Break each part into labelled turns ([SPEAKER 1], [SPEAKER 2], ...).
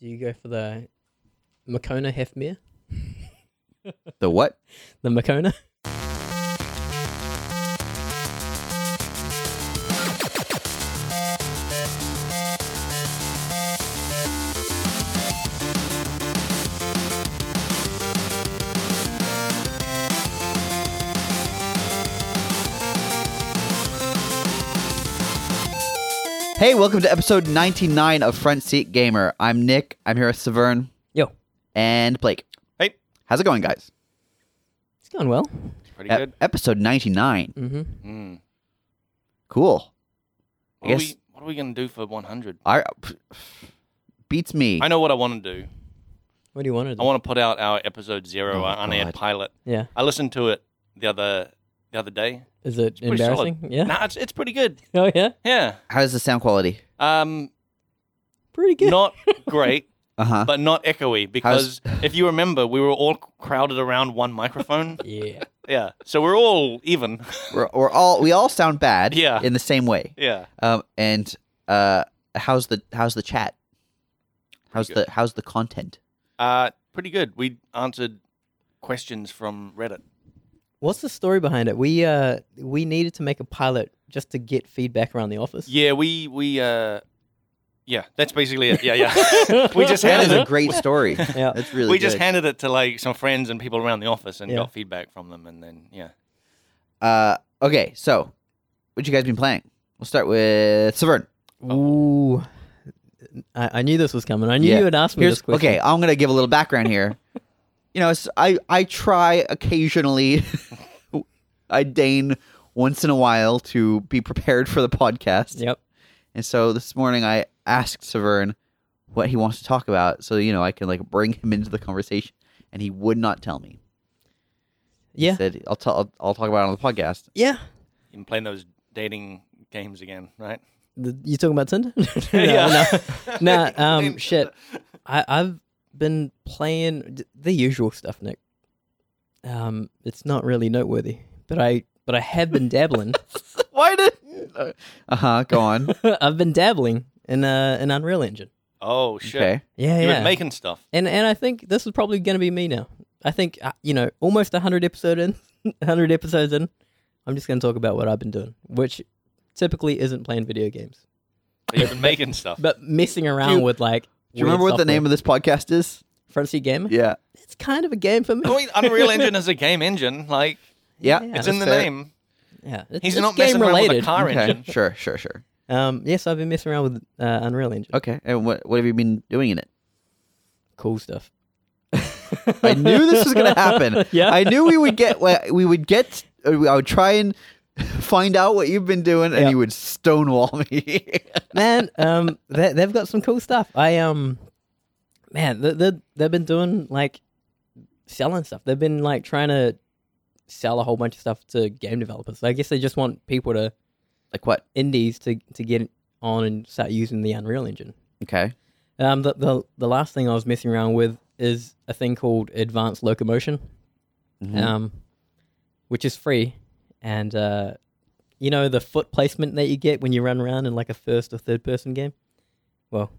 [SPEAKER 1] Do you go for the Makona Hefmere?
[SPEAKER 2] The what?
[SPEAKER 1] The Makona?
[SPEAKER 2] Hey, welcome to episode 99 of Front Seat Gamer. I'm Nick. I'm here with Severn
[SPEAKER 1] Yo,
[SPEAKER 2] and Blake.
[SPEAKER 3] Hey,
[SPEAKER 2] How's it going, guys?
[SPEAKER 1] it's going well.
[SPEAKER 3] pretty
[SPEAKER 2] E-
[SPEAKER 3] good.
[SPEAKER 2] episode 99.
[SPEAKER 1] Mm-hmm.
[SPEAKER 3] Mm.
[SPEAKER 2] Cool.
[SPEAKER 3] What, are
[SPEAKER 2] guess-
[SPEAKER 3] we, what are we gonna do for 100?
[SPEAKER 2] I, pff, beats me.
[SPEAKER 3] I know what I want to do.
[SPEAKER 1] What do you want to do?
[SPEAKER 3] I want to put out our episode zero,
[SPEAKER 2] Oh
[SPEAKER 3] our
[SPEAKER 2] my
[SPEAKER 3] unaired
[SPEAKER 2] God.
[SPEAKER 3] pilot.
[SPEAKER 1] yeah.
[SPEAKER 3] I listened to it the other the other day.
[SPEAKER 1] Is it
[SPEAKER 3] Pretty solid.
[SPEAKER 1] embarrassing? Yeah.
[SPEAKER 3] Nah, it's it's pretty good.
[SPEAKER 1] Oh, yeah.
[SPEAKER 3] Yeah.
[SPEAKER 2] How's the sound quality?
[SPEAKER 3] Um,
[SPEAKER 1] Pretty good.
[SPEAKER 3] not great,
[SPEAKER 2] Uh huh.
[SPEAKER 3] but not echoey because if you remember, we were all crowded around one microphone.
[SPEAKER 1] yeah.
[SPEAKER 3] yeah. So we're all even.
[SPEAKER 2] We're, we're all we all sound bad.
[SPEAKER 3] Yeah.
[SPEAKER 2] In the same way.
[SPEAKER 3] yeah.
[SPEAKER 2] Um. And uh, how's the how's the chat? How's the
[SPEAKER 3] Pretty
[SPEAKER 2] how's the content?
[SPEAKER 3] Uh, pretty good. We answered questions from Reddit.
[SPEAKER 1] What's the story behind it? We uh we needed to make a pilot just to get feedback around the office.
[SPEAKER 3] Yeah, we we uh yeah, that's basically it. Yeah, yeah. we just
[SPEAKER 2] That
[SPEAKER 3] handed
[SPEAKER 2] is a
[SPEAKER 3] it-
[SPEAKER 2] great story.
[SPEAKER 1] Yeah.
[SPEAKER 2] That's really
[SPEAKER 3] we just
[SPEAKER 2] good.
[SPEAKER 3] handed it to like some friends and people around the office and
[SPEAKER 1] Yeah.
[SPEAKER 3] got feedback from them and then yeah.
[SPEAKER 2] Uh, okay, so what you guys been playing? We'll start with Severn.
[SPEAKER 1] Ooh. I, I knew this was coming. I knew
[SPEAKER 2] Yeah.
[SPEAKER 1] you would ask me
[SPEAKER 2] Here's-
[SPEAKER 1] this question.
[SPEAKER 2] okay, I'm gonna give a little background here. you know, it's, I I try occasionally, I deign once in a while to be prepared for the podcast,
[SPEAKER 1] Yep.
[SPEAKER 2] and so this morning I asked Severn what he wants to talk about, so you know I can like bring him into the conversation, and he would not tell me. He
[SPEAKER 1] Yeah.
[SPEAKER 2] said I'll tell I'll, I'll talk about it on the podcast.
[SPEAKER 1] Yeah.
[SPEAKER 3] You've been playing those dating games again, right?
[SPEAKER 1] The, you talking about Tinder? no,
[SPEAKER 3] Yeah.
[SPEAKER 1] no, no. Um, shit. I, I've been playing d- the usual stuff, Nick. Um, it's not really noteworthy, but I but I have been dabbling.
[SPEAKER 2] Why did? Uh huh. Go on.
[SPEAKER 1] I've been dabbling in uh in Unreal Engine.
[SPEAKER 3] Oh shit.
[SPEAKER 2] okay.
[SPEAKER 1] Yeah,
[SPEAKER 3] You've
[SPEAKER 1] yeah.
[SPEAKER 3] been making stuff.
[SPEAKER 1] and and I think this is probably going to be me now. I think uh, you know, almost hundred episode in, hundred episodes in, I'm just going to talk about what I've been doing, which typically isn't playing video games,
[SPEAKER 3] You've been making stuff.
[SPEAKER 1] but messing around
[SPEAKER 2] you-
[SPEAKER 1] with like.
[SPEAKER 2] Do you remember what the name of this podcast is?
[SPEAKER 1] Front Seat Gamer?
[SPEAKER 2] Yeah.
[SPEAKER 1] It's kind of a game for me.
[SPEAKER 3] I mean, Unreal Engine is a game engine. Like
[SPEAKER 2] Yeah.
[SPEAKER 1] Yeah.
[SPEAKER 3] it's
[SPEAKER 1] that's
[SPEAKER 3] in the
[SPEAKER 2] fair.
[SPEAKER 3] name.
[SPEAKER 1] Yeah, it's,
[SPEAKER 3] He's
[SPEAKER 1] it's
[SPEAKER 3] not
[SPEAKER 1] game
[SPEAKER 3] messing around with
[SPEAKER 1] related.
[SPEAKER 3] a car
[SPEAKER 2] Okay.
[SPEAKER 3] engine.
[SPEAKER 2] Sure, sure, sure.
[SPEAKER 1] Um, yes, I've been messing around with uh, Unreal Engine.
[SPEAKER 2] Okay. And what what have you been doing in it?
[SPEAKER 1] Cool stuff.
[SPEAKER 2] I knew this was going to happen.
[SPEAKER 1] Yeah.
[SPEAKER 2] I knew we would get we- we would get uh, I would try and find out what you've been doing and
[SPEAKER 1] Yeah.
[SPEAKER 2] you would stonewall me.
[SPEAKER 1] man. Um, they, they've got some cool stuff. I um, man, they, they they've been doing like selling stuff. They've been like trying to sell a whole bunch of stuff to game developers. I guess they just want people to
[SPEAKER 2] like what?
[SPEAKER 1] indies to to get on and start using the Unreal Engine.
[SPEAKER 2] Okay.
[SPEAKER 1] Um, the the, the last thing I was messing around with is a thing called Advanced Locomotion,
[SPEAKER 2] Mhm.
[SPEAKER 1] um, which is free, and uh, you know the foot placement that you get when you run around in like a first or third person game. Well,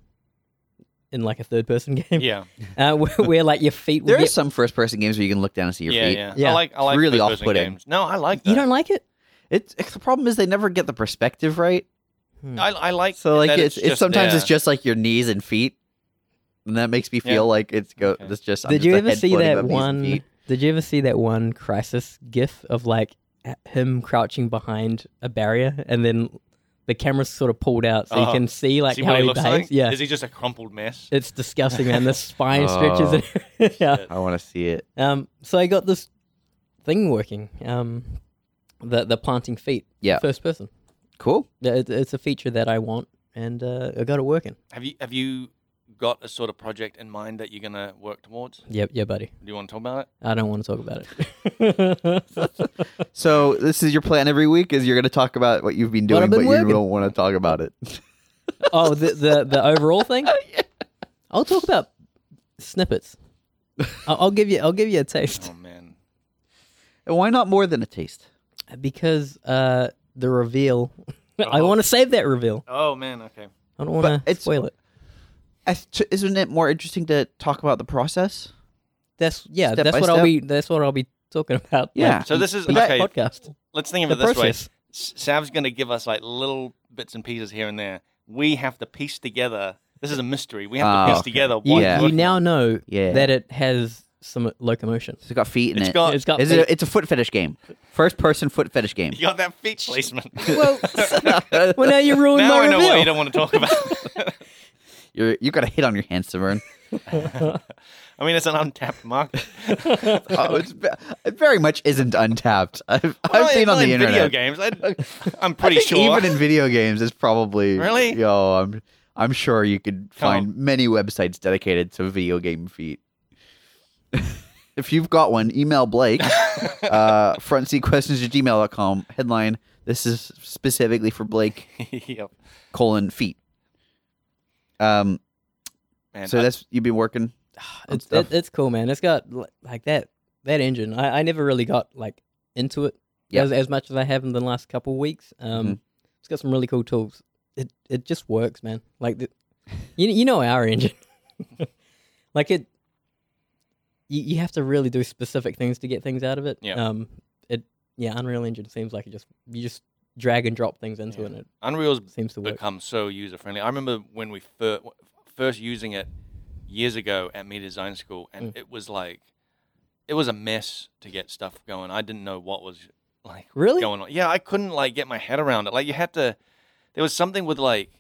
[SPEAKER 1] in like a third person game,
[SPEAKER 3] Yeah.
[SPEAKER 1] uh, where, where like your feet. Will
[SPEAKER 2] There
[SPEAKER 1] get,
[SPEAKER 2] is some first person games where you can look down and see your
[SPEAKER 3] Yeah,
[SPEAKER 2] feet.
[SPEAKER 3] yeah,
[SPEAKER 1] Yeah.
[SPEAKER 3] I like I like
[SPEAKER 2] really
[SPEAKER 3] those person
[SPEAKER 2] off-putting.
[SPEAKER 3] games. No, I like that.
[SPEAKER 1] you don't like it?
[SPEAKER 2] It's, it's- the problem is they never get the perspective right.
[SPEAKER 1] Hmm.
[SPEAKER 3] I, I like
[SPEAKER 2] So like
[SPEAKER 3] that
[SPEAKER 2] it's, it's,
[SPEAKER 3] just
[SPEAKER 2] sometimes
[SPEAKER 3] there.
[SPEAKER 2] it's just like your knees and feet. And that makes me feel
[SPEAKER 3] Yeah.
[SPEAKER 2] like it's go
[SPEAKER 3] Okay.
[SPEAKER 2] it's just I'm
[SPEAKER 1] Did
[SPEAKER 2] just
[SPEAKER 1] you
[SPEAKER 2] a
[SPEAKER 1] ever
[SPEAKER 2] head
[SPEAKER 1] see
[SPEAKER 2] floating
[SPEAKER 1] that
[SPEAKER 2] above knees and feet.
[SPEAKER 1] one? Did you ever see that one crisis gif of like h- him crouching behind a barrier and then the camera's sort of pulled out so you
[SPEAKER 3] Uh-huh.
[SPEAKER 1] can see like
[SPEAKER 3] See
[SPEAKER 1] how
[SPEAKER 3] what
[SPEAKER 1] he
[SPEAKER 3] he looks
[SPEAKER 1] behaves?
[SPEAKER 3] like?
[SPEAKER 1] Yeah,
[SPEAKER 3] Is he just a crumpled mess?
[SPEAKER 1] it's disgusting, man. The spine stretches. and- yeah.
[SPEAKER 2] I want to see it.
[SPEAKER 1] Um. So I got this thing working. Um, the the planting feet.
[SPEAKER 2] Yeah.
[SPEAKER 1] First person.
[SPEAKER 2] Cool.
[SPEAKER 1] Yeah, It, it's a feature that I want, and uh, I got it working.
[SPEAKER 3] Have you have you got a sort of project in mind that you're gonna work towards?
[SPEAKER 1] Yep. Yeah, buddy.
[SPEAKER 3] Do you want to talk about it?
[SPEAKER 1] I don't want to talk about it.
[SPEAKER 2] So this is your plan every week is you're going to talk about what you've been
[SPEAKER 1] What
[SPEAKER 2] doing,
[SPEAKER 1] I've
[SPEAKER 2] but
[SPEAKER 1] been
[SPEAKER 2] you
[SPEAKER 1] working.
[SPEAKER 2] don't want to talk about it.
[SPEAKER 1] oh, the the, the overall thing.
[SPEAKER 2] Oh,
[SPEAKER 1] I'll talk about snippets. I'll, I'll give you I'll give you a taste
[SPEAKER 3] Oh man,
[SPEAKER 2] And why not more than a taste?
[SPEAKER 1] because uh, the reveal. I
[SPEAKER 3] Oh.
[SPEAKER 1] want to save that reveal.
[SPEAKER 3] oh man, okay.
[SPEAKER 1] I don't want
[SPEAKER 2] Uh-huh. But
[SPEAKER 1] to
[SPEAKER 2] it's-
[SPEAKER 1] spoil it.
[SPEAKER 2] I th- isn't it more interesting to talk about the process?
[SPEAKER 1] That's yeah.
[SPEAKER 2] Step
[SPEAKER 1] that's
[SPEAKER 2] by
[SPEAKER 1] what I'll
[SPEAKER 2] step.
[SPEAKER 1] be. That's what I'll be talking about.
[SPEAKER 2] Yeah.
[SPEAKER 1] like,
[SPEAKER 3] So this is
[SPEAKER 1] in that
[SPEAKER 3] okay.
[SPEAKER 1] podcast.
[SPEAKER 3] Let's think of
[SPEAKER 1] The
[SPEAKER 3] it this
[SPEAKER 1] process.
[SPEAKER 3] way. S- Sav's going to give us like little bits and pieces here and there. We have to piece together. This is a mystery. We have
[SPEAKER 2] Ah,
[SPEAKER 3] to piece
[SPEAKER 2] okay.
[SPEAKER 3] together
[SPEAKER 1] You,
[SPEAKER 3] what
[SPEAKER 2] Yeah.
[SPEAKER 1] you now know
[SPEAKER 2] Yeah.
[SPEAKER 1] that it has some locomotion.
[SPEAKER 2] It's got feet in
[SPEAKER 3] It's
[SPEAKER 2] it.
[SPEAKER 3] got-
[SPEAKER 1] It's got
[SPEAKER 2] Is
[SPEAKER 1] feet.
[SPEAKER 2] it- it's a foot fetish game. First person foot fetish game.
[SPEAKER 3] you got that feet placement.
[SPEAKER 1] well, well, now you ruined
[SPEAKER 3] now
[SPEAKER 1] my
[SPEAKER 3] I know what you
[SPEAKER 1] reveal.
[SPEAKER 3] don't want to talk about.
[SPEAKER 2] You're, you got a hit on your hands, Severn.
[SPEAKER 3] I mean, it's an untapped market.
[SPEAKER 2] oh, it's, ve- it very much isn't untapped. I've,
[SPEAKER 3] Well,
[SPEAKER 2] I've seen
[SPEAKER 3] not
[SPEAKER 2] on the
[SPEAKER 3] in
[SPEAKER 2] internet.
[SPEAKER 3] video games. I, I'm pretty
[SPEAKER 2] I think
[SPEAKER 3] sure.
[SPEAKER 2] Even in video games, it's probably
[SPEAKER 3] Really?
[SPEAKER 2] Yo, I'm I'm sure you could
[SPEAKER 3] Come
[SPEAKER 2] find many websites dedicated to video game feet. if you've got one, email Blake uh, frontseatquestions at gmail.com. Headline: This is specifically for Blake
[SPEAKER 3] Yep.
[SPEAKER 2] colon feet. Um,
[SPEAKER 3] Man,
[SPEAKER 2] so
[SPEAKER 3] I-
[SPEAKER 2] that's you've been working.
[SPEAKER 1] It's,
[SPEAKER 2] stuff.
[SPEAKER 1] it, it's cool, man. It's got li- like that that engine. I, I never really got like into it
[SPEAKER 2] Yeah. Mm-hmm.
[SPEAKER 1] as, as much as I have in the last couple of weeks. Um, It's got some really cool tools. It it just works, man. Like the, you you know our engine, like it. You, you have to really do specific things to get things out of it.
[SPEAKER 3] Yeah.
[SPEAKER 1] Um. It yeah. Unreal Engine seems like it just you just drag and drop things into it and it
[SPEAKER 3] Unreal's
[SPEAKER 1] seems to work.
[SPEAKER 3] become so user friendly. I remember when we fir- first using it years ago at media design school, and it was like it was a mess to get stuff going. I didn't know what was like
[SPEAKER 1] Really?
[SPEAKER 3] going on. Yeah, I couldn't like get my head around it. Like you had to. There was something with like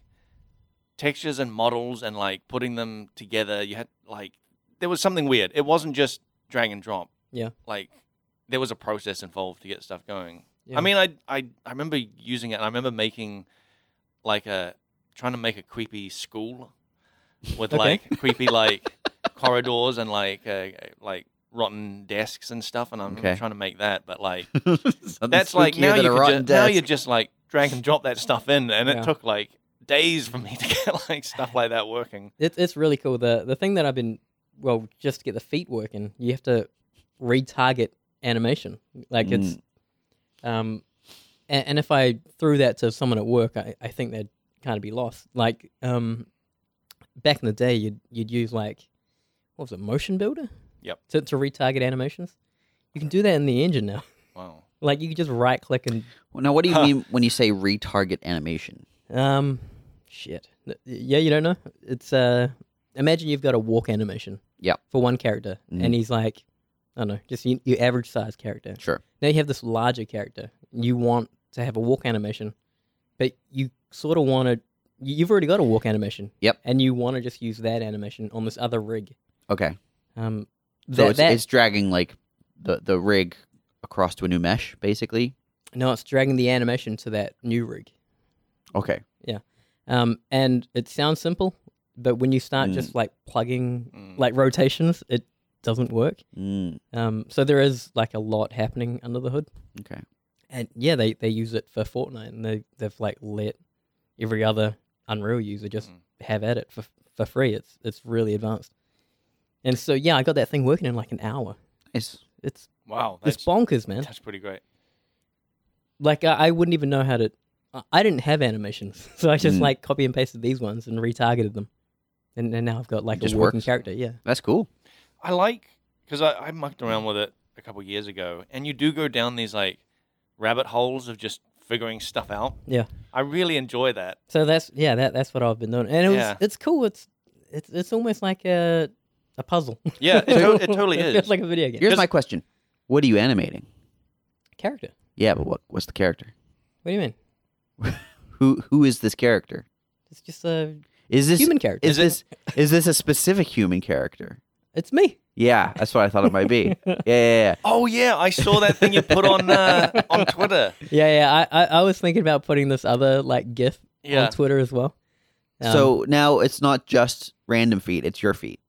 [SPEAKER 3] textures and models and like putting them together. You had like there was something weird. It wasn't just drag and drop.
[SPEAKER 1] Yeah.
[SPEAKER 3] Like there was a process involved to get stuff going.
[SPEAKER 1] Yeah.
[SPEAKER 3] I mean, I, I I remember using it. and I remember making like a trying to make a creepy school with
[SPEAKER 1] Okay.
[SPEAKER 3] like creepy like corridors and like uh, like rotten desks and stuff. And I'm
[SPEAKER 2] Okay.
[SPEAKER 3] trying to make that, but like
[SPEAKER 2] Something
[SPEAKER 3] that's like
[SPEAKER 2] spookier
[SPEAKER 3] now
[SPEAKER 2] than
[SPEAKER 3] you
[SPEAKER 2] a
[SPEAKER 3] could
[SPEAKER 2] rotten
[SPEAKER 3] ju- now
[SPEAKER 2] desk.
[SPEAKER 3] you just like drag and drop that stuff in, and
[SPEAKER 1] Yeah.
[SPEAKER 3] it took like days for me to get like stuff like that working.
[SPEAKER 1] It's it's really cool. The the thing that I've been well, just to get the feet working, you have to retarget animation. Like it's um and, and if I threw that to someone at work, I, I think they'd kind of be lost. Like um back in the day you'd you'd use like what was it, motion builder?
[SPEAKER 3] Yep.
[SPEAKER 1] To to retarget animations. You can do that in the engine now.
[SPEAKER 3] Wow.
[SPEAKER 1] Like you can just right click and
[SPEAKER 2] Well, now, what do you
[SPEAKER 3] Huh.
[SPEAKER 2] mean when you say retarget animation?
[SPEAKER 1] um shit. N- Yeah, you don't know? It's uh imagine you've got a walk animation.
[SPEAKER 2] Yep.
[SPEAKER 1] for one character,
[SPEAKER 2] Mhm.
[SPEAKER 1] and he's like, I don't know, just you, your average size character.
[SPEAKER 2] Sure.
[SPEAKER 1] Now you have this larger character. You want to have a walk animation, but you sort of want to. You've already got a walk animation.
[SPEAKER 2] Yep.
[SPEAKER 1] And you want to just use that animation on this other rig.
[SPEAKER 2] Okay.
[SPEAKER 1] Um,
[SPEAKER 2] So
[SPEAKER 1] that-
[SPEAKER 2] it's,
[SPEAKER 1] that-
[SPEAKER 2] it's dragging like the the rig across to a new mesh, basically.
[SPEAKER 1] no, it's dragging the animation to that new rig.
[SPEAKER 2] Okay.
[SPEAKER 1] Um, and it sounds simple, but when you start
[SPEAKER 2] Mm.
[SPEAKER 1] just like plugging
[SPEAKER 3] Mm.
[SPEAKER 1] like rotations, it doesn't work.
[SPEAKER 2] Mm,
[SPEAKER 1] Um, so there is like a lot happening under the hood.
[SPEAKER 2] okay.
[SPEAKER 1] and yeah, they, they use it for Fortnite, and they they've like let every other Unreal user just
[SPEAKER 3] Mhm.
[SPEAKER 2] Mm.
[SPEAKER 1] have at it for for free. It's it's really advanced, and so yeah, I got that thing working in like an hour.
[SPEAKER 2] Nice.
[SPEAKER 1] It's
[SPEAKER 3] Wow.
[SPEAKER 1] it's
[SPEAKER 3] That's,
[SPEAKER 1] bonkers, man.
[SPEAKER 3] that's pretty great.
[SPEAKER 1] Like I, I wouldn't even know how to. I- I didn't have animations, so I just
[SPEAKER 2] Mm.
[SPEAKER 1] like copy and pasted these ones and retargeted them, and, and now I've got like
[SPEAKER 2] It just
[SPEAKER 1] a working
[SPEAKER 2] works.
[SPEAKER 1] character. Yeah,
[SPEAKER 2] That's cool.
[SPEAKER 3] I like because I, I mucked around with it a couple years ago, and you do go down these like rabbit holes of just figuring stuff out.
[SPEAKER 1] yeah.
[SPEAKER 3] I really enjoy that.
[SPEAKER 1] So that's yeah that that's what I've been doing, and it was
[SPEAKER 3] Yeah.
[SPEAKER 1] it's cool. It's it's it's almost like a a puzzle.
[SPEAKER 3] Yeah, it, to- it totally
[SPEAKER 1] It
[SPEAKER 3] is.
[SPEAKER 1] feels
[SPEAKER 2] oh,
[SPEAKER 1] like a video game
[SPEAKER 2] Here's
[SPEAKER 3] Does-
[SPEAKER 2] my question: What are you animating?
[SPEAKER 1] character.
[SPEAKER 2] Yeah, but what what's the character?
[SPEAKER 1] What do you mean?
[SPEAKER 2] Who who is this character?
[SPEAKER 1] It's just a
[SPEAKER 2] Is this
[SPEAKER 1] human character.
[SPEAKER 2] Is, this is this a specific human character?
[SPEAKER 1] It's me.
[SPEAKER 2] Yeah, that's what I thought it might be. Yeah, yeah,
[SPEAKER 3] oh yeah, I saw that thing you put on uh, on Twitter.
[SPEAKER 1] Yeah, yeah. I, I, I was thinking about putting this other like GIF
[SPEAKER 3] Yeah,
[SPEAKER 1] on Twitter as well.
[SPEAKER 2] yeah.
[SPEAKER 1] Um,
[SPEAKER 2] so now it's not just random feet; it's your feet.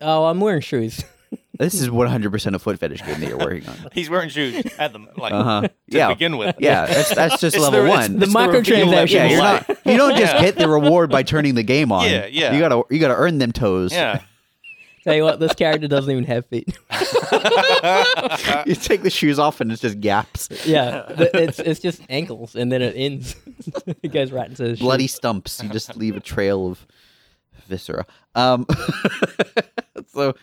[SPEAKER 1] oh, I'm wearing shoes.
[SPEAKER 2] This is 100% a foot fetish game that you're working on.
[SPEAKER 3] he's wearing shoes at them like
[SPEAKER 2] Uh huh.
[SPEAKER 3] to
[SPEAKER 2] Yeah.
[SPEAKER 3] begin with.
[SPEAKER 2] Yeah. That's that's just
[SPEAKER 3] It's
[SPEAKER 2] level
[SPEAKER 3] the-
[SPEAKER 2] one.
[SPEAKER 1] The
[SPEAKER 3] It's the reveal that
[SPEAKER 1] microtransaction.
[SPEAKER 2] yeah, you're
[SPEAKER 3] people
[SPEAKER 2] not, you don't just get the reward by turning the game on.
[SPEAKER 3] Yeah, yeah.
[SPEAKER 2] You gotta you gotta earn them toes.
[SPEAKER 3] Yeah,
[SPEAKER 1] Tell you what, this character doesn't even have feet.
[SPEAKER 2] you take the shoes off and it's just gaps,
[SPEAKER 1] yeah, th- it's it's just ankles, and then it ends. it goes right into his shoe.
[SPEAKER 2] bloody stumps. You just leave a trail of viscera. Um, so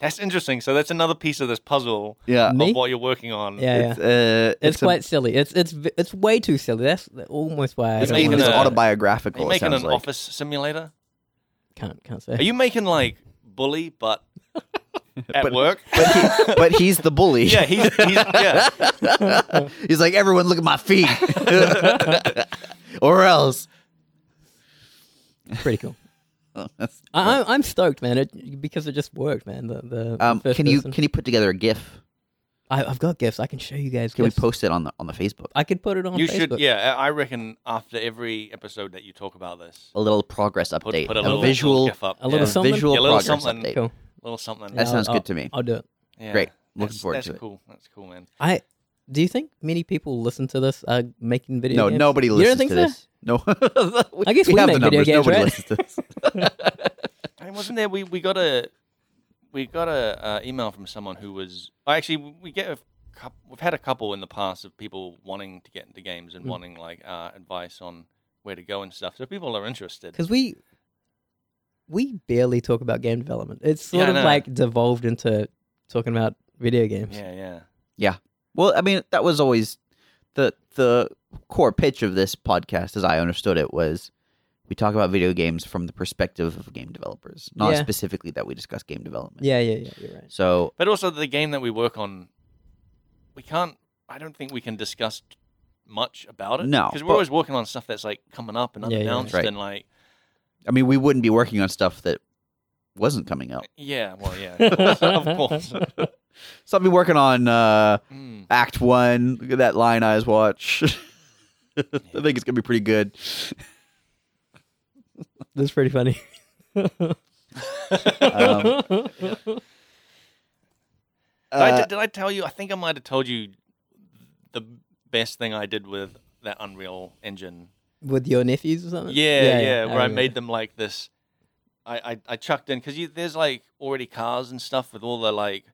[SPEAKER 3] That's interesting. So that's another piece of this puzzle
[SPEAKER 2] yeah,
[SPEAKER 1] Me?
[SPEAKER 3] of what you're working on.
[SPEAKER 1] Yeah, yeah.
[SPEAKER 2] it's, uh,
[SPEAKER 1] It's,
[SPEAKER 2] a-
[SPEAKER 1] quite silly. It's it's v- it's way too silly. That's almost why I
[SPEAKER 3] It's
[SPEAKER 1] don't
[SPEAKER 2] even
[SPEAKER 1] want
[SPEAKER 2] it's
[SPEAKER 3] making
[SPEAKER 1] to-
[SPEAKER 3] a- Are
[SPEAKER 2] autobiographical.
[SPEAKER 3] you
[SPEAKER 2] it
[SPEAKER 3] making
[SPEAKER 2] sounds
[SPEAKER 3] an
[SPEAKER 2] like.
[SPEAKER 3] office simulator?
[SPEAKER 1] can't can't
[SPEAKER 3] Are
[SPEAKER 1] say.
[SPEAKER 3] you making like bully but at
[SPEAKER 2] But-
[SPEAKER 3] work?
[SPEAKER 2] but, he, but he's the bully.
[SPEAKER 3] yeah, he's, he's yeah.
[SPEAKER 2] he's like, everyone, look at my feet, or else.
[SPEAKER 1] Pretty cool.
[SPEAKER 2] Oh, that's-
[SPEAKER 1] I, I'm I'm stoked, man, it, because it just worked, man. The the
[SPEAKER 2] um,
[SPEAKER 1] first
[SPEAKER 2] can you
[SPEAKER 1] person.
[SPEAKER 2] can you put together a GIF?
[SPEAKER 1] I, I've got gifts. I can show you guys.
[SPEAKER 2] Can
[SPEAKER 1] gifs.
[SPEAKER 2] we post it on the on the Facebook?
[SPEAKER 1] I could put it on.
[SPEAKER 3] You
[SPEAKER 1] Facebook.
[SPEAKER 3] should yeah, I I reckon after every episode that you talk about this,
[SPEAKER 2] A little progress
[SPEAKER 3] put,
[SPEAKER 2] update,
[SPEAKER 3] put a
[SPEAKER 2] a,
[SPEAKER 3] little
[SPEAKER 2] visual,
[SPEAKER 3] GIF up.
[SPEAKER 1] A little
[SPEAKER 3] yeah.
[SPEAKER 1] something.
[SPEAKER 2] visual
[SPEAKER 3] Yeah, a little
[SPEAKER 2] progress
[SPEAKER 3] something.
[SPEAKER 2] update.
[SPEAKER 1] Cool.
[SPEAKER 3] little something.
[SPEAKER 1] Yeah,
[SPEAKER 2] That sounds
[SPEAKER 1] I'll-
[SPEAKER 2] good to me.
[SPEAKER 1] I'll do it.
[SPEAKER 3] Yeah.
[SPEAKER 2] Great. Looking
[SPEAKER 3] That's-
[SPEAKER 2] forward
[SPEAKER 3] that's
[SPEAKER 2] to it.
[SPEAKER 3] cool. That's cool, man.
[SPEAKER 1] I do you think many people listen to this? Are making video?
[SPEAKER 2] No,
[SPEAKER 1] games?
[SPEAKER 2] nobody
[SPEAKER 1] You don't
[SPEAKER 2] listens
[SPEAKER 1] think
[SPEAKER 2] to
[SPEAKER 1] so?
[SPEAKER 2] this. No,
[SPEAKER 1] I guess
[SPEAKER 2] we,
[SPEAKER 1] we
[SPEAKER 2] have
[SPEAKER 1] make video
[SPEAKER 2] the numbers.
[SPEAKER 1] games,
[SPEAKER 2] nobody
[SPEAKER 1] right?
[SPEAKER 2] listens to this.
[SPEAKER 3] And wasn't there we we got a we got a uh, email from someone who was oh, actually we get a coup we've had a couple in the past of people wanting to get into games and
[SPEAKER 2] Hmm.
[SPEAKER 1] Mm.
[SPEAKER 3] wanting like uh, advice on where to go and stuff. So if people are interested.
[SPEAKER 1] Because we we barely talk about game development. It's sort
[SPEAKER 3] Yeah, I
[SPEAKER 1] of
[SPEAKER 3] know.
[SPEAKER 1] like devolved into talking about video games.
[SPEAKER 3] Yeah, yeah.
[SPEAKER 2] Well, I mean, that was always the the core pitch of this podcast, as I understood it, was we talk about video games from the perspective of game developers, not
[SPEAKER 1] Yeah.
[SPEAKER 2] specifically that we discuss game development.
[SPEAKER 1] yeah, yeah, yeah. You're right.
[SPEAKER 2] So
[SPEAKER 3] But also the game that we work on, we can't. I don't think we can discuss much about it.
[SPEAKER 2] No,
[SPEAKER 3] because we're
[SPEAKER 2] but-
[SPEAKER 3] always working on stuff that's like coming up and
[SPEAKER 1] Yeah, yeah,
[SPEAKER 3] unannounced
[SPEAKER 2] right.
[SPEAKER 3] and like
[SPEAKER 2] I mean, we wouldn't be working on stuff that wasn't coming out.
[SPEAKER 3] yeah, well, yeah, of course.
[SPEAKER 2] So I'll be working on uh,
[SPEAKER 3] Mm.
[SPEAKER 2] Act One. Look at that line eyes watch. I think it's gonna be pretty good.
[SPEAKER 1] That's pretty funny.
[SPEAKER 2] Um,
[SPEAKER 3] Did I
[SPEAKER 2] uh,
[SPEAKER 3] t- did I tell you? I think I might have told you the best thing I did with that Unreal Engine.
[SPEAKER 1] With your nephews or something? Oh,
[SPEAKER 3] Yeah, yeah, where I,
[SPEAKER 1] remember.
[SPEAKER 3] made them like this. I I, I chucked in because there's like already cars and stuff with all the like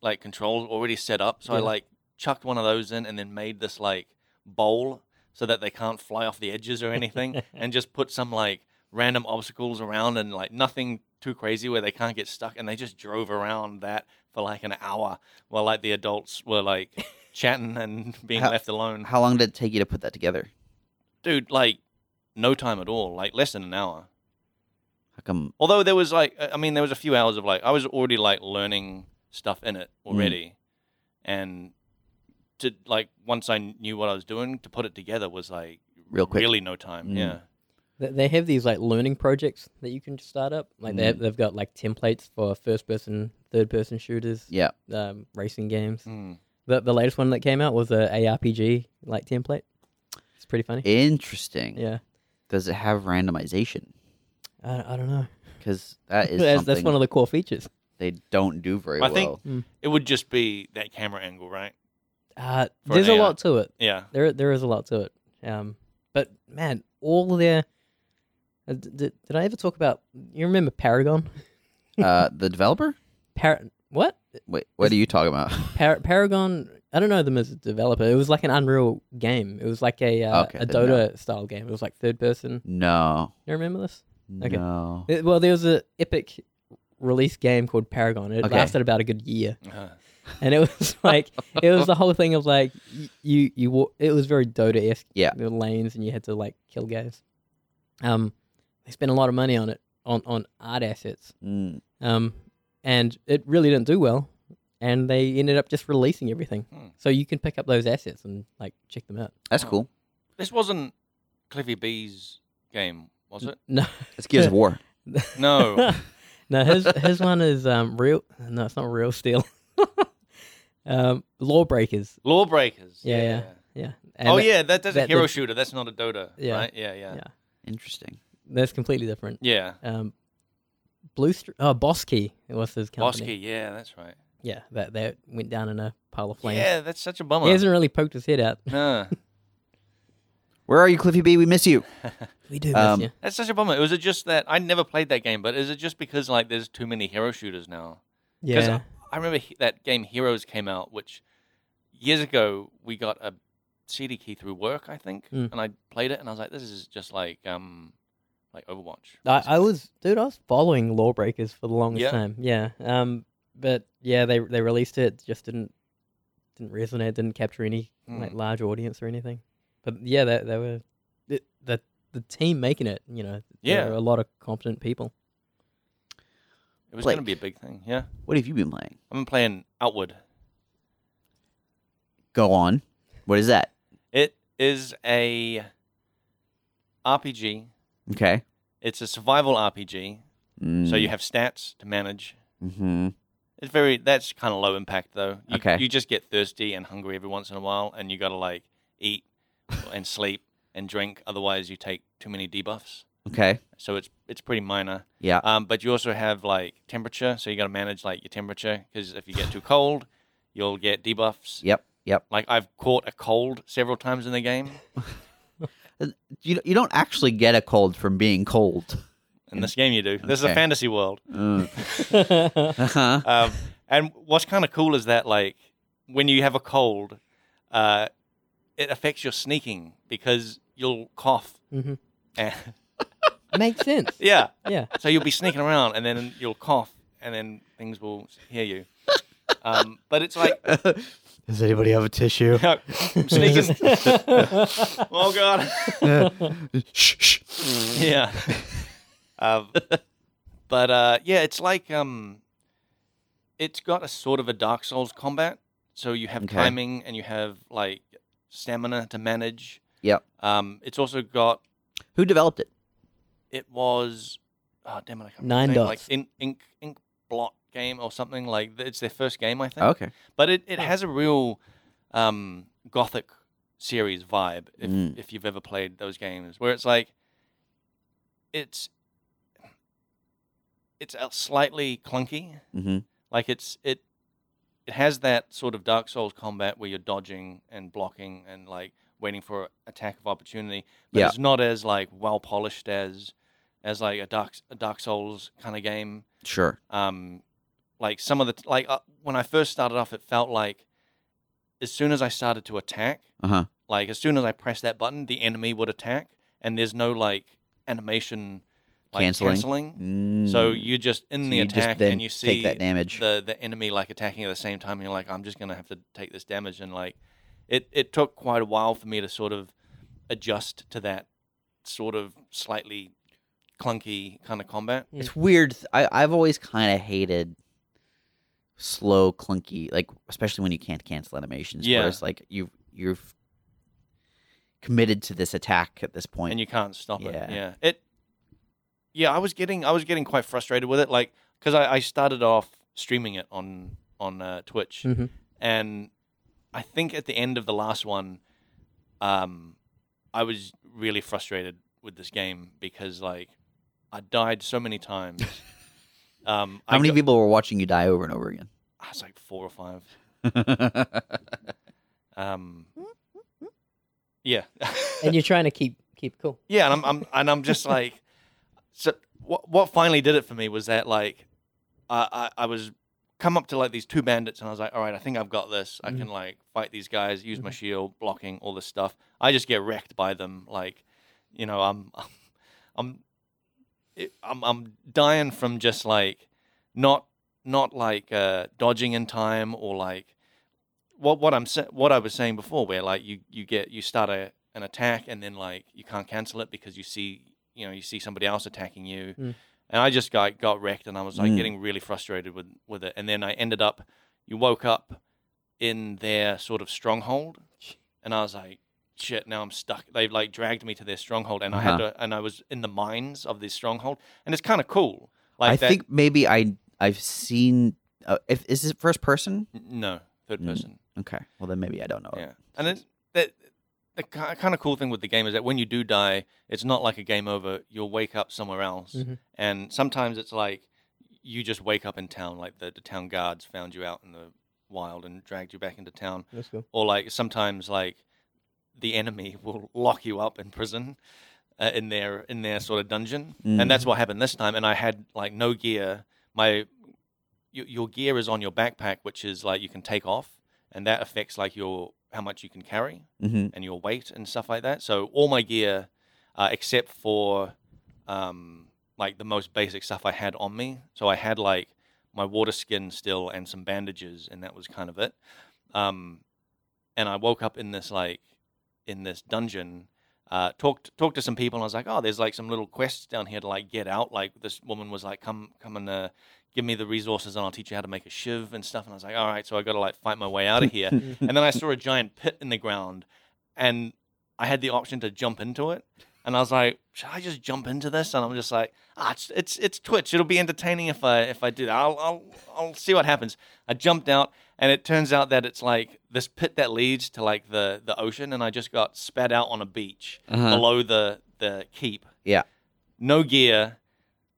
[SPEAKER 3] like controls already set up. So I
[SPEAKER 1] Yeah.
[SPEAKER 3] like chucked one of those in and then made this like bowl so that they can't fly off the edges or anything, and just put some like random obstacles around and like nothing too crazy where they can't get stuck and they just drove around that for like an hour while like the adults were like chatting and being
[SPEAKER 2] How-
[SPEAKER 3] left alone
[SPEAKER 2] how long did it take you to put that together?
[SPEAKER 3] dude like no time at all like less than an hour
[SPEAKER 2] How come?
[SPEAKER 3] Although there was like, I mean, there was a few hours of like, I was already like learning stuff in it
[SPEAKER 1] Mm.
[SPEAKER 3] already, and to like once I knew what I was doing, to put it together was like
[SPEAKER 2] Real quick.
[SPEAKER 3] really no time.
[SPEAKER 2] Mm.
[SPEAKER 3] Yeah,
[SPEAKER 1] Th- They have these like learning projects that you can just start up. Like they have, they've got like templates for first person, third person shooters,
[SPEAKER 2] Yeah.
[SPEAKER 1] um, racing games.
[SPEAKER 3] Mm.
[SPEAKER 1] The, the latest one that came out was a ARPG like template. It's pretty funny.
[SPEAKER 2] Interesting.
[SPEAKER 1] yeah.
[SPEAKER 2] Does it have randomization?
[SPEAKER 1] I, I don't know.
[SPEAKER 2] Because that is
[SPEAKER 1] That's,
[SPEAKER 2] something
[SPEAKER 1] that's one of the core features.
[SPEAKER 2] they don't do very
[SPEAKER 3] I
[SPEAKER 2] well.
[SPEAKER 3] think
[SPEAKER 1] Mm.
[SPEAKER 3] it would just be that camera angle, right?
[SPEAKER 1] Uh,
[SPEAKER 3] For
[SPEAKER 1] there's a
[SPEAKER 3] an AI.
[SPEAKER 1] lot to it.
[SPEAKER 3] Yeah,
[SPEAKER 1] There there is a lot to it. Um, but man, all their uh, d- d- did I ever talk about? You remember Paragon?
[SPEAKER 2] uh, the developer?
[SPEAKER 1] Par- what?
[SPEAKER 2] Wait, what are you talking about?
[SPEAKER 1] Par- Paragon. I don't know them as a developer. It was like an Unreal game. It was like a uh,
[SPEAKER 2] Okay,
[SPEAKER 1] a
[SPEAKER 2] then no.
[SPEAKER 1] Dota style game. It was like third person.
[SPEAKER 2] no,
[SPEAKER 1] You remember this? Okay.
[SPEAKER 2] no.
[SPEAKER 1] It- well, there was a epic release game called Paragon. It
[SPEAKER 2] Okay.
[SPEAKER 1] lasted about a good year.
[SPEAKER 3] Uh-huh.
[SPEAKER 1] and it was like it was the whole thing of like y- you you wa- it was very Dota esque.
[SPEAKER 2] Yeah.
[SPEAKER 1] there were lanes and you had to like kill guys. Um, they spent a lot of money on it on on art assets.
[SPEAKER 2] Mm.
[SPEAKER 1] Um, and it really didn't do well, and they ended up just releasing everything.
[SPEAKER 3] Hmm.
[SPEAKER 1] So you can pick up those assets and like check them out.
[SPEAKER 2] That's
[SPEAKER 3] Oh.
[SPEAKER 2] cool.
[SPEAKER 3] this wasn't Cliffy B's game, was it?
[SPEAKER 1] No,
[SPEAKER 2] It's Gears of War.
[SPEAKER 3] No.
[SPEAKER 1] no, his his one is um real. No, it's not real steel. um, lawbreakers.
[SPEAKER 3] Lawbreakers.
[SPEAKER 1] Yeah, yeah. Yeah. And
[SPEAKER 3] Oh
[SPEAKER 1] that-
[SPEAKER 3] yeah, that, that's a
[SPEAKER 1] that
[SPEAKER 3] hero
[SPEAKER 1] did-
[SPEAKER 3] shooter. That's not a Dota,
[SPEAKER 1] Yeah.
[SPEAKER 3] right? Yeah, yeah,
[SPEAKER 1] Yeah.
[SPEAKER 2] Interesting.
[SPEAKER 1] That's completely different.
[SPEAKER 3] yeah.
[SPEAKER 1] um, Blue Str- oh, Bosky was his company.
[SPEAKER 3] Bosky. Yeah, that's right.
[SPEAKER 1] Yeah, that that went down in a pile of flames.
[SPEAKER 3] Yeah, that's such a bummer.
[SPEAKER 1] He hasn't really poked his head out.
[SPEAKER 3] No.
[SPEAKER 2] Where are you, Cliffy B? We miss you.
[SPEAKER 1] We do miss
[SPEAKER 2] Um,
[SPEAKER 1] you.
[SPEAKER 3] That's such a bummer. Was it just that I never played that game? But is it just because like there's too many hero shooters now? 'Cause
[SPEAKER 1] Yeah,
[SPEAKER 3] I, I remember he- that game Heroes came out, which years ago we got a CD key through work, I think,
[SPEAKER 1] Mm.
[SPEAKER 3] and I played it, and I was like, this is just like um, like Overwatch.
[SPEAKER 1] I, I was, dude, I was following Lawbreakers for the longest
[SPEAKER 3] Yeah.
[SPEAKER 1] time. Yeah. Um, but yeah, they they released it, just didn't didn't resonate, didn't capture any
[SPEAKER 3] Hmm.
[SPEAKER 1] like large audience or anything. But yeah, they they were the the, the team making it. You know,
[SPEAKER 3] Yeah.
[SPEAKER 1] there were a lot of competent people.
[SPEAKER 3] It was
[SPEAKER 2] Blake.
[SPEAKER 3] going to be a big thing. Yeah,
[SPEAKER 2] What have you been playing?
[SPEAKER 3] I've been playing Outward.
[SPEAKER 2] Go on. What is that?
[SPEAKER 3] It is a RPG.
[SPEAKER 2] Okay.
[SPEAKER 3] It's a survival RPG, so
[SPEAKER 1] Hmm.
[SPEAKER 3] you have stats to manage.
[SPEAKER 2] Mm-hmm.
[SPEAKER 3] It's very that's kind of low impact though. You,
[SPEAKER 2] Okay.
[SPEAKER 3] you just get thirsty and hungry every once in a while, and you got to like eat and sleep and drink. Otherwise, you take too many debuffs.
[SPEAKER 2] Okay.
[SPEAKER 3] So it's it's pretty minor.
[SPEAKER 2] Yeah.
[SPEAKER 3] Um, but you also have like temperature, so you got to manage like your temperature because if you get too cold, you'll get debuffs.
[SPEAKER 2] Yep. Yep.
[SPEAKER 3] Like I've caught a cold several times in the game.
[SPEAKER 2] You you don't actually get a cold from being cold.
[SPEAKER 3] In this game, you do. This is
[SPEAKER 2] Okay.
[SPEAKER 3] a fantasy world.
[SPEAKER 2] Mm.
[SPEAKER 1] yeah,
[SPEAKER 2] Uh-huh.
[SPEAKER 3] Um, and what's kind of cool is that like when you have a cold, uh, it affects your sneaking because you'll cough.
[SPEAKER 1] Mhm.
[SPEAKER 3] And,
[SPEAKER 1] makes sense.
[SPEAKER 3] yeah.
[SPEAKER 1] Yeah,
[SPEAKER 3] So you'll be sneaking around, and then you'll cough, and then things will hear you. Um, but it's like
[SPEAKER 2] Does anybody have a tissue?
[SPEAKER 3] I'm sneaking. oh god.
[SPEAKER 2] shh, shh.
[SPEAKER 3] yeah. Um, but uh, yeah, it's like um, it's got a sort of a Dark Souls combat. So you have
[SPEAKER 2] Okay.
[SPEAKER 3] timing and you have like stamina to manage.
[SPEAKER 2] Yep.
[SPEAKER 3] Um, it's also got
[SPEAKER 2] Who developed it?
[SPEAKER 3] it was oh damn it, I can't remember
[SPEAKER 1] Nine
[SPEAKER 3] the name, like
[SPEAKER 1] Dots.
[SPEAKER 3] in, ink ink block game or something like th- it's their first game I think.
[SPEAKER 2] Okay.
[SPEAKER 3] But it, it has a real um, gothic series vibe if,
[SPEAKER 2] Mm.
[SPEAKER 3] if you've ever played those games where it's like it's it's a slightly clunky
[SPEAKER 2] Mm-hmm.
[SPEAKER 3] like it's it it has that sort of dark souls combat where you're dodging and blocking and like waiting for attack of opportunity but
[SPEAKER 2] Yeah.
[SPEAKER 3] it's not as like well polished as as like a dark a dark souls kind of game
[SPEAKER 2] Sure.
[SPEAKER 3] um like some of the like uh, when i first started off it felt like as soon as i started to attack
[SPEAKER 2] Uh-huh.
[SPEAKER 3] like as soon as i pressed that button the enemy would attack and there's no like animation like
[SPEAKER 2] Canceling.
[SPEAKER 3] so
[SPEAKER 2] Mm.
[SPEAKER 3] you're just in
[SPEAKER 2] So
[SPEAKER 3] the
[SPEAKER 2] you just
[SPEAKER 3] attack
[SPEAKER 2] then
[SPEAKER 3] and you see
[SPEAKER 2] take that damage.
[SPEAKER 3] the the enemy like attacking at the same time and you're like i'm just gonna have to take this damage and like it it took quite a while for me to sort of adjust to that sort of slightly clunky kind of combat
[SPEAKER 2] It's weird. I, I've always kind of hated slow, clunky, like especially when you can't cancel animations.
[SPEAKER 3] Yeah.
[SPEAKER 2] Whereas like you you've committed to this attack at this point.
[SPEAKER 3] and you can't stop
[SPEAKER 2] Yeah.
[SPEAKER 3] it. Yeah, it. Yeah, I was getting I was getting quite frustrated with it, like because I, I started off streaming it on on uh, Twitch,
[SPEAKER 2] Hmm.
[SPEAKER 1] Mhm.
[SPEAKER 3] and I think at the end of the last one, um, I was really frustrated with this game because like I died so many times. um,
[SPEAKER 2] How
[SPEAKER 3] I
[SPEAKER 2] many
[SPEAKER 3] got-
[SPEAKER 2] people were watching you die over and over again?
[SPEAKER 3] I was like four or five. Um,
[SPEAKER 2] Hmm?
[SPEAKER 3] yeah.
[SPEAKER 1] and you're trying to keep keep cool.
[SPEAKER 3] Yeah, and I'm, I'm and I'm just like, so what? What finally did it for me was that like, I, I I was come up to like these two bandits, and I was like, all right, I think I've got this. I can like fight these guys, use my shield, blocking all this stuff. I just get wrecked by them. Like, you know, I'm I'm I'm it- I'm, I'm dying from just like not not like uh, dodging in time or like what what I'm sa- what I was saying before, where like you you get you start a an attack and then like you can't cancel it because you see you know you see somebody else attacking you,
[SPEAKER 1] Mm.
[SPEAKER 3] and I just got got wrecked and I was like
[SPEAKER 2] Mm.
[SPEAKER 3] getting really frustrated with with it, and then I ended up you woke up in their sort of stronghold, and I was like. Shit! Now I'm stuck. They've like dragged me to their stronghold, and I had
[SPEAKER 2] Uh-huh.
[SPEAKER 3] to, and I was in the mines of this stronghold, and it's kind of cool. Like
[SPEAKER 2] I
[SPEAKER 3] that,
[SPEAKER 2] think maybe I I've seen. Uh, if is this first person?
[SPEAKER 3] N- No, third
[SPEAKER 2] Mm.
[SPEAKER 3] person.
[SPEAKER 2] Okay. Well then maybe I don't know. it.
[SPEAKER 3] Yeah, and it, that the kind of cool thing with the game is that when you do die, it's not like a game over. You'll wake up somewhere else,
[SPEAKER 2] Mm-hmm.
[SPEAKER 1] Mhm.
[SPEAKER 3] and sometimes it's like you just wake up in town, like the, the town guards found you out in the wild and dragged you back into town,
[SPEAKER 1] That's cool.
[SPEAKER 3] or like sometimes like the enemy will lock you up in prison. Uh, in their in their sort of dungeon, and that's what happened this time. And I had like no gear. My your, your gear is on your backpack, which is like you can take off, and that affects like your how much you can carry
[SPEAKER 2] Mm-hmm.
[SPEAKER 3] and your weight and stuff like that. So all my gear, uh, except for um, like the most basic stuff I had on me. So I had like my water skin still and some bandages, and that was kind of it. Um, and I woke up in this like in this dungeon. Uh, talked talked to some people, and I was like, "Oh, there's like some little quests down here to like get out." Like this woman was like, "Come, come and uh, give me the resources, and I'll teach you how to make a shiv and stuff." And I was like, "All right," so I got to like fight my way out of here. and then I saw a giant pit in the ground, and I had the option to jump into it. And I was like, "Should I just jump into this?" And I'm just like, "Ah, it's it's, it's Twitch. It'll be entertaining if I if I do that. I'll I'll I'll see what happens." I jumped out, and it turns out that it's like this pit that leads to like the the ocean, and I just got spat out on a beach
[SPEAKER 2] Uh-huh.
[SPEAKER 3] below the the keep.
[SPEAKER 2] Yeah.
[SPEAKER 3] No gear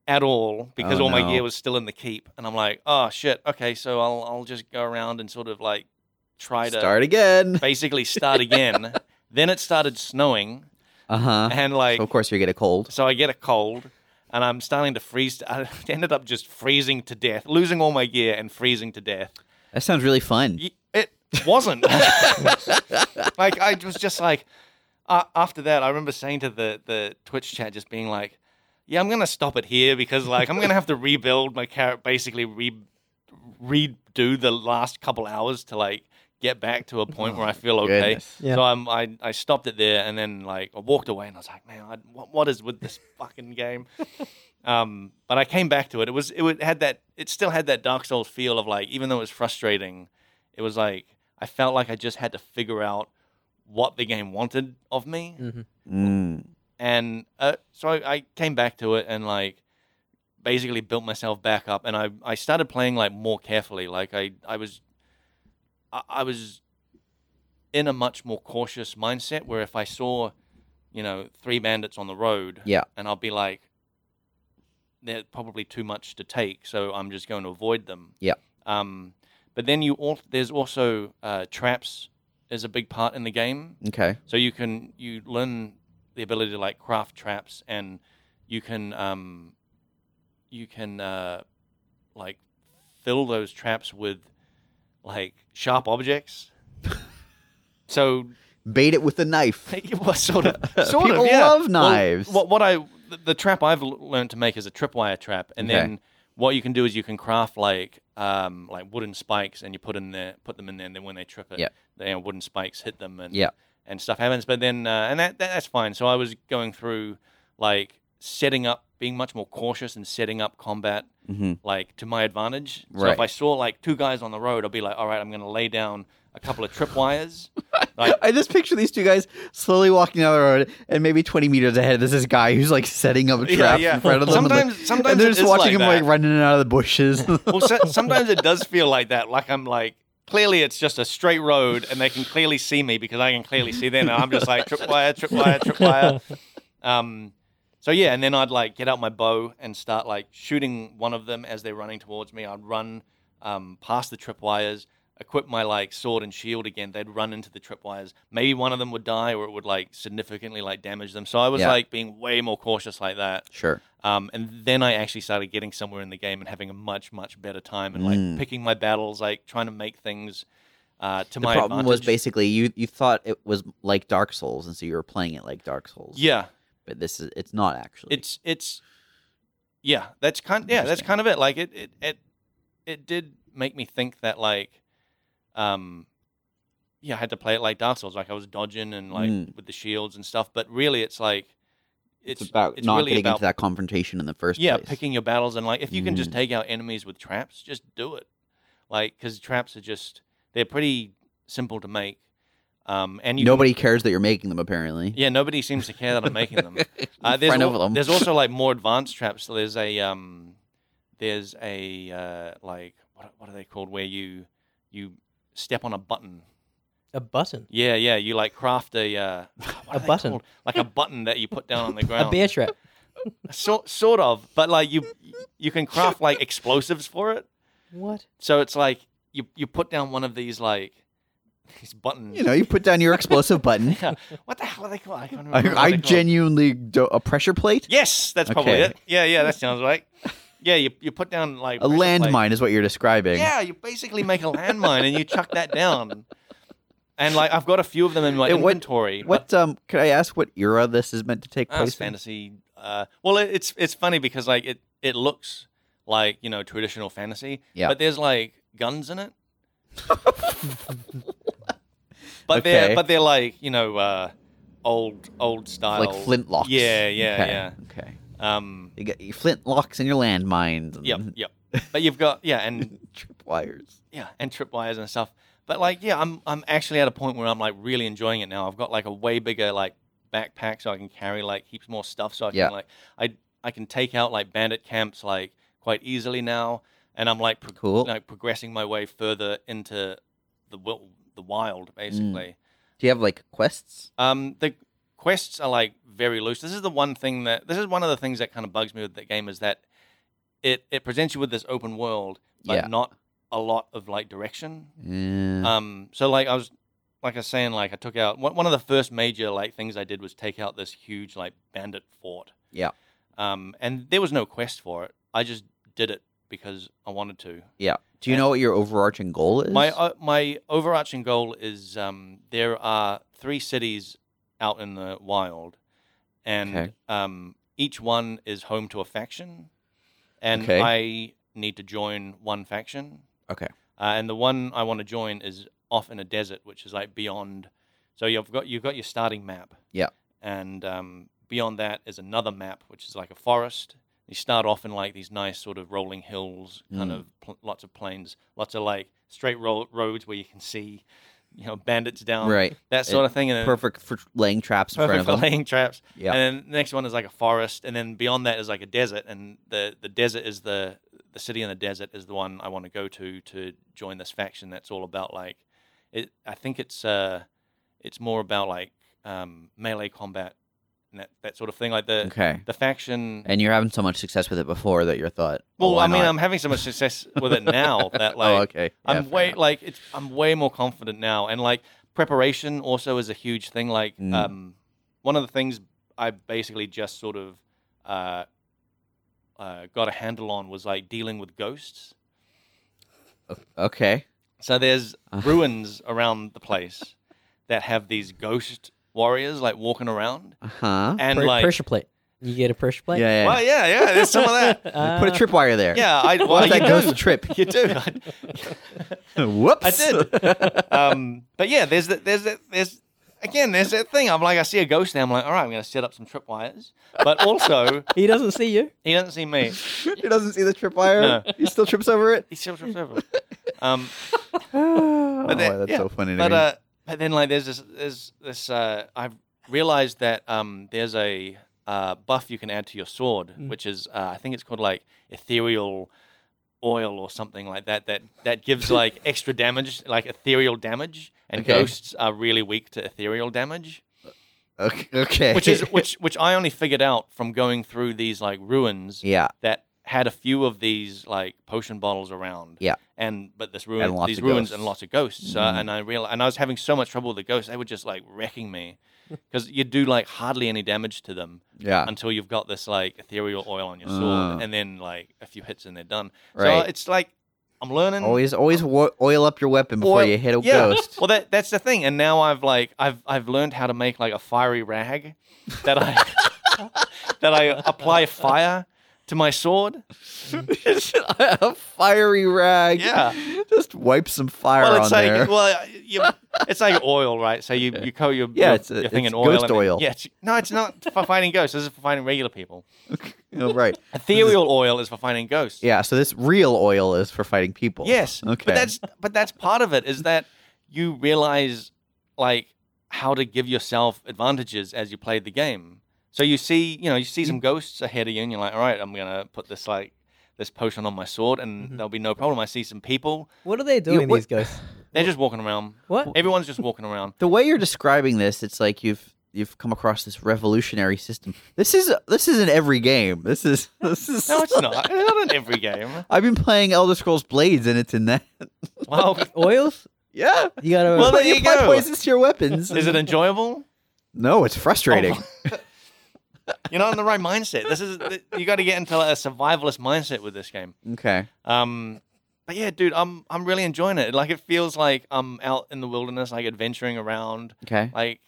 [SPEAKER 3] at all because
[SPEAKER 2] Oh,
[SPEAKER 3] all my
[SPEAKER 2] no.
[SPEAKER 3] gear was still in the keep, and I'm like, "Oh shit. Okay, so I'll I'll just go around and sort of like try to
[SPEAKER 2] Start again.
[SPEAKER 3] basically start again." then it started snowing,
[SPEAKER 2] Uh huh.
[SPEAKER 3] and like
[SPEAKER 2] of course, you get a cold.
[SPEAKER 3] so I get a cold and I'm starting to freeze. To, I ended up just freezing to death, losing all my gear and freezing to death.
[SPEAKER 2] That sounds really fun.
[SPEAKER 3] Y- It wasn't. like, I was just like, uh, after that, I remember saying to the, the Twitch chat, just being like, yeah, I'm going to stop it here because, like, I'm going to have to rebuild my character, basically re- redo the last couple hours to, like, get back to a point where I feel okay.
[SPEAKER 2] goodness.
[SPEAKER 1] Yeah.
[SPEAKER 3] So I'm, I, I stopped it there and then, like, I walked away and I was like, man, I, what, what is with this fucking game? Um, but I came back to it. It was it would- had that it still had that Dark Souls feel of like even though it was frustrating, it was like I felt like I just had to figure out what the game wanted of me,
[SPEAKER 2] Mm.
[SPEAKER 3] and uh, so I, I came back to it and like basically built myself back up, and I I started playing like more carefully. Like I I was I, I was in a much more cautious mindset where if I saw you know three bandits on the road,
[SPEAKER 2] Yeah.
[SPEAKER 3] and I'll be like, they're probably too much to take, so I'm just going to avoid them.
[SPEAKER 2] Yeah.
[SPEAKER 3] Um, but then you all there's also uh, traps is a big part in the game,
[SPEAKER 2] Okay.
[SPEAKER 3] so you can you learn the ability to like craft traps, and you can um, you can uh, like fill those traps with like sharp objects. so
[SPEAKER 2] Bait it with a knife.
[SPEAKER 3] it was sort of, sort
[SPEAKER 2] People
[SPEAKER 3] of, yeah.
[SPEAKER 2] love
[SPEAKER 3] Well,
[SPEAKER 2] knives.
[SPEAKER 3] what, what I, the, the trap I've l- learned to make is a tripwire trap, and
[SPEAKER 2] Okay.
[SPEAKER 3] then what you can do is you can craft like, um, like wooden spikes, and you put in there, put them in there, and then when they trip it,
[SPEAKER 2] Yeah.
[SPEAKER 3] the you know, wooden spikes hit them, and
[SPEAKER 2] Yeah.
[SPEAKER 3] and stuff happens. But then, uh, and that, that that's fine. So I was going through like setting up, being much more cautious and setting up combat
[SPEAKER 2] Mhm.
[SPEAKER 3] like to my advantage. So
[SPEAKER 2] Right.
[SPEAKER 3] if I saw like two guys on the road, I'll be like, all right, I'm going to lay down a couple of tripwires. like,
[SPEAKER 2] I just picture these two guys slowly walking down the road, and maybe 20 meters ahead, there's this guy who's like setting up a
[SPEAKER 3] Yeah,
[SPEAKER 2] trap
[SPEAKER 3] yeah.
[SPEAKER 2] in front of them. and, like-
[SPEAKER 3] Sometimes- sometimes
[SPEAKER 2] and they're
[SPEAKER 3] it
[SPEAKER 2] just
[SPEAKER 3] is
[SPEAKER 2] watching
[SPEAKER 3] like
[SPEAKER 2] him
[SPEAKER 3] that.
[SPEAKER 2] like running out of the bushes.
[SPEAKER 3] well, so, sometimes it does feel like that. Like I'm like, clearly it's just a straight road, and they can clearly see me because I can clearly see them, and I'm just like tripwire, tripwire, tripwire. Um, so yeah, and then I'd like get out my bow and start like shooting one of them as they're running towards me. I'd run um, past the tripwires, equip my like sword and shield again. They'd run into the tripwires. Maybe one of them would die, or it would like significantly like damage them. So I was
[SPEAKER 2] Yeah.
[SPEAKER 3] like being way more cautious like that.
[SPEAKER 2] sure.
[SPEAKER 3] Um, and then I actually started getting somewhere in the game and having a much, much better time and like
[SPEAKER 2] Mm.
[SPEAKER 3] picking my battles, like trying to make things uh,
[SPEAKER 2] The
[SPEAKER 3] to my
[SPEAKER 2] problem
[SPEAKER 3] advantage.
[SPEAKER 2] was basically you, you thought it was like Dark Souls, and so you were playing it like Dark Souls.
[SPEAKER 3] yeah,
[SPEAKER 2] But this is, it's not actually.
[SPEAKER 3] it's it's yeah, that's kind yeah, that's
[SPEAKER 2] Interesting.
[SPEAKER 3] kind of it. Like it it it it did make me think that like um yeah, I had to play it like Dark Souls, like I was dodging and like
[SPEAKER 2] Mm.
[SPEAKER 3] with the shields and stuff. But really, it's like it's,
[SPEAKER 2] it's about
[SPEAKER 3] it's
[SPEAKER 2] not
[SPEAKER 3] really
[SPEAKER 2] getting
[SPEAKER 3] about
[SPEAKER 2] into that confrontation in the first
[SPEAKER 3] yeah,
[SPEAKER 2] place.
[SPEAKER 3] picking your battles and like if you can just
[SPEAKER 2] Mm.
[SPEAKER 3] take out enemies with traps, just do it. Like because traps are just they're pretty simple to make. Um, and you can-
[SPEAKER 2] Nobody cares that you're making them, apparently.
[SPEAKER 3] yeah, nobody seems to care that I'm making them. Uh,
[SPEAKER 2] In
[SPEAKER 3] there's,
[SPEAKER 2] front
[SPEAKER 3] al-
[SPEAKER 2] of them.
[SPEAKER 3] there's also like more advanced traps. So there's a um, there's a uh, like what what are they called? Where you you step on a button.
[SPEAKER 1] A button.
[SPEAKER 3] Yeah, yeah. You like craft a uh,
[SPEAKER 1] A
[SPEAKER 3] what are they
[SPEAKER 1] button.
[SPEAKER 3] called? like a button that you put down on the ground.
[SPEAKER 1] A bear trap.
[SPEAKER 3] Sort sort of, but like you you can craft like explosives for it.
[SPEAKER 1] What?
[SPEAKER 3] So it's like you you put down one of these like these buttons.
[SPEAKER 2] You know, you put down your explosive button.
[SPEAKER 3] Yeah. what the hell are they called? I can't
[SPEAKER 2] I,
[SPEAKER 3] remember. what
[SPEAKER 2] I
[SPEAKER 3] they're called.
[SPEAKER 2] genuinely do a pressure plate.
[SPEAKER 3] Yes, that's probably
[SPEAKER 2] Okay.
[SPEAKER 3] it. Yeah, yeah, that sounds right. Yeah, you you put down
[SPEAKER 2] A
[SPEAKER 3] like pressure plate.
[SPEAKER 2] landmine is what you're describing.
[SPEAKER 3] Yeah, you basically make a landmine and you chuck that down. And like I've got a few of them in my
[SPEAKER 2] And what-
[SPEAKER 3] inventory.
[SPEAKER 2] What um? Could I ask what era this is meant to take
[SPEAKER 3] but, uh, it's
[SPEAKER 2] place? in?
[SPEAKER 3] fantasy Uh, well, it, it's it's funny because like it it looks like you know traditional fantasy,
[SPEAKER 2] Yeah.
[SPEAKER 3] But there's like guns in it. but
[SPEAKER 2] Okay.
[SPEAKER 3] they're but they're like you know uh, old old style
[SPEAKER 2] like flintlocks.
[SPEAKER 3] Yeah, yeah,
[SPEAKER 2] okay.
[SPEAKER 3] yeah.
[SPEAKER 2] Okay.
[SPEAKER 3] Um,
[SPEAKER 2] You got your flintlocks and your landmines. And
[SPEAKER 3] yep, yep. But you've got yeah, and
[SPEAKER 2] Trip wires.
[SPEAKER 3] yeah, and tripwires and stuff. But like, yeah, I'm I'm actually at a point where I'm like really enjoying it now. I've got like a way bigger like backpack, so I can carry like heaps more stuff. So I can
[SPEAKER 2] Yeah.
[SPEAKER 3] like I I can take out like bandit camps like quite easily now, and I'm like pro-
[SPEAKER 2] Cool.
[SPEAKER 3] like progressing my way further into the wil- the wild basically.
[SPEAKER 2] Do you have like quests?
[SPEAKER 3] Um, the quests are like very loose. This is the one thing that this is one of the things that kind of bugs me with that game is that it it presents you with this open world, but
[SPEAKER 2] Yeah.
[SPEAKER 3] not a lot of like direction.
[SPEAKER 2] Yeah. Uh,
[SPEAKER 3] Um, so like I was, like I was saying, like I took out one one of the first major like things I did was take out this huge like bandit fort.
[SPEAKER 2] Yeah.
[SPEAKER 3] Um, and there was no quest for it. I just did it because I wanted to.
[SPEAKER 2] yeah. Do you
[SPEAKER 3] and-
[SPEAKER 2] know what your overarching goal is?
[SPEAKER 3] My uh, my overarching goal is um, there are three cities out in the wild, and
[SPEAKER 2] Okay.
[SPEAKER 3] um, each one is home to a faction, and
[SPEAKER 2] Okay.
[SPEAKER 3] I need to join one faction.
[SPEAKER 2] Okay.
[SPEAKER 3] Uh, and the one I want to join is off in a desert, which is like beyond. So you've got you've got your starting map.
[SPEAKER 2] Yeah.
[SPEAKER 3] And um, beyond that is another map, which is like a forest. You start off in like these nice sort of rolling hills, kind
[SPEAKER 2] Mm.
[SPEAKER 3] of pl- lots of plains, lots of like straight ro- roads where you can see, you know, bandits down,
[SPEAKER 2] right.
[SPEAKER 3] that sort of thing. And then
[SPEAKER 2] Perfect for laying traps in front
[SPEAKER 3] perfect for
[SPEAKER 2] of them.
[SPEAKER 3] laying traps.
[SPEAKER 2] Yeah.
[SPEAKER 3] And then the next one is like a forest, and then beyond that is like a desert, and the the desert is the the city in the desert is the one I want to go to to join this faction. That's all about like, it. I think it's uh, it's more about like um melee combat and that that sort of thing. Like the
[SPEAKER 2] okay.
[SPEAKER 3] the faction.
[SPEAKER 2] And you're having so much success with it before that you thought. "Oh,
[SPEAKER 3] Well,
[SPEAKER 2] why
[SPEAKER 3] I mean,
[SPEAKER 2] not?
[SPEAKER 3] I'm having so much success with it now that like
[SPEAKER 2] oh, okay. Yeah,
[SPEAKER 3] I'm
[SPEAKER 2] fair
[SPEAKER 3] way
[SPEAKER 2] enough.
[SPEAKER 3] like it's I'm way more confident now, and like preparation also is a huge thing. Like
[SPEAKER 2] Mm.
[SPEAKER 3] um, one of the things I basically just sort of uh, uh, got a handle on was like dealing with ghosts.
[SPEAKER 2] okay.
[SPEAKER 3] So there's
[SPEAKER 2] Uh-huh.
[SPEAKER 3] ruins around the place that have these ghost warriors like walking around,
[SPEAKER 2] Uh huh.
[SPEAKER 3] and
[SPEAKER 1] Pre-
[SPEAKER 3] like
[SPEAKER 1] pressure plate. You get a pressure
[SPEAKER 2] Yeah.
[SPEAKER 1] plate.
[SPEAKER 2] yeah.
[SPEAKER 3] well, yeah, yeah, there's some of that.
[SPEAKER 1] Uh,
[SPEAKER 2] Put a tripwire there.
[SPEAKER 3] Yeah, I well,
[SPEAKER 2] What if
[SPEAKER 3] you
[SPEAKER 2] that goes
[SPEAKER 3] do.
[SPEAKER 2] to trip?
[SPEAKER 3] You do.
[SPEAKER 2] Whoops.
[SPEAKER 3] I did. um, but yeah, there's that. There's that. There's again. There's that thing. I'm like, I see a ghost now. I'm like, all right, I'm gonna set up some tripwires. But also,
[SPEAKER 1] He doesn't see you.
[SPEAKER 3] he doesn't see me.
[SPEAKER 2] he doesn't see the tripwire.
[SPEAKER 3] No.
[SPEAKER 2] He still trips over it.
[SPEAKER 3] He still trips over. Um,
[SPEAKER 2] oh,
[SPEAKER 3] that-
[SPEAKER 2] that's
[SPEAKER 3] yeah.
[SPEAKER 2] so funny. To
[SPEAKER 3] but
[SPEAKER 2] me.
[SPEAKER 3] uh, but then like, there's this. There's this. Uh, I've realized that um, there's a uh, buff you can add to your sword,
[SPEAKER 1] Mm.
[SPEAKER 3] which is uh, I think it's called like ethereal oil or something like that. That that gives like extra damage, like ethereal damage. And
[SPEAKER 2] Okay.
[SPEAKER 3] ghosts are really weak to ethereal damage.
[SPEAKER 2] okay. okay.
[SPEAKER 3] uh, which is which which I only figured out from going through these like ruins
[SPEAKER 2] yeah.
[SPEAKER 3] that had a few of these like potion bottles around.
[SPEAKER 2] Yeah.
[SPEAKER 3] And but this ruin,
[SPEAKER 2] And lots
[SPEAKER 3] these
[SPEAKER 2] of
[SPEAKER 3] ruins
[SPEAKER 2] ghosts.
[SPEAKER 3] and lots of ghosts. So
[SPEAKER 2] Mhm.
[SPEAKER 3] and I real and I was having so much trouble with the ghosts, they were just like wrecking me. Because you do like hardly any damage to them
[SPEAKER 2] Yeah.
[SPEAKER 3] until you've got this like ethereal oil on your sword,
[SPEAKER 2] Ah.
[SPEAKER 3] and then like a few hits and they're done.
[SPEAKER 2] Right.
[SPEAKER 3] So it's like I'm learning.
[SPEAKER 2] Always, always wo- oil up your weapon before
[SPEAKER 3] Oil-
[SPEAKER 2] you hit a
[SPEAKER 3] yeah.
[SPEAKER 2] ghost.
[SPEAKER 3] Well, that that's the thing, and now I've like I've I've learned how to make like a fiery rag that I that I apply fire to my sword.
[SPEAKER 2] a fiery rag.
[SPEAKER 3] Yeah.
[SPEAKER 2] Just wipe some fire
[SPEAKER 3] well,
[SPEAKER 2] on
[SPEAKER 3] it's like
[SPEAKER 2] there.
[SPEAKER 3] well, you, it's like oil, right? So you you coat your
[SPEAKER 2] Yeah,
[SPEAKER 3] your,
[SPEAKER 2] it's a-
[SPEAKER 3] your thing
[SPEAKER 2] it's
[SPEAKER 3] in oil.
[SPEAKER 2] ghost
[SPEAKER 3] and then-
[SPEAKER 2] oil.
[SPEAKER 3] Yeah, it's, no, it's not for fighting ghosts. This is for fighting regular people.
[SPEAKER 2] Oh, right.
[SPEAKER 3] Ethereal oil is for fighting ghosts.
[SPEAKER 2] Yeah. So this real oil is for fighting people.
[SPEAKER 3] Yes.
[SPEAKER 2] Okay.
[SPEAKER 3] But that's but that's part of it is that you realize like how to give yourself advantages as you play the game. So you see, you know, you see some ghosts ahead of you, and you're like, all right, I'm gonna put this like this potion on my sword, and
[SPEAKER 1] Mhm.
[SPEAKER 3] there'll be no problem. I see some people;
[SPEAKER 1] What are they doing?
[SPEAKER 2] what-
[SPEAKER 1] these ghosts.
[SPEAKER 3] they're just walking around.
[SPEAKER 1] What?
[SPEAKER 3] Everyone's just walking around.
[SPEAKER 2] the way you're describing this. It's like you've you've come across this revolutionary system. This is this isn't every game. This is this is.
[SPEAKER 3] No, it's not. It's not in every game.
[SPEAKER 2] I've been playing Elder Scrolls Blades, and it's in that.
[SPEAKER 3] Well,
[SPEAKER 1] Oils?
[SPEAKER 2] Yeah.
[SPEAKER 1] You gotta.
[SPEAKER 3] Well,
[SPEAKER 2] But
[SPEAKER 3] there
[SPEAKER 2] you
[SPEAKER 3] you
[SPEAKER 2] apply
[SPEAKER 3] go.
[SPEAKER 2] poisons to your weapons.
[SPEAKER 3] is it Oh. enjoyable?
[SPEAKER 2] no, it's frustrating.
[SPEAKER 3] You're not in the right mindset. This is you got to get into like, a survivalist mindset with this game.
[SPEAKER 2] okay.
[SPEAKER 3] Um, but yeah, dude, I'm I'm really enjoying it. Like it feels like I'm out in the wilderness, like adventuring around.
[SPEAKER 2] Okay.
[SPEAKER 3] Like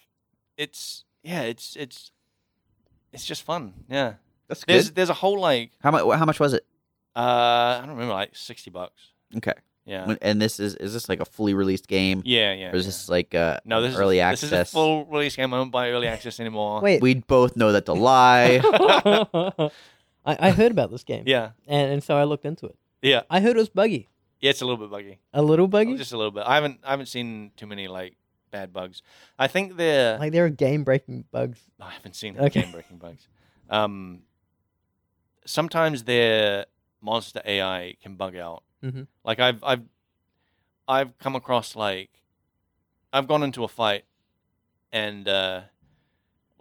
[SPEAKER 3] it's yeah, it's it's it's just fun. Yeah,
[SPEAKER 2] That's
[SPEAKER 3] There's
[SPEAKER 2] good.
[SPEAKER 3] there's a whole like
[SPEAKER 2] How much? How much was it?
[SPEAKER 3] uh I don't remember like sixty bucks.
[SPEAKER 2] Okay.
[SPEAKER 3] Yeah.
[SPEAKER 2] When- And this is is this like a fully released game,
[SPEAKER 3] yeah, yeah.
[SPEAKER 2] or is
[SPEAKER 3] yeah.
[SPEAKER 2] this like uh
[SPEAKER 3] no, this
[SPEAKER 2] early
[SPEAKER 3] is,
[SPEAKER 2] access?
[SPEAKER 3] This is a full release game. I don't buy early access anymore.
[SPEAKER 1] Wait,
[SPEAKER 2] We both know that's a lie.
[SPEAKER 1] I, I heard about this game,
[SPEAKER 3] Yeah,
[SPEAKER 1] and, and so I looked into it.
[SPEAKER 3] yeah,
[SPEAKER 1] I heard it was buggy,
[SPEAKER 3] yeah. It's a little bit buggy.
[SPEAKER 1] a little buggy.
[SPEAKER 3] Just a little bit. I haven't I haven't seen too many like bad bugs. I think they're
[SPEAKER 1] Like there are game breaking bugs.
[SPEAKER 3] I haven't seen
[SPEAKER 1] Okay.
[SPEAKER 3] game breaking bugs. Um, sometimes their monster AI can bug out.
[SPEAKER 1] Mhm.
[SPEAKER 3] Like I've I've I've come across like I've gone into a fight and uh,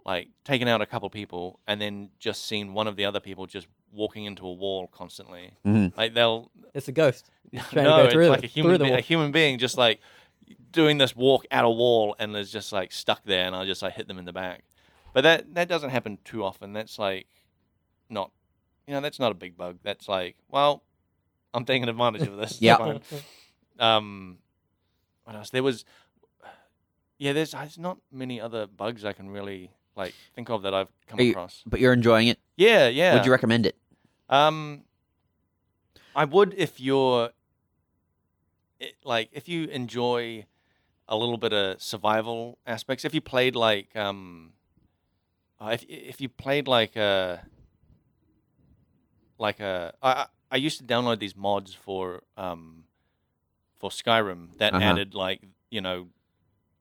[SPEAKER 3] like taken out a couple people and then just seen one of the other people just walking into a wall constantly.
[SPEAKER 2] Mhm.
[SPEAKER 3] Like they'll
[SPEAKER 1] It's a ghost. It's trying
[SPEAKER 3] no,
[SPEAKER 1] to go through
[SPEAKER 3] it's
[SPEAKER 1] the-
[SPEAKER 3] like a human
[SPEAKER 1] through the
[SPEAKER 3] being, a
[SPEAKER 1] wall.
[SPEAKER 3] human being just like doing this walk at a wall and is just like stuck there, and I just like hit them in the back. But that that doesn't happen too often. That's like not, you know, that's not a big bug. That's like, well, I'm taking advantage of this.
[SPEAKER 2] Yeah.
[SPEAKER 3] Fine. Um, what else? There was, yeah. There's there's not many other bugs I can really like think of that I've come
[SPEAKER 2] Are you-
[SPEAKER 3] across.
[SPEAKER 2] but you're enjoying it.
[SPEAKER 3] Yeah, yeah.
[SPEAKER 2] Would you recommend it?
[SPEAKER 3] Um, I would if you're it, like if you enjoy a little bit of survival aspects. If you played like um, uh, if if you played like a like a I I- I used to download these mods for um for Skyrim that
[SPEAKER 2] Uh-huh.
[SPEAKER 3] added like you know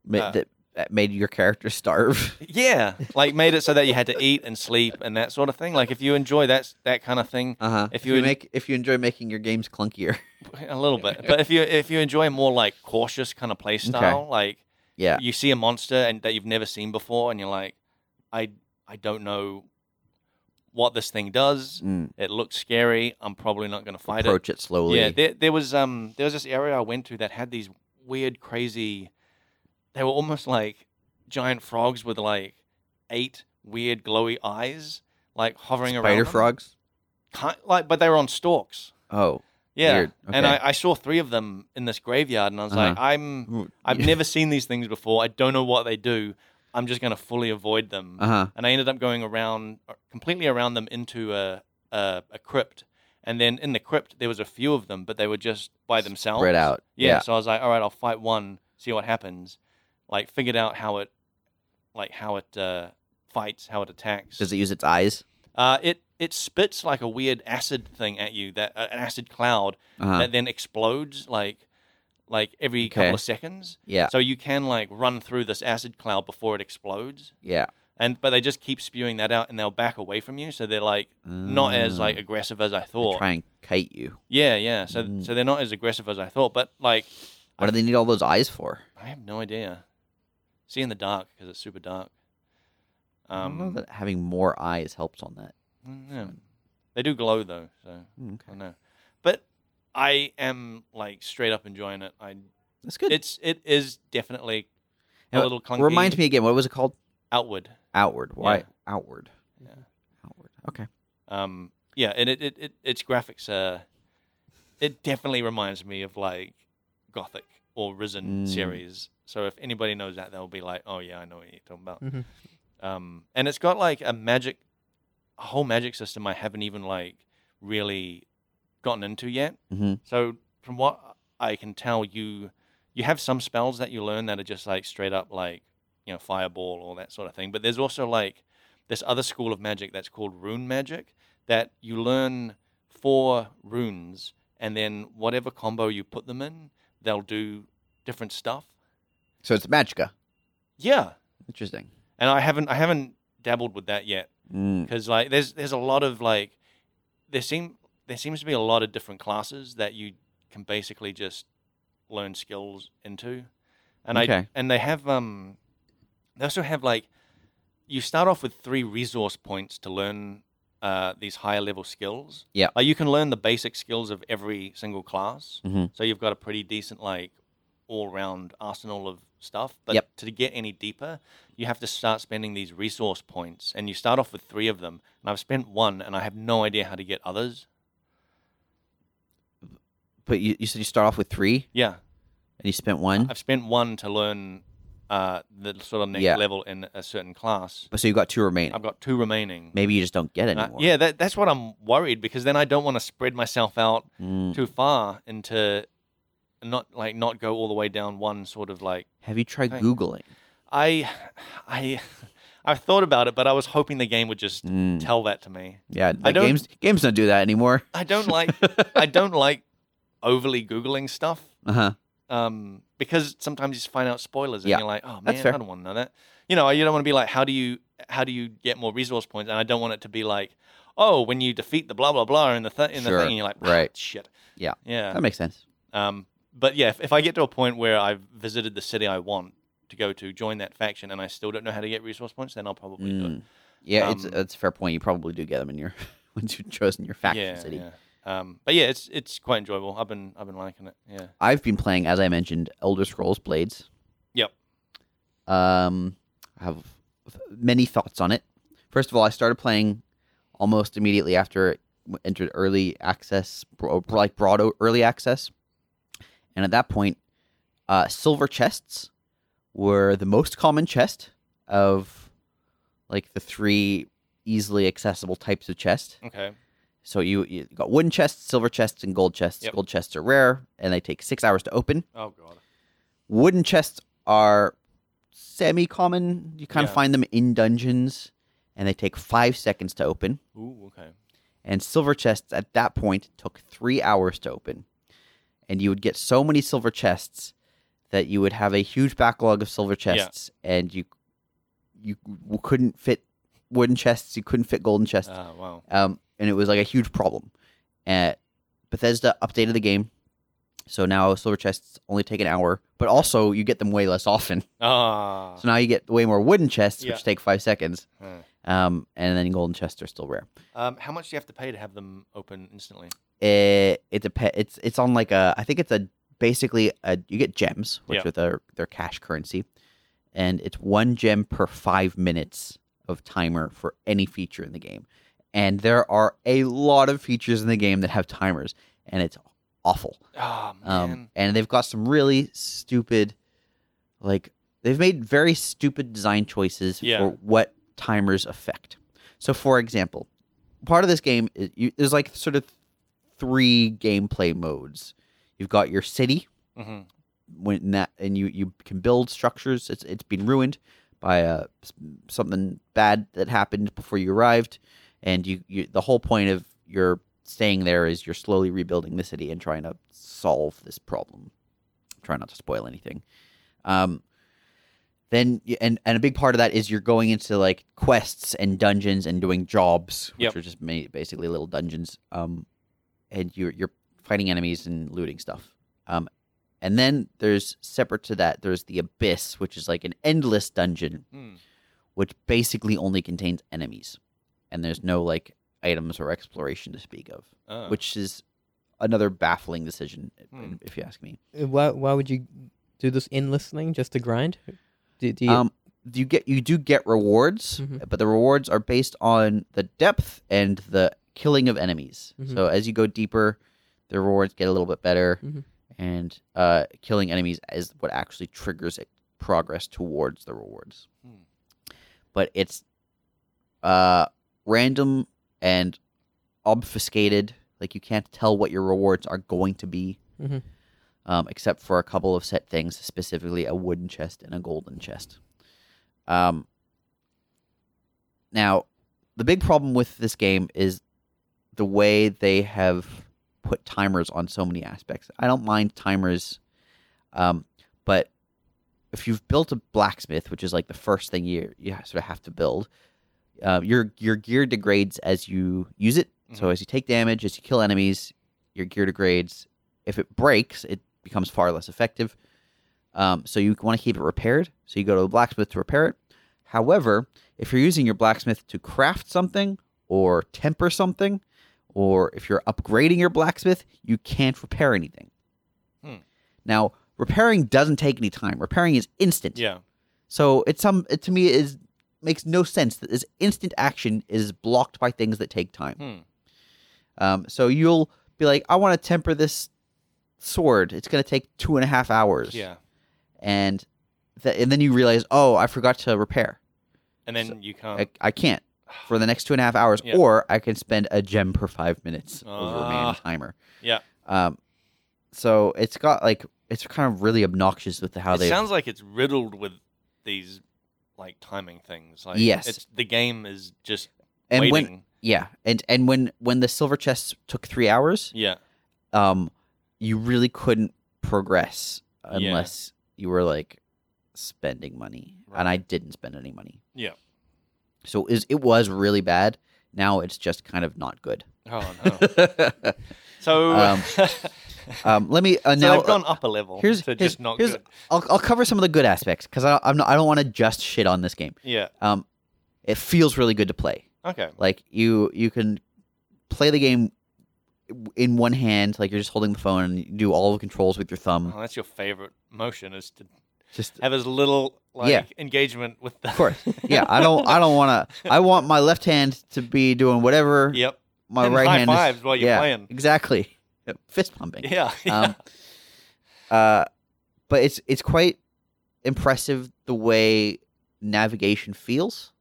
[SPEAKER 2] Ma-
[SPEAKER 3] Uh,
[SPEAKER 2] that, that made your character starve.
[SPEAKER 3] yeah like made it so that you had to eat and sleep and that sort of thing. Like if you enjoy that that kind of thing,
[SPEAKER 2] Uh huh.
[SPEAKER 3] If
[SPEAKER 2] If
[SPEAKER 3] you
[SPEAKER 2] you,
[SPEAKER 3] en-
[SPEAKER 2] make if you enjoy making your games clunkier,
[SPEAKER 3] a little bit. But if you if you enjoy a more like cautious kind of play style, like
[SPEAKER 2] yeah.
[SPEAKER 3] you see a monster and that you've never seen before, and you're like, I I don't know what this thing does.
[SPEAKER 2] Mm.
[SPEAKER 3] It looks scary. I'm probably not going to fight it.
[SPEAKER 2] Approach it slowly.
[SPEAKER 3] Yeah, there, there was um there was this area I went to that had these weird, crazy. They were almost like giant frogs with like eight weird glowy eyes, like hovering around.
[SPEAKER 2] Spider
[SPEAKER 3] them.
[SPEAKER 2] frogs.
[SPEAKER 3] Ki- like, but they were on stalks.
[SPEAKER 2] Oh,
[SPEAKER 3] Yeah,
[SPEAKER 2] Weird.
[SPEAKER 3] and
[SPEAKER 2] Okay.
[SPEAKER 3] I, I saw three of them in this graveyard, and I was like,
[SPEAKER 2] Uh-huh.
[SPEAKER 3] I'm I've never seen these things before. I don't know what they do. I'm just gonna fully avoid them.
[SPEAKER 2] Uh huh.
[SPEAKER 3] And I ended up going around uh, completely around them into a, a a crypt, and then in the crypt there was a few of them, but they were just by themselves.
[SPEAKER 2] Spread out.
[SPEAKER 3] Yeah.
[SPEAKER 2] Yeah.
[SPEAKER 3] So I was like, all right, I'll fight one, see what happens. Like figured out how it, like how it uh, fights, how it attacks.
[SPEAKER 2] Does it use its eyes?
[SPEAKER 3] uh, it it spits like a weird acid thing at you, that uh, an acid cloud
[SPEAKER 2] Uh huh.
[SPEAKER 3] that then explodes like like every
[SPEAKER 2] Okay.
[SPEAKER 3] couple of seconds.
[SPEAKER 2] Yeah.
[SPEAKER 3] So you can like run through this acid cloud before it explodes.
[SPEAKER 2] Yeah.
[SPEAKER 3] And but they just keep spewing that out and they'll back away from you, so they're like not as like
[SPEAKER 2] Mm.
[SPEAKER 3] aggressive as I
[SPEAKER 2] They
[SPEAKER 3] thought.
[SPEAKER 2] Try and kite you.
[SPEAKER 3] Yeah, yeah. So
[SPEAKER 2] Mm.
[SPEAKER 3] so they're not as aggressive as I thought, but like
[SPEAKER 2] What do they need all those eyes for?
[SPEAKER 3] I have no idea. See in the dark because it's super dark.
[SPEAKER 2] I don't know
[SPEAKER 3] Um,
[SPEAKER 2] that having more eyes helps on that.
[SPEAKER 3] mm, yeah. they do glow though, so
[SPEAKER 2] Mm,
[SPEAKER 3] I
[SPEAKER 2] Okay.
[SPEAKER 3] don't know. But I am like straight up enjoying it. I
[SPEAKER 2] That's good.
[SPEAKER 3] It's it is definitely a
[SPEAKER 2] Now,
[SPEAKER 3] little clunky.
[SPEAKER 2] Reminds me again. What was it called?
[SPEAKER 3] outward.
[SPEAKER 2] Outward. Why
[SPEAKER 3] Yeah.
[SPEAKER 2] outward?
[SPEAKER 3] Yeah.
[SPEAKER 2] Outward. Okay.
[SPEAKER 3] Um, yeah, and it, it, it its graphics are. It definitely reminds me of like Gothic or Risen
[SPEAKER 2] Mm.
[SPEAKER 3] series. So if anybody knows that, they'll be like, "Oh yeah, I know what you're talking about."
[SPEAKER 1] Mhm.
[SPEAKER 3] Um, and it's got like a magic, a whole magic system I haven't even like really gotten into yet.
[SPEAKER 2] Mhm.
[SPEAKER 3] So from what I can tell, you you have some spells that you learn that are just like straight up like you know fireball or that sort of thing. But there's also like this other school of magic that's called rune magic that you learn four runes and then whatever combo you put them in, they'll do different stuff.
[SPEAKER 2] So it's Magica.
[SPEAKER 3] Yeah,
[SPEAKER 2] Interesting.
[SPEAKER 3] and I haven't I haven't dabbled with that yet
[SPEAKER 2] Mm.
[SPEAKER 3] because like there's there's a lot of like there seem there seems to be a lot of different classes that you can basically just learn skills into and i
[SPEAKER 2] Okay.
[SPEAKER 3] and they have um they also have like you start off with three resource points to learn uh, these higher level skills
[SPEAKER 2] Yeah.
[SPEAKER 3] like you can learn the basic skills of every single class
[SPEAKER 2] Mhm.
[SPEAKER 3] so you've got a pretty decent like all round arsenal of stuff but
[SPEAKER 2] Yep.
[SPEAKER 3] to get any deeper you have to start spending these resource points and you start off with three of them and i've spent one and i have no idea how to get others
[SPEAKER 2] But you, you said you start off with three
[SPEAKER 3] yeah
[SPEAKER 2] and you spent one.
[SPEAKER 3] i've spent one to learn uh, the sort of next
[SPEAKER 2] Yeah.
[SPEAKER 3] level in a certain class.
[SPEAKER 2] But so you've got two remaining.
[SPEAKER 3] I've got two remaining.
[SPEAKER 2] Maybe you just don't get
[SPEAKER 3] Uh,
[SPEAKER 2] anymore.
[SPEAKER 3] yeah, that, that's what I'm worried because then I don't want to spread myself out
[SPEAKER 2] Mm.
[SPEAKER 3] too far into not like not go all the way down one sort of like
[SPEAKER 2] Have you tried
[SPEAKER 3] Hey.
[SPEAKER 2] Googling?
[SPEAKER 3] I I I thought about it, but I was hoping the game would just
[SPEAKER 2] Mm.
[SPEAKER 3] tell that to me.
[SPEAKER 2] Yeah, the
[SPEAKER 3] don't-
[SPEAKER 2] games games don't do that anymore.
[SPEAKER 3] I don't like I don't like overly googling stuff
[SPEAKER 2] Uh huh.
[SPEAKER 3] um, because sometimes you just find out spoilers and
[SPEAKER 2] Yeah.
[SPEAKER 3] you're like, oh
[SPEAKER 2] That's
[SPEAKER 3] man, I
[SPEAKER 2] fair.
[SPEAKER 3] don't want to know that. You know, you don't want to be like, how do you how do you get more resource points? And I don't want it to be like, oh, when you defeat the blah blah blah in the th- in
[SPEAKER 2] Sure.
[SPEAKER 3] the thing, and you're like, "Ah,
[SPEAKER 2] Right.
[SPEAKER 3] shit,
[SPEAKER 2] Yeah.
[SPEAKER 3] yeah.
[SPEAKER 2] That makes sense.
[SPEAKER 3] Um, but yeah, if, if I get to a point where I've visited the city I want to go to, join that faction, and I still don't know how to get resource points, then I'll probably do it.
[SPEAKER 2] Mm. Yeah, it's
[SPEAKER 3] Um,
[SPEAKER 2] that's a fair point. You probably do get them in your once you've chosen your faction
[SPEAKER 3] yeah,
[SPEAKER 2] city.
[SPEAKER 3] yeah. Um, but yeah, it's it's quite enjoyable. I've been I've been liking it. Yeah.
[SPEAKER 2] I've been playing, as I mentioned, Elder Scrolls Blades.
[SPEAKER 3] Yep.
[SPEAKER 2] Um, I have many thoughts on it. First of all, I started playing almost immediately after it w- entered early access, bro- bro- like broad o- early access. And at that point, uh, silver chests were the most common chest of like the three easily accessible types of chest.
[SPEAKER 3] Okay.
[SPEAKER 2] So you, you got wooden chests, silver chests, and gold chests.
[SPEAKER 3] Yep.
[SPEAKER 2] Gold chests are rare, and they take six hours to open.
[SPEAKER 3] Oh god.
[SPEAKER 2] Wooden chests are semi-common. You kind of
[SPEAKER 3] Yeah.
[SPEAKER 2] find them in dungeons, and they take five seconds to open.
[SPEAKER 3] Ooh. Okay.
[SPEAKER 2] And silver chests at that point took three hours to open, and you would get so many silver chests that you would have a huge backlog of silver chests, and you you couldn't fit wooden chests, you couldn't fit golden chests
[SPEAKER 3] Ah, wow.
[SPEAKER 2] um, and it was like a huge problem. Uh, Bethesda updated the game, so now silver chests only take an hour, but also you get them way less often.
[SPEAKER 3] Ah.
[SPEAKER 2] So now you get way more wooden chests,
[SPEAKER 3] Yeah.
[SPEAKER 2] which take five seconds,
[SPEAKER 3] Huh.
[SPEAKER 2] um, and then golden chests are still rare.
[SPEAKER 3] Um, how much do you have to pay to have them open instantly?
[SPEAKER 2] It it dep- It's it's on like a I think it's a basically a you get gems, which
[SPEAKER 3] Yeah.
[SPEAKER 2] are their their cash currency, and it's one gem per five minutes of timer for any feature in the game. And there are a lot of features in the game that have timers, and it's awful.
[SPEAKER 3] Oh man.
[SPEAKER 2] Um, and they've got some really stupid, like they've made very stupid design choices
[SPEAKER 3] Yeah.
[SPEAKER 2] for what timers affect. So, for example, part of this game is you, there's like sort of three gameplay modes. You've got your city
[SPEAKER 3] hmm
[SPEAKER 2] when that, and you you can build structures. It's it's been ruined by uh, s- something bad that happened before you arrived, and you, you the whole point of your staying there is you're slowly rebuilding the city and trying to solve this problem. Try not to spoil anything. Um, then y- and and a big part of that is you're going into like quests and dungeons and doing jobs, which
[SPEAKER 3] Yep.
[SPEAKER 2] are just ma- basically little dungeons. Um, and you're you're fighting enemies and looting stuff. Um, and then there's separate to that, there's the abyss, which is like an endless dungeon
[SPEAKER 3] Hmm.
[SPEAKER 2] which basically only contains enemies and there's no like items or exploration to speak of
[SPEAKER 3] Ah.
[SPEAKER 2] which is another baffling decision
[SPEAKER 3] Hmm.
[SPEAKER 2] if you ask me
[SPEAKER 1] Why why would you do this endless thing just to grind? Do, do you,
[SPEAKER 2] um do you get you do get rewards
[SPEAKER 1] Mhm.
[SPEAKER 2] but the rewards are based on the depth and the killing of enemies
[SPEAKER 1] Mhm.
[SPEAKER 2] so as you go deeper the rewards get a little bit better
[SPEAKER 1] Mhm.
[SPEAKER 2] and uh killing enemies is what actually triggers it, progress towards the rewards
[SPEAKER 3] Hmm.
[SPEAKER 2] but it's uh random and obfuscated like you can't tell what your rewards are going to be
[SPEAKER 1] Mhm.
[SPEAKER 2] um, except for a couple of set things specifically a wooden chest and a golden chest um, now the big problem with this game is the way they have put timers on so many aspects i don't mind timers um, but if you've built a blacksmith, which is like the first thing you you sort of have to build, uh, your your gear degrades as you use it. So as you take damage, as you kill enemies, your gear degrades. If it breaks, it becomes far less effective. Um, so you want to keep it repaired. So you go to the blacksmith to repair it. However, if you're using your blacksmith to craft something or temper something, or if you're upgrading your blacksmith, you can't repair anything.
[SPEAKER 3] Hmm.
[SPEAKER 2] Now, repairing doesn't take any time. Repairing is instant.
[SPEAKER 3] Yeah.
[SPEAKER 2] So it's some it, to me it is makes no sense that this instant action is blocked by things that take time.
[SPEAKER 3] Hmm.
[SPEAKER 2] Um, so you'll be like, I want to temper this sword. It's going to take two and a half hours.
[SPEAKER 3] Yeah.
[SPEAKER 2] And that, and then you realize, oh, I forgot to repair.
[SPEAKER 3] and then
[SPEAKER 2] So-
[SPEAKER 3] you can't.
[SPEAKER 2] I, I can't for the next two and a half hours,
[SPEAKER 3] Yeah.
[SPEAKER 2] or I can spend a gem per five minutes over
[SPEAKER 3] Ah.
[SPEAKER 2] man timer.
[SPEAKER 3] Yeah.
[SPEAKER 2] Um, so it's got like it's kind of really obnoxious with the how
[SPEAKER 3] it
[SPEAKER 2] they
[SPEAKER 3] sounds like it's riddled with these like timing things. Like
[SPEAKER 2] Yes.
[SPEAKER 3] it's, the game is just
[SPEAKER 2] and
[SPEAKER 3] waiting.
[SPEAKER 2] when yeah and and when when the silver chests took three hours,
[SPEAKER 3] yeah,
[SPEAKER 2] um, you really couldn't progress
[SPEAKER 3] Yeah.
[SPEAKER 2] unless you were like spending money, and I
[SPEAKER 3] Right.
[SPEAKER 2] didn't spend any money.
[SPEAKER 3] Yeah.
[SPEAKER 2] So is it was really bad. Now it's just kind of not good.
[SPEAKER 3] oh no. So,
[SPEAKER 2] Um,
[SPEAKER 3] so
[SPEAKER 2] um, let me uh, now
[SPEAKER 3] they've gone up a level
[SPEAKER 2] here's-
[SPEAKER 3] to
[SPEAKER 2] here's-
[SPEAKER 3] just not
[SPEAKER 2] here's-
[SPEAKER 3] good.
[SPEAKER 2] I'll, I'll cover some of the good aspects because I, I'm not, I don't want to just shit on this game.
[SPEAKER 3] Yeah.
[SPEAKER 2] Um, it feels really good to play.
[SPEAKER 3] Okay.
[SPEAKER 2] Like you you can play the game in one hand, like you're just holding the phone and you do all the controls with your thumb.
[SPEAKER 3] Oh, that's your favorite motion is to
[SPEAKER 2] Just
[SPEAKER 3] have as little like
[SPEAKER 2] Yeah.
[SPEAKER 3] engagement with the.
[SPEAKER 2] of course, yeah. I don't I don't want to. I want my left hand to be doing whatever.
[SPEAKER 3] Yep.
[SPEAKER 2] My
[SPEAKER 3] And
[SPEAKER 2] right
[SPEAKER 3] high
[SPEAKER 2] hand
[SPEAKER 3] fives
[SPEAKER 2] is,
[SPEAKER 3] while you're
[SPEAKER 2] yeah,
[SPEAKER 3] playing.
[SPEAKER 2] Exactly. Fist pumping.
[SPEAKER 3] Yeah.
[SPEAKER 2] Um, uh, but it's it's quite impressive the way navigation feels,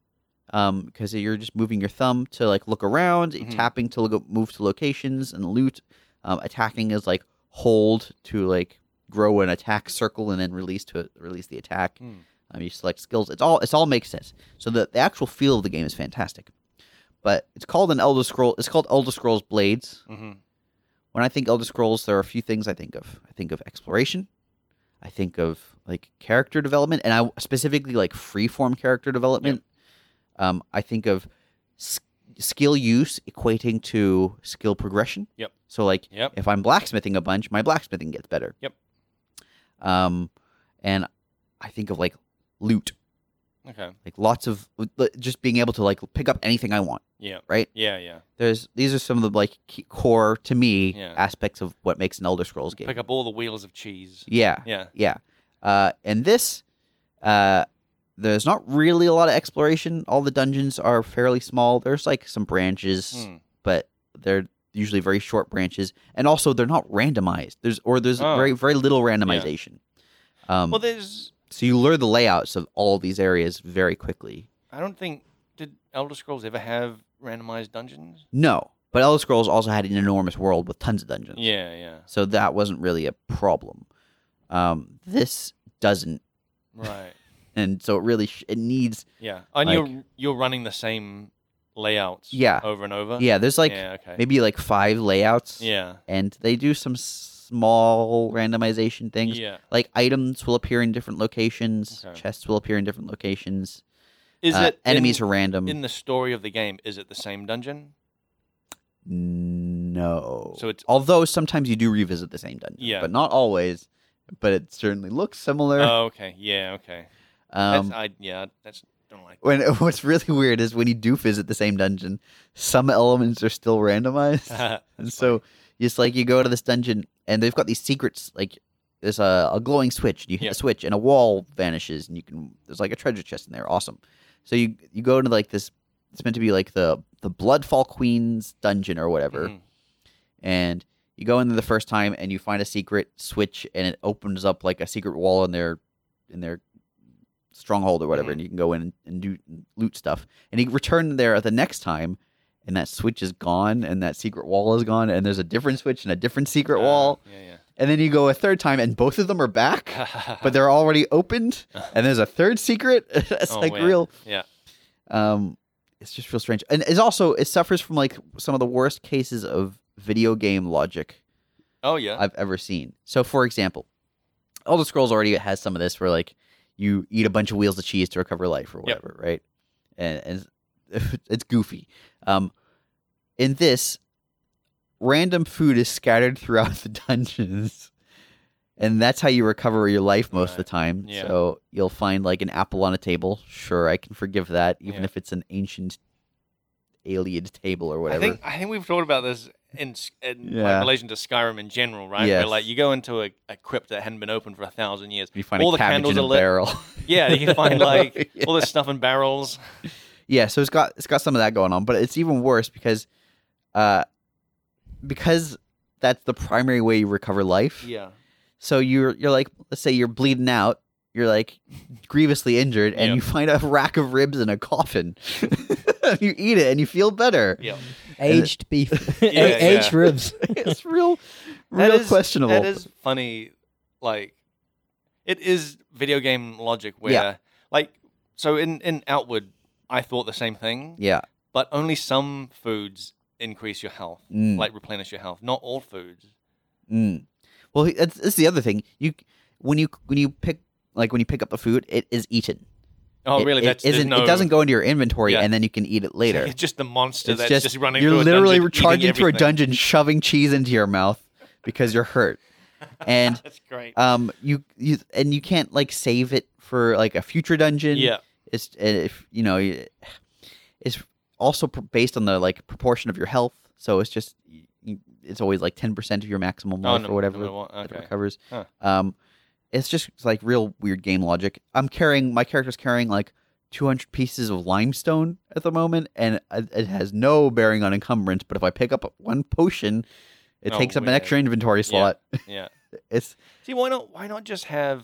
[SPEAKER 2] because you're just moving your thumb to like look around,
[SPEAKER 3] Mhm.
[SPEAKER 2] tapping to look, move to locations and loot. Um, attacking is like hold to like grow an attack circle and then release to release the attack.
[SPEAKER 3] Hmm.
[SPEAKER 2] Um, you select skills. It's all it's all makes sense. So the, the actual feel of the game is fantastic. But it's called an Elder Scroll. It's called Elder Scrolls Blades
[SPEAKER 3] hmm
[SPEAKER 2] when I think Elder Scrolls, there are a few things I think of. I think of exploration. I think of like character development, and I specifically like freeform character development. Um, I think of s- skill use equating to skill progression.
[SPEAKER 3] Yep.
[SPEAKER 2] So like
[SPEAKER 3] Yep.
[SPEAKER 2] if I'm blacksmithing a bunch, my blacksmithing gets better.
[SPEAKER 3] Yep.
[SPEAKER 2] Um, and I think of like loot,
[SPEAKER 3] Okay.
[SPEAKER 2] like lots of just being able to like pick up anything I want.
[SPEAKER 3] Yeah.
[SPEAKER 2] Right?
[SPEAKER 3] Yeah. Yeah.
[SPEAKER 2] There's these are some of the like key, core to me
[SPEAKER 3] Yeah.
[SPEAKER 2] aspects of what makes an Elder Scrolls game.
[SPEAKER 3] Pick up all the wheels of cheese.
[SPEAKER 2] Yeah,
[SPEAKER 3] Yeah.
[SPEAKER 2] yeah. Uh, and this, uh, there's not really a lot of exploration. All the dungeons are fairly small. There's like some branches,
[SPEAKER 3] Hmm.
[SPEAKER 2] but they're usually very short branches, and also they're not randomized. There's or there's
[SPEAKER 3] Oh.
[SPEAKER 2] very very little randomization. Um,
[SPEAKER 3] Well, there's.
[SPEAKER 2] so you learn the layouts of all these areas very quickly.
[SPEAKER 3] I don't think did Elder Scrolls ever have randomized dungeons?
[SPEAKER 2] No, but Elder Scrolls also had an enormous world with tons of dungeons.
[SPEAKER 3] Yeah. Yeah.
[SPEAKER 2] So that wasn't really a problem. Um, this doesn't,
[SPEAKER 3] Right.
[SPEAKER 2] and so it really sh- it needs
[SPEAKER 3] Yeah. And
[SPEAKER 2] Like-
[SPEAKER 3] you're you're running the same layouts.
[SPEAKER 2] Yeah.
[SPEAKER 3] Over and over.
[SPEAKER 2] Yeah, there's like
[SPEAKER 3] yeah. Okay.
[SPEAKER 2] maybe like five layouts.
[SPEAKER 3] yeah.
[SPEAKER 2] And they do some small randomization things. uh,
[SPEAKER 3] Yeah.
[SPEAKER 2] Like items will appear in different locations,
[SPEAKER 3] Okay.
[SPEAKER 2] chests will appear in different locations.
[SPEAKER 3] Is
[SPEAKER 2] Uh,
[SPEAKER 3] it
[SPEAKER 2] enemies
[SPEAKER 3] in,
[SPEAKER 2] are random?
[SPEAKER 3] in the story of the game? Is it the same dungeon?
[SPEAKER 2] No.
[SPEAKER 3] So it's-
[SPEAKER 2] although sometimes you do revisit the same dungeon.
[SPEAKER 3] Yeah.
[SPEAKER 2] But not always. But it certainly looks similar.
[SPEAKER 3] Oh, okay. Yeah. Okay. That's,
[SPEAKER 2] um,
[SPEAKER 3] I yeah. That's don't like.
[SPEAKER 2] when what's really weird is when you do visit the same dungeon, some elements are still randomized.
[SPEAKER 3] That.
[SPEAKER 2] And so just like you go to this dungeon and they've got these secrets like there's a, a glowing switch and you hit
[SPEAKER 3] Yeah.
[SPEAKER 2] a switch and a wall vanishes and you can there's like a treasure chest in there. Awesome. So you you go into like this it's meant to be like the the Bloodfall Queen's dungeon or whatever.
[SPEAKER 3] Mhm.
[SPEAKER 2] And you go in there the first time and you find a secret switch and it opens up like a secret wall in their in their stronghold or whatever
[SPEAKER 3] Mhm.
[SPEAKER 2] and you can go in and, and do loot stuff. And you return there the next time and that switch is gone and that secret wall is gone and there's a different switch and a different secret
[SPEAKER 3] Uh,
[SPEAKER 2] wall
[SPEAKER 3] Yeah.
[SPEAKER 2] and then you go a third time and both of them are back
[SPEAKER 3] Yeah.
[SPEAKER 2] but they're already opened and there's a third secret it's
[SPEAKER 3] Uh-huh. Oh,
[SPEAKER 2] like
[SPEAKER 3] man.
[SPEAKER 2] real
[SPEAKER 3] Yeah.
[SPEAKER 2] um it just real strange and it's also it suffers from like some of the worst cases of video game logic
[SPEAKER 3] Oh yeah.
[SPEAKER 2] i've ever seen so for example elder scrolls already has some of this where like you eat a bunch of wheels of cheese to recover life or
[SPEAKER 3] Yep.
[SPEAKER 2] whatever right and, and it's, it's goofy um in this random food is scattered throughout the dungeons and that's how you recover your life most of the
[SPEAKER 3] Right.
[SPEAKER 2] time
[SPEAKER 3] Yeah.
[SPEAKER 2] so you'll find like an apple on a table sure i can forgive that even
[SPEAKER 3] Yeah.
[SPEAKER 2] if it's an ancient alien table or whatever
[SPEAKER 3] I think I think we've talked about this in, s- in like,
[SPEAKER 2] Yeah.
[SPEAKER 3] relation to Skyrim in general, right?
[SPEAKER 2] Yes.
[SPEAKER 3] Where like you go into a, a crypt that hadn't been open for a thousand years.
[SPEAKER 2] you find
[SPEAKER 3] all
[SPEAKER 2] a
[SPEAKER 3] the
[SPEAKER 2] cabbage
[SPEAKER 3] candles
[SPEAKER 2] in
[SPEAKER 3] are
[SPEAKER 2] a
[SPEAKER 3] lit.
[SPEAKER 2] barrel
[SPEAKER 3] Yeah, you can find like
[SPEAKER 2] Yeah.
[SPEAKER 3] all this stuff in barrels.
[SPEAKER 2] yeah so it's got it's got some of that going on but it's even worse because uh because that's the primary way you recover life
[SPEAKER 3] Yeah.
[SPEAKER 2] so you're you're like let's say you're bleeding out you're like grievously injured and
[SPEAKER 3] Yeah.
[SPEAKER 2] you find a rack of ribs in a coffin. you eat it and you feel better.
[SPEAKER 3] Yeah.
[SPEAKER 4] Aged beef.
[SPEAKER 1] A-
[SPEAKER 3] Yeah,
[SPEAKER 1] Aged
[SPEAKER 3] yeah.
[SPEAKER 1] ribs.
[SPEAKER 2] It's real,
[SPEAKER 3] That
[SPEAKER 2] real
[SPEAKER 3] is-
[SPEAKER 2] questionable.
[SPEAKER 3] That is funny. Like, it is video game logic where,
[SPEAKER 2] Yeah.
[SPEAKER 3] like, so in in Outward, I thought the same thing,
[SPEAKER 2] yeah.
[SPEAKER 3] but only some foods increase your health,
[SPEAKER 2] Mm.
[SPEAKER 3] like replenish your health. Not all foods.
[SPEAKER 2] Mm. Well, he- that's, that's the other thing. You when you when you pick like when you pick up the food, it is eaten.
[SPEAKER 3] Oh,
[SPEAKER 2] It-
[SPEAKER 3] really?
[SPEAKER 2] It,
[SPEAKER 3] That's there's
[SPEAKER 2] isn't.
[SPEAKER 3] No,
[SPEAKER 2] It doesn't go into your inventory,
[SPEAKER 3] Yeah.
[SPEAKER 2] and then you can eat it later.
[SPEAKER 3] It's just the monster
[SPEAKER 2] It's
[SPEAKER 3] that's just,
[SPEAKER 2] just,
[SPEAKER 3] running.
[SPEAKER 2] you're
[SPEAKER 3] through
[SPEAKER 2] literally
[SPEAKER 3] a dungeon, eating
[SPEAKER 2] charging through a
[SPEAKER 3] everything.
[SPEAKER 2] dungeon, shoving cheese into your mouth because you're hurt, and
[SPEAKER 3] That's great.
[SPEAKER 2] um, you you and you can't like save it for like a future dungeon.
[SPEAKER 3] yeah.
[SPEAKER 2] it's and if you know, you- it's also pr- based on the like proportion of your health. So it's just you, it's always like ten percent of your maximum
[SPEAKER 3] Oh,
[SPEAKER 2] life
[SPEAKER 3] no,
[SPEAKER 2] or whatever
[SPEAKER 3] no, no,
[SPEAKER 2] that it
[SPEAKER 3] okay.
[SPEAKER 2] recovers.
[SPEAKER 3] Huh.
[SPEAKER 2] Um, it's just it's like real weird game logic. I'm carrying my character's carrying like 200 pieces of limestone at the moment, and it it has no bearing on encumbrance. But if I pick up one potion, it
[SPEAKER 3] Oh,
[SPEAKER 2] takes up an
[SPEAKER 3] weird.
[SPEAKER 2] extra inventory slot.
[SPEAKER 3] Yeah.
[SPEAKER 2] It's
[SPEAKER 3] See, why not? Why not just have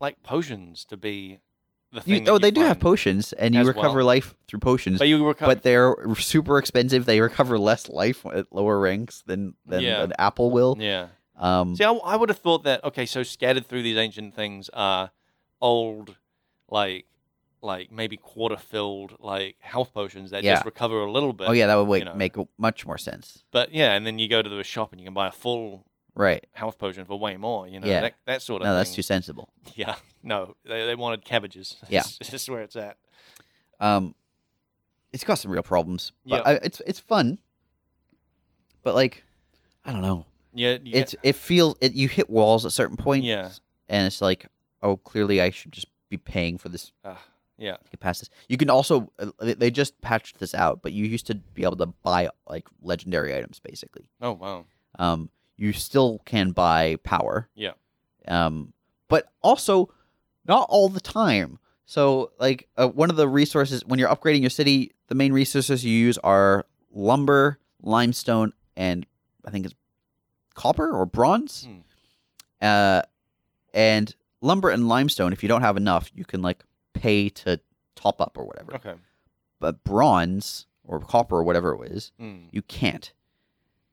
[SPEAKER 3] like potions to be the
[SPEAKER 2] you,
[SPEAKER 3] thing? that
[SPEAKER 2] oh,
[SPEAKER 3] you
[SPEAKER 2] they do have
[SPEAKER 3] find?
[SPEAKER 2] potions, and you
[SPEAKER 3] as
[SPEAKER 2] recover
[SPEAKER 3] well.
[SPEAKER 2] life through potions.
[SPEAKER 3] but you recover.
[SPEAKER 2] but they're super expensive. They recover less life at lower ranks than than
[SPEAKER 3] Yeah.
[SPEAKER 2] an apple will.
[SPEAKER 3] yeah.
[SPEAKER 2] Um,
[SPEAKER 3] See, I, I would have thought that okay, so scattered through these ancient things are old, like, like maybe quarter filled, like health potions that
[SPEAKER 2] Yeah.
[SPEAKER 3] just recover a little bit.
[SPEAKER 2] oh yeah, that would wait,
[SPEAKER 3] you know.
[SPEAKER 2] make much more sense,
[SPEAKER 3] But yeah, and then you go to the shop and you can buy a full
[SPEAKER 2] right?
[SPEAKER 3] health potion for way more. You know,
[SPEAKER 2] Yeah.
[SPEAKER 3] that, that sort of.
[SPEAKER 2] No, that's too
[SPEAKER 3] thing.
[SPEAKER 2] sensible.
[SPEAKER 3] Yeah, no, they, they wanted cabbages.
[SPEAKER 2] Yeah.
[SPEAKER 3] that's where it's at.
[SPEAKER 2] Um, it's got some real problems, but
[SPEAKER 3] Yeah.
[SPEAKER 2] I, it's it's fun. But like, I don't know.
[SPEAKER 3] Yeah, yeah.
[SPEAKER 2] It's it feels it. You hit walls at certain points,
[SPEAKER 3] Yeah.
[SPEAKER 2] and it's like, oh, clearly I should just be paying for this
[SPEAKER 3] ah, yeah.
[SPEAKER 2] to get past this. You can also uh, they they just patched this out, but you used to be able to buy like legendary items basically.
[SPEAKER 3] Oh wow.
[SPEAKER 2] Um, you still can buy power.
[SPEAKER 3] Yeah.
[SPEAKER 2] Um, but also not all the time. So like uh, one of the resources when you're upgrading your city, the main resources you use are lumber, limestone, and I think it's copper or bronze.
[SPEAKER 3] Hmm.
[SPEAKER 2] Uh, and lumber and limestone, if you don't have enough, you can like pay to top up or whatever.
[SPEAKER 3] Okay.
[SPEAKER 2] But bronze or copper or whatever it was,
[SPEAKER 3] Hmm.
[SPEAKER 2] you can't.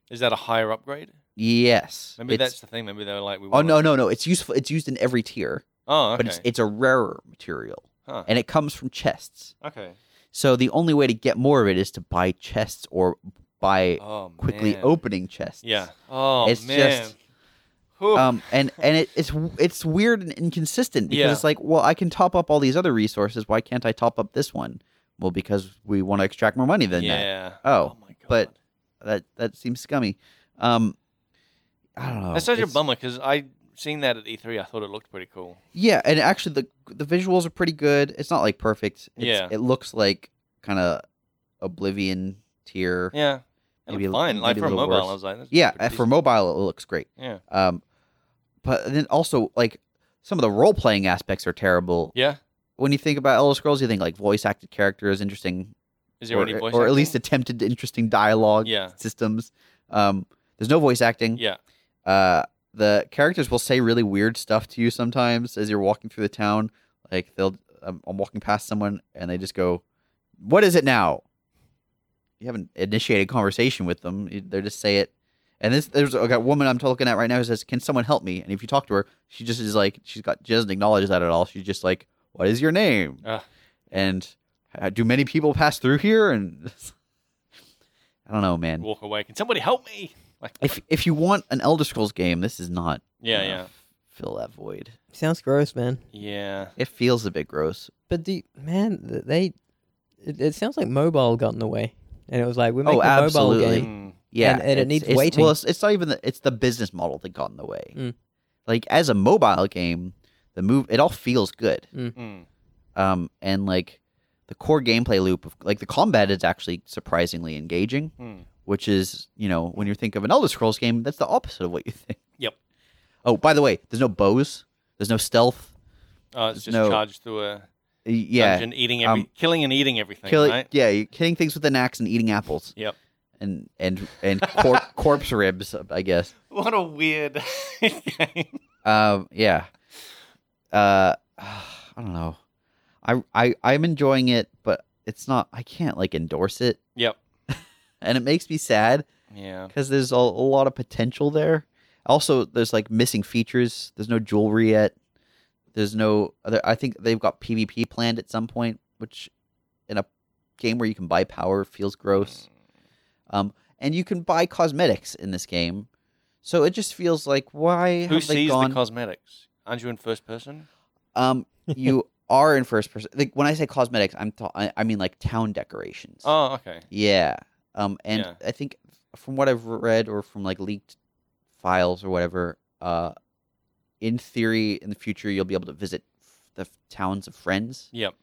[SPEAKER 3] Is that a higher upgrade?
[SPEAKER 2] Yes.
[SPEAKER 3] Maybe
[SPEAKER 2] it's-
[SPEAKER 3] that's the thing. Maybe they're like, we.
[SPEAKER 2] Oh
[SPEAKER 3] want-
[SPEAKER 2] no no no! It's useful. It's used in every tier,
[SPEAKER 3] Oh, okay.
[SPEAKER 2] but it's it's a rarer material,
[SPEAKER 3] Huh.
[SPEAKER 2] and it comes from chests.
[SPEAKER 3] Okay.
[SPEAKER 2] So the only way to get more of it is to buy chests or buy
[SPEAKER 3] Oh,
[SPEAKER 2] quickly
[SPEAKER 3] man.
[SPEAKER 2] opening chests.
[SPEAKER 3] Yeah. Oh
[SPEAKER 2] It's
[SPEAKER 3] man.
[SPEAKER 2] just-
[SPEAKER 3] Whew.
[SPEAKER 2] Um. And and it, it's it's weird and inconsistent because
[SPEAKER 3] Yeah.
[SPEAKER 2] it's like, well, I can top up all these other resources. Why can't I top up this one? Well, because we want to extract more money than that.
[SPEAKER 3] yeah.
[SPEAKER 2] Oh,
[SPEAKER 3] my god.
[SPEAKER 2] but That that seems scummy. Um. I don't know.
[SPEAKER 3] that's such a
[SPEAKER 2] um, It's-
[SPEAKER 3] bummer because I seen that at E3. I thought it looked pretty cool.
[SPEAKER 2] Yeah, and actually the the visuals are pretty good. It's not like perfect. It's,
[SPEAKER 3] Yeah.
[SPEAKER 2] it looks like kind of Oblivion tier. Yeah,
[SPEAKER 3] Yeah. It
[SPEAKER 2] Maybe a
[SPEAKER 3] looked
[SPEAKER 2] li-
[SPEAKER 3] fine. Like
[SPEAKER 2] maybe a
[SPEAKER 3] for a
[SPEAKER 2] little
[SPEAKER 3] mobile,
[SPEAKER 2] worse.
[SPEAKER 3] I was like, that's
[SPEAKER 2] uh,
[SPEAKER 3] pretty
[SPEAKER 2] for
[SPEAKER 3] decent.
[SPEAKER 2] mobile it looks great.
[SPEAKER 3] Yeah.
[SPEAKER 2] Um, but then also like some of the role playing aspects are terrible.
[SPEAKER 3] Yeah.
[SPEAKER 2] When you think about Elder Scrolls, you think like voice acted characters, interesting,
[SPEAKER 3] Is there
[SPEAKER 2] or, uh,
[SPEAKER 3] any voice?
[SPEAKER 2] or at
[SPEAKER 3] acting?
[SPEAKER 2] least attempted interesting dialogue
[SPEAKER 3] Yeah.
[SPEAKER 2] systems. Um, there's no voice acting.
[SPEAKER 3] Yeah.
[SPEAKER 2] Uh, the characters will say really weird stuff to you sometimes as you're walking through the town. Like they'll, um, I'm, I'm walking past someone and they just go, "What is it now?" You haven't initiated conversation with them. You- They just say it. And this, there's a a woman I'm looking at right now who says, "Can someone help me?" And if you talk to her, she just is like, she's got, she doesn't acknowledge that at all. She's just like, "What is your name?"
[SPEAKER 3] Ugh.
[SPEAKER 2] And uh, do many people pass through here? And I don't know, man.
[SPEAKER 3] Walk away. Can somebody help me? Like,
[SPEAKER 2] If if you want an Elder Scrolls game, this is not
[SPEAKER 3] yeah,
[SPEAKER 2] gonna
[SPEAKER 3] yeah,
[SPEAKER 2] f- Fill that void.
[SPEAKER 1] Sounds gross, man.
[SPEAKER 3] yeah.
[SPEAKER 2] It feels a bit gross.
[SPEAKER 1] But do you- man, th- they. It, it sounds like mobile got in the way, and it was like we make
[SPEAKER 2] Oh,
[SPEAKER 1] a mobile
[SPEAKER 2] absolutely.
[SPEAKER 1] game.
[SPEAKER 3] Mm.
[SPEAKER 2] Yeah,
[SPEAKER 1] And- and it
[SPEAKER 2] it's-
[SPEAKER 1] needs
[SPEAKER 2] it's,
[SPEAKER 1] waiting.
[SPEAKER 2] Well, it's, it's not even the, it's the business model that got in the way.
[SPEAKER 1] Mm.
[SPEAKER 2] Like as a mobile game, the move it all feels good.
[SPEAKER 3] Mm.
[SPEAKER 2] Um, and like the core gameplay loop of like the combat is actually surprisingly engaging,
[SPEAKER 3] Mm.
[SPEAKER 2] which is you know when you think of an Elder Scrolls game, that's the opposite of what you think.
[SPEAKER 3] Yep.
[SPEAKER 2] Oh, by the way, there's no bows. There's no stealth.
[SPEAKER 3] Oh, it's just
[SPEAKER 2] No.
[SPEAKER 3] charged through a
[SPEAKER 2] Y- Yeah.
[SPEAKER 3] dungeon, eating every,
[SPEAKER 2] um,
[SPEAKER 3] killing and eating everything,
[SPEAKER 2] Kill,
[SPEAKER 3] right?
[SPEAKER 2] Yeah, you're hitting things with an axe and eating apples.
[SPEAKER 3] Yep.
[SPEAKER 2] And and and cor- corpse ribs, I guess.
[SPEAKER 3] What a weird game.
[SPEAKER 2] Um, yeah. uh I don't know. I I I'm enjoying it, but it's not I can't like endorse it.
[SPEAKER 3] Yep.
[SPEAKER 2] And it makes me sad
[SPEAKER 3] Yeah.
[SPEAKER 2] because there's a, a lot of potential there. Also, there's like missing features. There's no jewelry yet. There's no other. I think they've got PvP planned at some point, which in a game where you can buy power feels gross. Um, and you can buy cosmetics in this game, so it just feels like why
[SPEAKER 3] Who
[SPEAKER 2] have they
[SPEAKER 3] sees
[SPEAKER 2] gone?
[SPEAKER 3] the cosmetics? Aren't you in first person?
[SPEAKER 2] um, you are in first person. Like when I say cosmetics, I'm ta- I, I mean like town decorations.
[SPEAKER 3] Oh, okay.
[SPEAKER 2] Yeah. Um, and
[SPEAKER 3] Yeah.
[SPEAKER 2] I think from what I've read or from like leaked files or whatever, uh, in theory, in the future, you'll be able to visit f- the f- towns of friends.
[SPEAKER 3] Yep.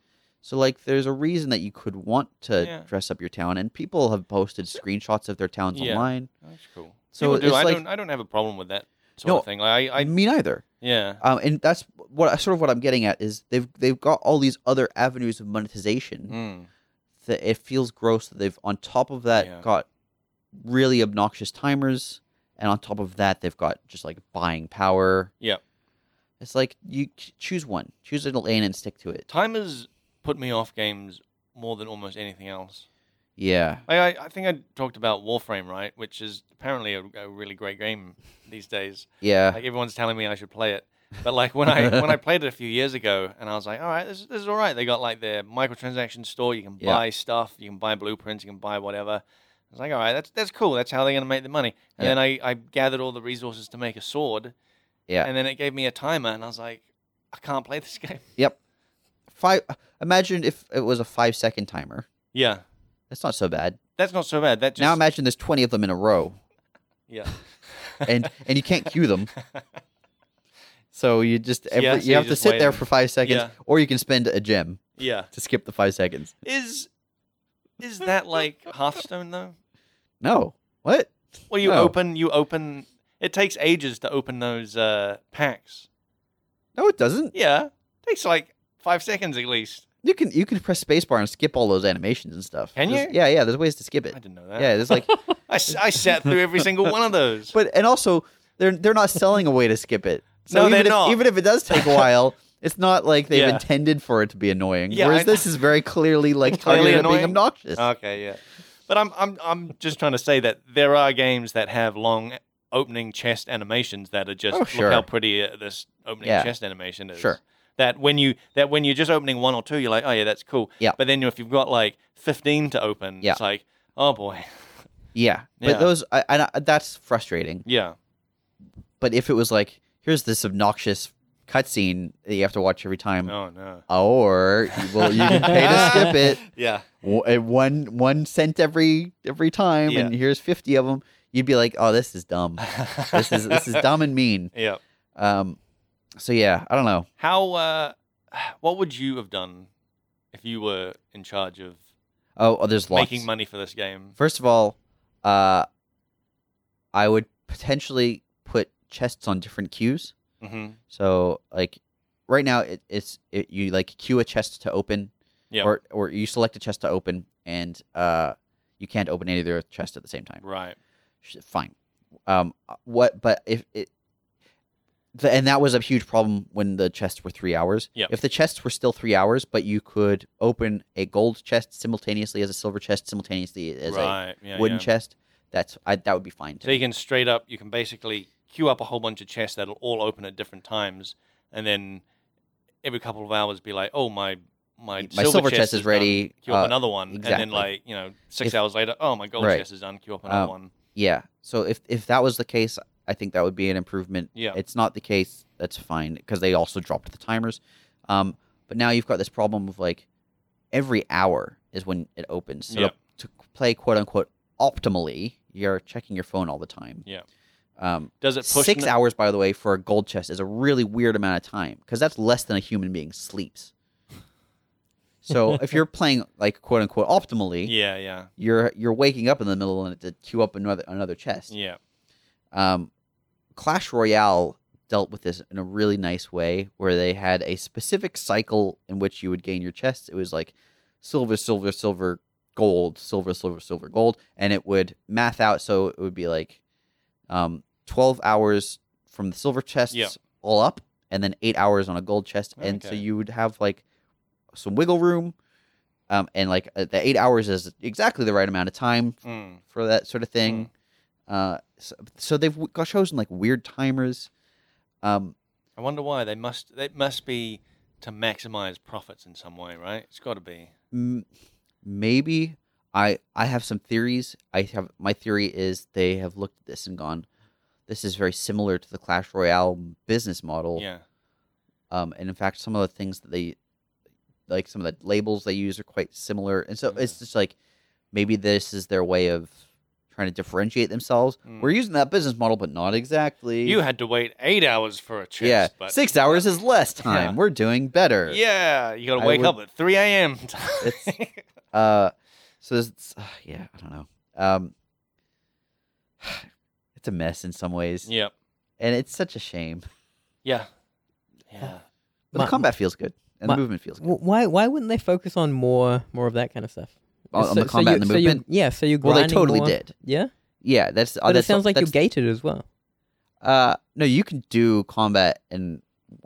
[SPEAKER 2] So like, there's a reason that you could want to
[SPEAKER 3] Yeah.
[SPEAKER 2] dress up your town, and people have posted screenshots of their towns
[SPEAKER 3] Yeah.
[SPEAKER 2] online.
[SPEAKER 3] That's cool.
[SPEAKER 2] So
[SPEAKER 3] People do.
[SPEAKER 2] it's
[SPEAKER 3] I
[SPEAKER 2] like-
[SPEAKER 3] don't. I don't have a problem with that sort
[SPEAKER 2] No, Mm.
[SPEAKER 3] of thing. Like, I, I.
[SPEAKER 2] Me neither.
[SPEAKER 3] Yeah.
[SPEAKER 2] Um, and that's what sort of what I'm getting at is they've they've got all these other avenues of monetization.
[SPEAKER 3] Mm.
[SPEAKER 2] that it feels gross that they've on top of that
[SPEAKER 3] Yeah.
[SPEAKER 2] got really obnoxious timers and on top of that they've got just like buying power
[SPEAKER 3] Yep.
[SPEAKER 2] it's like you ch- choose one choose a lane and stick to it
[SPEAKER 3] Timers put me off games more than almost anything else.
[SPEAKER 2] yeah
[SPEAKER 3] I, I, I think I talked about Warframe, right? Which is apparently a, a really great game these days.
[SPEAKER 2] yeah
[SPEAKER 3] Like everyone's telling me I should play it, but like when I when I played it a few years ago, and I was like, all right, this, this is all right. They got like their microtransaction store. You can
[SPEAKER 2] Yeah.
[SPEAKER 3] buy stuff. You can buy blueprints. You can buy whatever. I was like, all right, that's that's cool. That's how they're gonna make the money. And
[SPEAKER 2] Yeah.
[SPEAKER 3] then I, I gathered all the resources to make a sword.
[SPEAKER 2] Yeah.
[SPEAKER 3] And then it gave me a timer, and I was like, I can't play this game.
[SPEAKER 2] five imagine if it was a five second timer
[SPEAKER 3] Yeah.
[SPEAKER 2] that's not so bad
[SPEAKER 3] That's not so bad. That just
[SPEAKER 2] now imagine there's 20 of them in a row
[SPEAKER 3] yeah.
[SPEAKER 2] and and you can't queue them so you just every,
[SPEAKER 3] Yeah, so
[SPEAKER 2] you
[SPEAKER 3] you
[SPEAKER 2] have to
[SPEAKER 3] just
[SPEAKER 2] sit
[SPEAKER 3] wait
[SPEAKER 2] there
[SPEAKER 3] and-
[SPEAKER 2] for five seconds
[SPEAKER 3] Yeah.
[SPEAKER 2] or you can spend a gem
[SPEAKER 3] yeah.
[SPEAKER 2] to skip the five seconds
[SPEAKER 3] Is is that like Hearthstone though?
[SPEAKER 2] no what
[SPEAKER 3] Well, you
[SPEAKER 2] No.
[SPEAKER 3] open you open. It takes ages to open those uh, packs.
[SPEAKER 2] no it doesn't
[SPEAKER 3] Yeah, takes like five seconds at least.
[SPEAKER 2] You can you can press spacebar and skip all those animations and stuff.
[SPEAKER 3] Can
[SPEAKER 2] There's-
[SPEAKER 3] you?
[SPEAKER 2] Yeah, yeah. There's ways to skip
[SPEAKER 3] I
[SPEAKER 2] it.
[SPEAKER 3] didn't know that.
[SPEAKER 2] Yeah, there's like,
[SPEAKER 3] I, s- I sat through every single one of those.
[SPEAKER 2] but and also they're they're not selling a way to skip it. So
[SPEAKER 3] No,
[SPEAKER 2] even
[SPEAKER 3] they're
[SPEAKER 2] if,
[SPEAKER 3] not.
[SPEAKER 2] Even if it does take a while, it's not like they've
[SPEAKER 3] Yeah.
[SPEAKER 2] intended for it to be annoying.
[SPEAKER 3] Yeah,
[SPEAKER 2] whereas
[SPEAKER 3] I-
[SPEAKER 2] this is very clearly like
[SPEAKER 3] Clearly
[SPEAKER 2] targeted at being
[SPEAKER 3] annoying? Uh,
[SPEAKER 2] obnoxious.
[SPEAKER 3] okay, yeah. But I'm I'm I'm just trying to say that there are games that have long opening chest animations that are just
[SPEAKER 2] Oh, sure.
[SPEAKER 3] look how pretty uh, this opening
[SPEAKER 2] Yeah.
[SPEAKER 3] chest animation is.
[SPEAKER 2] Sure.
[SPEAKER 3] That when you that when you're just opening one or two, you're like, oh yeah, that's cool.
[SPEAKER 2] Yeah.
[SPEAKER 3] But then if you've got like 15 to open,
[SPEAKER 2] Yeah.
[SPEAKER 3] it's like, oh boy,
[SPEAKER 2] yeah, but
[SPEAKER 3] Yeah.
[SPEAKER 2] those I, and I, that's frustrating.
[SPEAKER 3] yeah,
[SPEAKER 2] But if it was like here's this obnoxious cutscene that you have to watch every time,
[SPEAKER 3] oh no,
[SPEAKER 2] or well, you can pay to skip it.
[SPEAKER 3] yeah,
[SPEAKER 2] w- uh, one one cent every every time,
[SPEAKER 3] Yeah.
[SPEAKER 2] and here's fifty of them. You'd be like, "Oh, this is dumb. This is this is dumb and mean."
[SPEAKER 3] yeah.
[SPEAKER 2] Um, so yeah, I don't know.
[SPEAKER 3] How uh, what would you have done if you were in charge of
[SPEAKER 2] Oh, oh there's lots.
[SPEAKER 3] making money for this game?
[SPEAKER 2] First of all, uh, I would potentially put chests on different queues.
[SPEAKER 3] Mm-hmm.
[SPEAKER 2] So like right now, it, it's it, you like queue a chest to open,
[SPEAKER 3] Yeah.
[SPEAKER 2] or or you select a chest to open, and uh, you can't open any of the chests at the same time.
[SPEAKER 3] Right.
[SPEAKER 2] Sh- fine. Um, what? But if it, the, and that was a huge problem when the chests were three hours.
[SPEAKER 3] Yep.
[SPEAKER 2] If the chests were still three hours, but you could open a gold chest simultaneously as a silver chest simultaneously as
[SPEAKER 3] right.
[SPEAKER 2] a
[SPEAKER 3] Yeah,
[SPEAKER 2] wooden
[SPEAKER 3] yeah.
[SPEAKER 2] chest, that's I, that would be fine too.
[SPEAKER 3] So you can straight up, you can basically queue up a whole bunch of chests that'll all open at different times, and then every couple of hours be like, oh my. My,
[SPEAKER 2] My silver chest is
[SPEAKER 3] done.
[SPEAKER 2] ready,
[SPEAKER 3] Queue up
[SPEAKER 2] uh,
[SPEAKER 3] another one, and
[SPEAKER 2] exactly.
[SPEAKER 3] then like you know, six
[SPEAKER 2] If-
[SPEAKER 3] hours later, oh my gold
[SPEAKER 2] Right.
[SPEAKER 3] chest is done. Queue up another
[SPEAKER 2] Um,
[SPEAKER 3] one.
[SPEAKER 2] yeah. So if if that was the case, I think that would be an improvement.
[SPEAKER 3] Yeah.
[SPEAKER 2] It's not the case. That's fine because they also dropped the timers. Um, but now you've got this problem of like every hour is when it opens. So to-
[SPEAKER 3] Yep.
[SPEAKER 2] to, play quote unquote optimally, you're checking your phone all the time.
[SPEAKER 3] Yeah.
[SPEAKER 2] Um,
[SPEAKER 3] Does it push
[SPEAKER 2] six
[SPEAKER 3] n-
[SPEAKER 2] hours, by the way, for a gold chest is a really weird amount of time because that's less than a human being sleeps. So if you're playing like quote unquote optimally,
[SPEAKER 3] Yeah, yeah,
[SPEAKER 2] you're you're waking up in the middle of it to queue up another another chest.
[SPEAKER 3] yeah.
[SPEAKER 2] Um, Clash Royale dealt with this in a really nice way, where they had a specific cycle in which you would gain your chests. It was like silver, silver, silver, gold, silver, silver, silver, gold, and it would math out. So it would be like um, twelve hours from the silver chests
[SPEAKER 3] Yeah.
[SPEAKER 2] all up, and then eight hours on a gold chest, and so
[SPEAKER 3] Okay.
[SPEAKER 2] you would have like some wiggle room, um, and like uh, the eight hours is exactly the right amount of time
[SPEAKER 3] Mm.
[SPEAKER 2] for that sort of thing. Uh, so, so they've w- got chosen like weird timers. Um,
[SPEAKER 3] I wonder why they must. It must be to maximize profits in some way, right? It's got to be.
[SPEAKER 2] m- maybe I I have some theories. I have my theory is they have looked at this and gone, this is very similar to the Clash Royale business model.
[SPEAKER 3] Yeah.
[SPEAKER 2] Um, and in fact, some of the things that they like, some of the labels they use are quite similar. And so
[SPEAKER 3] Mm.
[SPEAKER 2] it's just like maybe this is their way of trying to differentiate themselves.
[SPEAKER 3] Mm.
[SPEAKER 2] We're using that business model, but not exactly.
[SPEAKER 3] You had to wait eight hours for a chest.
[SPEAKER 2] yeah,
[SPEAKER 3] but
[SPEAKER 2] six hours is less time.
[SPEAKER 3] Yeah.
[SPEAKER 2] We're doing better.
[SPEAKER 3] Yeah, you got
[SPEAKER 2] I
[SPEAKER 3] to wake
[SPEAKER 2] would-
[SPEAKER 3] up at three a.m.
[SPEAKER 2] It's- Uh, so there's, uh, yeah, I don't know. Um, it's a mess in some ways,
[SPEAKER 3] yep.
[SPEAKER 2] and it's such a shame.
[SPEAKER 3] Yeah. Yeah.
[SPEAKER 2] But
[SPEAKER 1] My-
[SPEAKER 2] the combat feels good, and
[SPEAKER 1] my-
[SPEAKER 2] the movement feels good.
[SPEAKER 1] W- Why why wouldn't they focus on more more of that kind of stuff?
[SPEAKER 2] On- on the combat and the
[SPEAKER 1] you're-
[SPEAKER 2] movement?
[SPEAKER 1] yeah, so you're
[SPEAKER 2] well, they
[SPEAKER 1] grinding
[SPEAKER 2] totally
[SPEAKER 1] more-
[SPEAKER 2] did.
[SPEAKER 1] Yeah,
[SPEAKER 2] Yeah, that's. uh,
[SPEAKER 1] but it
[SPEAKER 2] that's-
[SPEAKER 1] sounds like you're
[SPEAKER 2] that's-
[SPEAKER 1] gated as well.
[SPEAKER 2] Uh, no, you can do combat and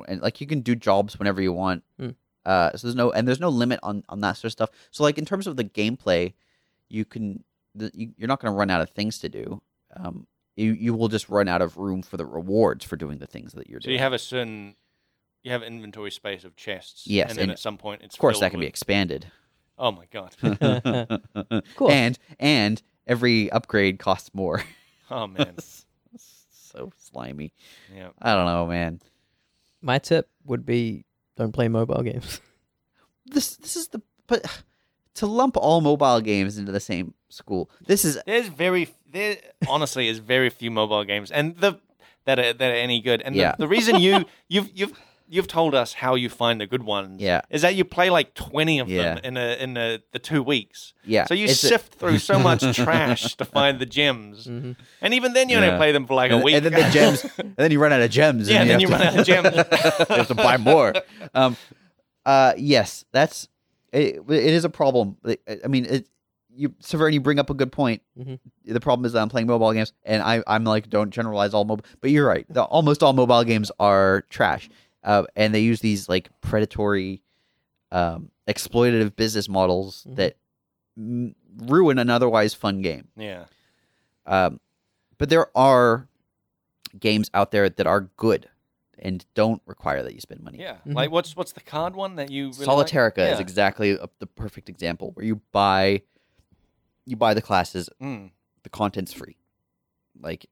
[SPEAKER 2] and like you can do jobs whenever you want.
[SPEAKER 1] Mm.
[SPEAKER 2] Uh, so there's no and there's no limit on on that sort of stuff. So like in terms of the gameplay, you can the, you, you're not going to run out of things to do. Um, you you will just run out of room for the rewards for doing the things that you're
[SPEAKER 3] So
[SPEAKER 2] doing.
[SPEAKER 3] you have a certain, you have inventory space of chests.
[SPEAKER 2] Yes,
[SPEAKER 3] And then
[SPEAKER 2] and
[SPEAKER 3] at some point, it's
[SPEAKER 2] of course,
[SPEAKER 3] filled
[SPEAKER 2] that can be
[SPEAKER 3] with-
[SPEAKER 2] expanded.
[SPEAKER 3] Oh my god.
[SPEAKER 1] Cool.
[SPEAKER 2] And and every upgrade costs more.
[SPEAKER 3] Oh man.
[SPEAKER 2] so slimy.
[SPEAKER 3] yeah.
[SPEAKER 2] I don't know, man.
[SPEAKER 1] My tip would be don't play mobile games.
[SPEAKER 2] This this is the but to lump all mobile games into the same school. This is
[SPEAKER 3] There's very there honestly is very few mobile games and the that are that are any good. And
[SPEAKER 2] Yeah.
[SPEAKER 3] the, the reason you you've you've you've told us how you find the good ones.
[SPEAKER 2] Yeah.
[SPEAKER 3] Is that you play like twenty of
[SPEAKER 2] Yeah.
[SPEAKER 3] them in a in a, the two weeks.
[SPEAKER 2] yeah.
[SPEAKER 3] So you
[SPEAKER 2] it's a-
[SPEAKER 3] sift through so much trash to find the gems,
[SPEAKER 1] Mhm.
[SPEAKER 3] and even then you
[SPEAKER 2] Yeah.
[SPEAKER 3] only play them for like
[SPEAKER 2] Mm-hmm. and,
[SPEAKER 3] a week.
[SPEAKER 2] and then the gems, and then you run out of gems.
[SPEAKER 3] Yeah,
[SPEAKER 2] and
[SPEAKER 3] then you
[SPEAKER 2] have
[SPEAKER 3] run out of gems.
[SPEAKER 2] you have to buy more. Um, uh, yes, that's it. It is a problem. Like, I I mean, it, you, Severn, you bring up a good point.
[SPEAKER 1] Mhm.
[SPEAKER 2] The problem is that I'm playing mobile games, and I, I'm like, don't generalize all mobile. But you're right. The, almost all mobile games are trash, uh, and they use these like predatory, um, exploitative business models
[SPEAKER 1] Mhm.
[SPEAKER 2] that mm, ruin an otherwise fun game.
[SPEAKER 3] yeah.
[SPEAKER 2] Um, but there are games out there that are good and don't require that you spend money.
[SPEAKER 3] Yeah.
[SPEAKER 1] Mhm.
[SPEAKER 3] Like what's what's the card one that you really like?
[SPEAKER 2] Mm-hmm. Solitarica is
[SPEAKER 3] Yeah.
[SPEAKER 2] exactly a, the perfect example where you buy you buy the classes,
[SPEAKER 3] Mm,
[SPEAKER 2] the content's free. Like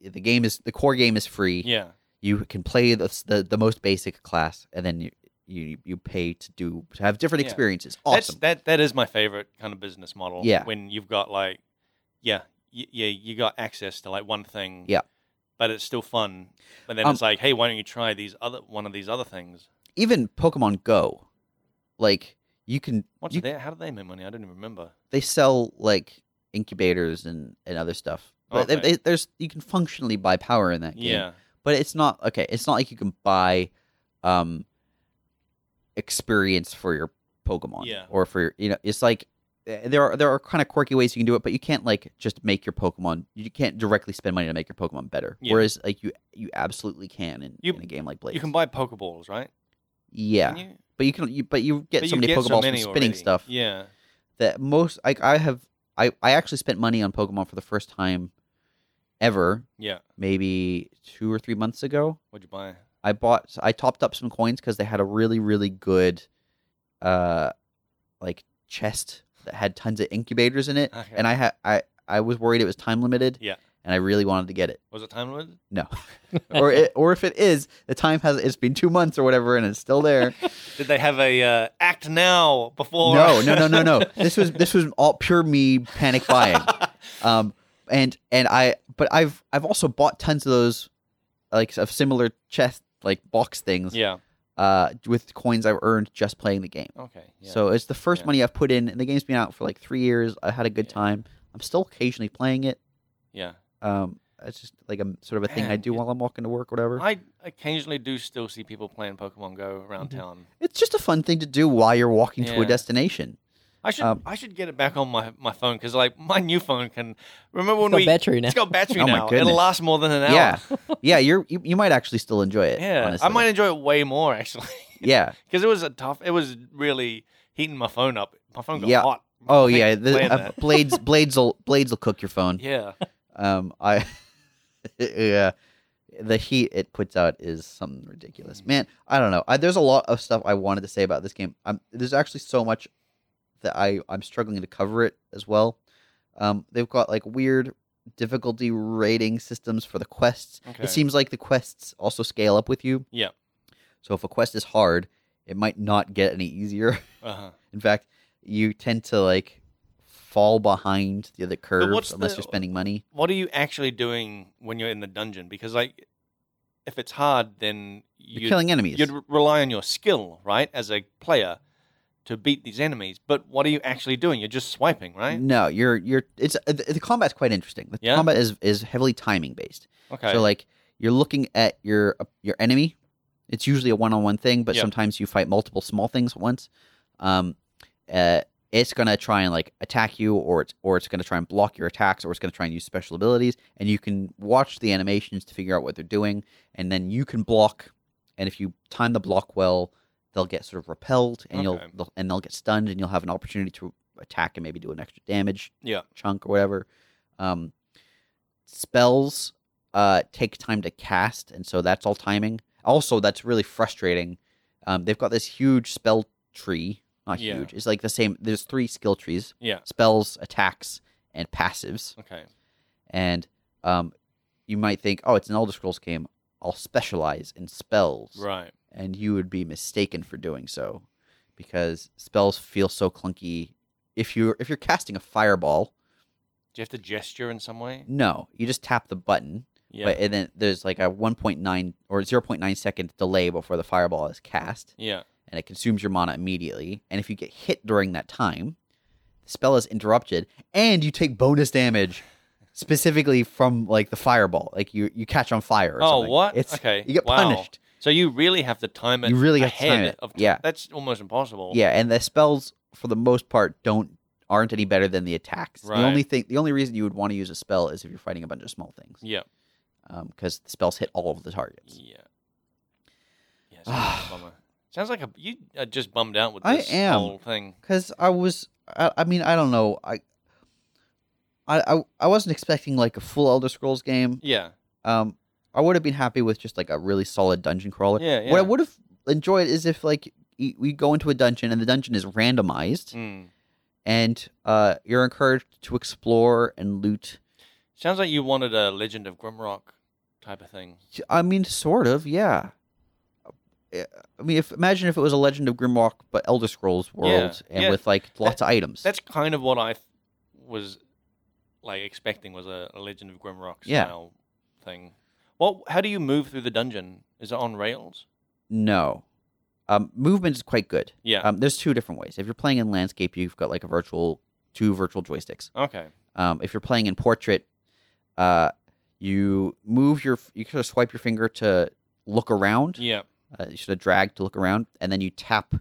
[SPEAKER 2] the game is the core game is free.
[SPEAKER 3] yeah.
[SPEAKER 2] You can play the, s- the the most basic class and then you you, you pay to do to have different
[SPEAKER 3] Yeah.
[SPEAKER 2] experiences.
[SPEAKER 3] That's
[SPEAKER 2] Awesome.
[SPEAKER 3] that that is my favorite kind of business model.
[SPEAKER 2] Yeah.
[SPEAKER 3] When you've got like, yeah, y- yeah, you got access to like one thing.
[SPEAKER 2] Yeah.
[SPEAKER 3] But it's still fun. But then
[SPEAKER 2] Um,
[SPEAKER 3] it's like, hey, why don't you try these other one of these other things?
[SPEAKER 2] Even Pokemon Go, like you can
[SPEAKER 3] What's
[SPEAKER 2] you
[SPEAKER 3] there? How do they make money? I don't even remember.
[SPEAKER 2] they sell like incubators and, and other stuff. But they-
[SPEAKER 3] Okay.
[SPEAKER 2] they- there's you can functionally buy power in that game.
[SPEAKER 3] Yeah.
[SPEAKER 2] But it's not okay. It's not like you can buy um experience for your Pokemon.
[SPEAKER 3] Yeah.
[SPEAKER 2] Or for your you know, it's like eh, there are there are kind of quirky ways you can do it, but you can't like just make your Pokemon. You can't directly spend money to make your Pokemon better.
[SPEAKER 3] Yeah.
[SPEAKER 2] Whereas like you you absolutely can in,
[SPEAKER 3] You-
[SPEAKER 2] in a game like Blaze.
[SPEAKER 3] You can buy Pokeballs, right?
[SPEAKER 2] yeah,
[SPEAKER 3] Can you?
[SPEAKER 2] but you can you, but you get
[SPEAKER 3] But
[SPEAKER 2] so
[SPEAKER 3] you
[SPEAKER 2] many
[SPEAKER 3] get
[SPEAKER 2] Pokeballs from
[SPEAKER 3] so many
[SPEAKER 2] spinning
[SPEAKER 3] already.
[SPEAKER 2] stuff
[SPEAKER 3] Yeah.
[SPEAKER 2] that most like I have I I actually spent money on Pokemon for the first time ever,
[SPEAKER 3] Yeah.
[SPEAKER 2] maybe 2 or 3 months ago.
[SPEAKER 3] What'd you buy?
[SPEAKER 2] I bought I topped up some coins cuz they had a really really good uh like chest that had tons of incubators in it
[SPEAKER 3] Okay.
[SPEAKER 2] and I had I I was worried it was time limited.
[SPEAKER 3] Yeah.
[SPEAKER 2] And I really wanted to get it.
[SPEAKER 3] Was it time limited?
[SPEAKER 2] No. or it, or if it is, the time has it's been 2 months or whatever and it's still there.
[SPEAKER 3] Did they have a uh, act now before?
[SPEAKER 2] No, no, no, no, no. This was this was all pure me panic buying. Um, and and I, but I've I've also bought tons of those, like of similar chest like box things,
[SPEAKER 3] yeah.
[SPEAKER 2] uh, with coins I've earned just playing the game.
[SPEAKER 3] Okay. Yeah.
[SPEAKER 2] So it's the first
[SPEAKER 3] Yeah.
[SPEAKER 2] money I've put in, and the game's been out for like three years. I had a good
[SPEAKER 3] Yeah.
[SPEAKER 2] time. I'm still occasionally playing it.
[SPEAKER 3] yeah.
[SPEAKER 2] Um, it's just like a sort of a thing I
[SPEAKER 3] Man,
[SPEAKER 2] do
[SPEAKER 3] it-
[SPEAKER 2] while I'm walking to work, or whatever.
[SPEAKER 3] I occasionally do still see
[SPEAKER 2] Mm-hmm.
[SPEAKER 3] people playing Pokemon Go around
[SPEAKER 1] Mhm.
[SPEAKER 3] town.
[SPEAKER 2] It's just a fun thing to do while you're walking to a
[SPEAKER 3] Yeah.
[SPEAKER 2] destination.
[SPEAKER 3] I should
[SPEAKER 2] Um,
[SPEAKER 3] I should get it back on my, my phone because like my new phone can remember when
[SPEAKER 1] got
[SPEAKER 3] we
[SPEAKER 1] battery now.
[SPEAKER 3] it's got battery
[SPEAKER 2] Oh my
[SPEAKER 3] now. It'll
[SPEAKER 2] goodness.
[SPEAKER 3] last more than an hour.
[SPEAKER 2] Yeah, yeah. You're you, you might actually still enjoy it.
[SPEAKER 3] Yeah,
[SPEAKER 2] honestly.
[SPEAKER 3] I might enjoy it way more actually
[SPEAKER 2] Yeah.
[SPEAKER 3] because it was a tough. It was really heating my phone up. My phone got
[SPEAKER 2] Yeah.
[SPEAKER 3] hot.
[SPEAKER 2] Oh
[SPEAKER 3] Thanks
[SPEAKER 2] yeah.
[SPEAKER 3] for
[SPEAKER 2] The,
[SPEAKER 3] playing
[SPEAKER 2] uh,
[SPEAKER 3] that.
[SPEAKER 2] blades blades will blades will cook your phone.
[SPEAKER 3] yeah,
[SPEAKER 2] Um, I yeah. The heat it puts out is something ridiculous, man. I don't know. I, there's a lot of stuff I wanted to say about this game. i there's actually so much that I I'm struggling to cover it as well. Um, they've got like weird difficulty rating systems for the quests.
[SPEAKER 3] okay.
[SPEAKER 2] It seems like the quests also scale up with you.
[SPEAKER 3] Yeah.
[SPEAKER 2] So if a quest is hard, it might not get any easier.
[SPEAKER 3] uh-huh.
[SPEAKER 2] In fact, you tend to like fall behind the other
[SPEAKER 3] what's
[SPEAKER 2] curves unless
[SPEAKER 3] the-
[SPEAKER 2] you're spending money.
[SPEAKER 3] What are you actually doing when you're in the dungeon? Because like, if it's hard, then
[SPEAKER 2] You're
[SPEAKER 3] you
[SPEAKER 2] killing enemies.
[SPEAKER 3] you'd re- rely on your skill, right, as a player, to beat these enemies. But what are you actually doing? You're just swiping, right?
[SPEAKER 2] No, you're you're it's uh, the, the combat's quite interesting. The
[SPEAKER 3] Yeah?
[SPEAKER 2] combat is is heavily timing based.
[SPEAKER 3] Okay.
[SPEAKER 2] So like you're looking at your uh, your enemy. It's usually a one on one thing, but
[SPEAKER 3] Yeah.
[SPEAKER 2] sometimes you fight multiple small things at once. Um, uh, it's gonna try and like attack you, or it's or it's gonna try and block your attacks, or it's gonna try and use special abilities, and you can watch the animations to figure out what they're doing, and then you can block. And if you time the block well, they'll get sort of repelled, and you'll
[SPEAKER 3] Okay.
[SPEAKER 2] they'll, and they'll get stunned, and you'll have an opportunity to attack and maybe do an extra damage
[SPEAKER 3] Yeah.
[SPEAKER 2] chunk or whatever. Um, spells uh, take time to cast, and so that's all timing. Also, that's really frustrating. Um, they've got this huge spell tree. Not
[SPEAKER 3] Yeah.
[SPEAKER 2] huge. It's like the same. There's three skill trees:
[SPEAKER 3] yeah.
[SPEAKER 2] spells, attacks, and passives.
[SPEAKER 3] Okay.
[SPEAKER 2] And um, you might think, "Oh, it's an Elder Scrolls game. I'll specialize in spells."
[SPEAKER 3] Right.
[SPEAKER 2] and you would be mistaken for doing so because spells feel so clunky if you are if you're casting a fireball
[SPEAKER 3] Do you have to gesture in some way?
[SPEAKER 2] no you just tap the button
[SPEAKER 3] Yeah.
[SPEAKER 2] but and then there's like a 1.9 or 0.9 second delay before the fireball is cast
[SPEAKER 3] yeah.
[SPEAKER 2] and it consumes your mana immediately and if you get hit during that time the spell is interrupted and you take bonus damage specifically from like the fireball like you you catch on fire or
[SPEAKER 3] Oh,
[SPEAKER 2] something.
[SPEAKER 3] what?
[SPEAKER 2] it's
[SPEAKER 3] Okay.
[SPEAKER 2] you get
[SPEAKER 3] Wow.
[SPEAKER 2] punished
[SPEAKER 3] So you really have to time it.
[SPEAKER 2] You really have to
[SPEAKER 3] ahead
[SPEAKER 2] time it.
[SPEAKER 3] Of
[SPEAKER 2] Yeah.
[SPEAKER 3] That's almost impossible.
[SPEAKER 2] Yeah, and the spells for the most part don't aren't any better than the attacks.
[SPEAKER 3] Right.
[SPEAKER 2] The only thing, the only reason you would want to use a spell is if you're fighting a bunch of small things,
[SPEAKER 3] Yeah.
[SPEAKER 2] because the spells hit all of the targets.
[SPEAKER 3] Yeah. Yeah. Sounds like a bummer. Sounds like a you are just bummed out with
[SPEAKER 2] I
[SPEAKER 3] this
[SPEAKER 2] am.
[SPEAKER 3] whole thing.
[SPEAKER 2] Because I was, I, I mean, I don't know, I, I, I, I wasn't expecting like a full Elder Scrolls game.
[SPEAKER 3] Yeah.
[SPEAKER 2] Um, I would have been happy with just like a really solid dungeon crawler.
[SPEAKER 3] Yeah. Yeah.
[SPEAKER 2] What I would have enjoyed is if like y- we go into a dungeon and the dungeon is randomized
[SPEAKER 3] Mm.
[SPEAKER 2] and uh, you're encouraged to explore and loot
[SPEAKER 3] Sounds like you wanted a Legend of Grimrock type of thing.
[SPEAKER 2] J- I mean, sort of, yeah. Uh, I mean, if imagine if it was a Legend of Grimrock, but Elder Scrolls world, and
[SPEAKER 3] yeah.
[SPEAKER 2] with like lots of items.
[SPEAKER 3] That's kind of what I th- was like expecting was a, a Legend of Grimrock
[SPEAKER 2] Yeah.
[SPEAKER 3] style thing. Well, how do you move through the dungeon? Is it on rails?
[SPEAKER 2] no, um, movement is quite good.
[SPEAKER 3] Yeah.
[SPEAKER 2] Um, there's two different ways. If you're playing in landscape, you've got like a virtual two virtual joysticks.
[SPEAKER 3] okay.
[SPEAKER 2] Um, if you're playing in portrait, uh, you move your you sort of swipe your finger to look around.
[SPEAKER 3] Yeah.
[SPEAKER 2] Uh, you sort of drag to look around, and then you tap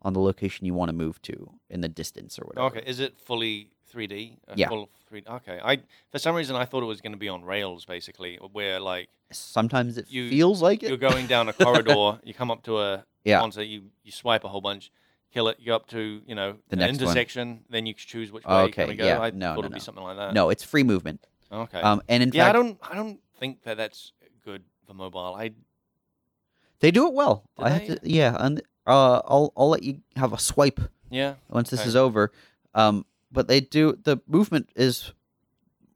[SPEAKER 2] on the location you want to move to in the distance or whatever.
[SPEAKER 3] Okay. Is it fully 3D? A
[SPEAKER 2] Yeah.
[SPEAKER 3] Full 3D? Okay. I for some reason I thought it was going to be on rails basically, uh, where like
[SPEAKER 2] Sometimes it
[SPEAKER 3] You-
[SPEAKER 2] feels like it.
[SPEAKER 3] you're going down a corridor, you come up to a
[SPEAKER 2] Yeah.
[SPEAKER 3] monster, you you swipe a whole bunch, kill it, you go up to you know
[SPEAKER 2] The
[SPEAKER 3] an
[SPEAKER 2] next one.
[SPEAKER 3] intersection, then you choose which way
[SPEAKER 2] Okay,
[SPEAKER 3] you're going to go.
[SPEAKER 2] yeah.
[SPEAKER 3] I
[SPEAKER 2] No,
[SPEAKER 3] thought
[SPEAKER 2] no,
[SPEAKER 3] it'd
[SPEAKER 2] no.
[SPEAKER 3] be something like that.
[SPEAKER 2] No, it's free movement.
[SPEAKER 3] Okay.
[SPEAKER 2] Um, and in
[SPEAKER 3] yeah,
[SPEAKER 2] fact,
[SPEAKER 3] I don't I don't think that that's good for mobile. I
[SPEAKER 2] they do it well.
[SPEAKER 3] Do
[SPEAKER 2] I have
[SPEAKER 3] they?
[SPEAKER 2] to, yeah, and uh, I'll I'll let you have a swipe
[SPEAKER 3] yeah.
[SPEAKER 2] once this
[SPEAKER 3] Okay.
[SPEAKER 2] is over. Um, but they do the movement is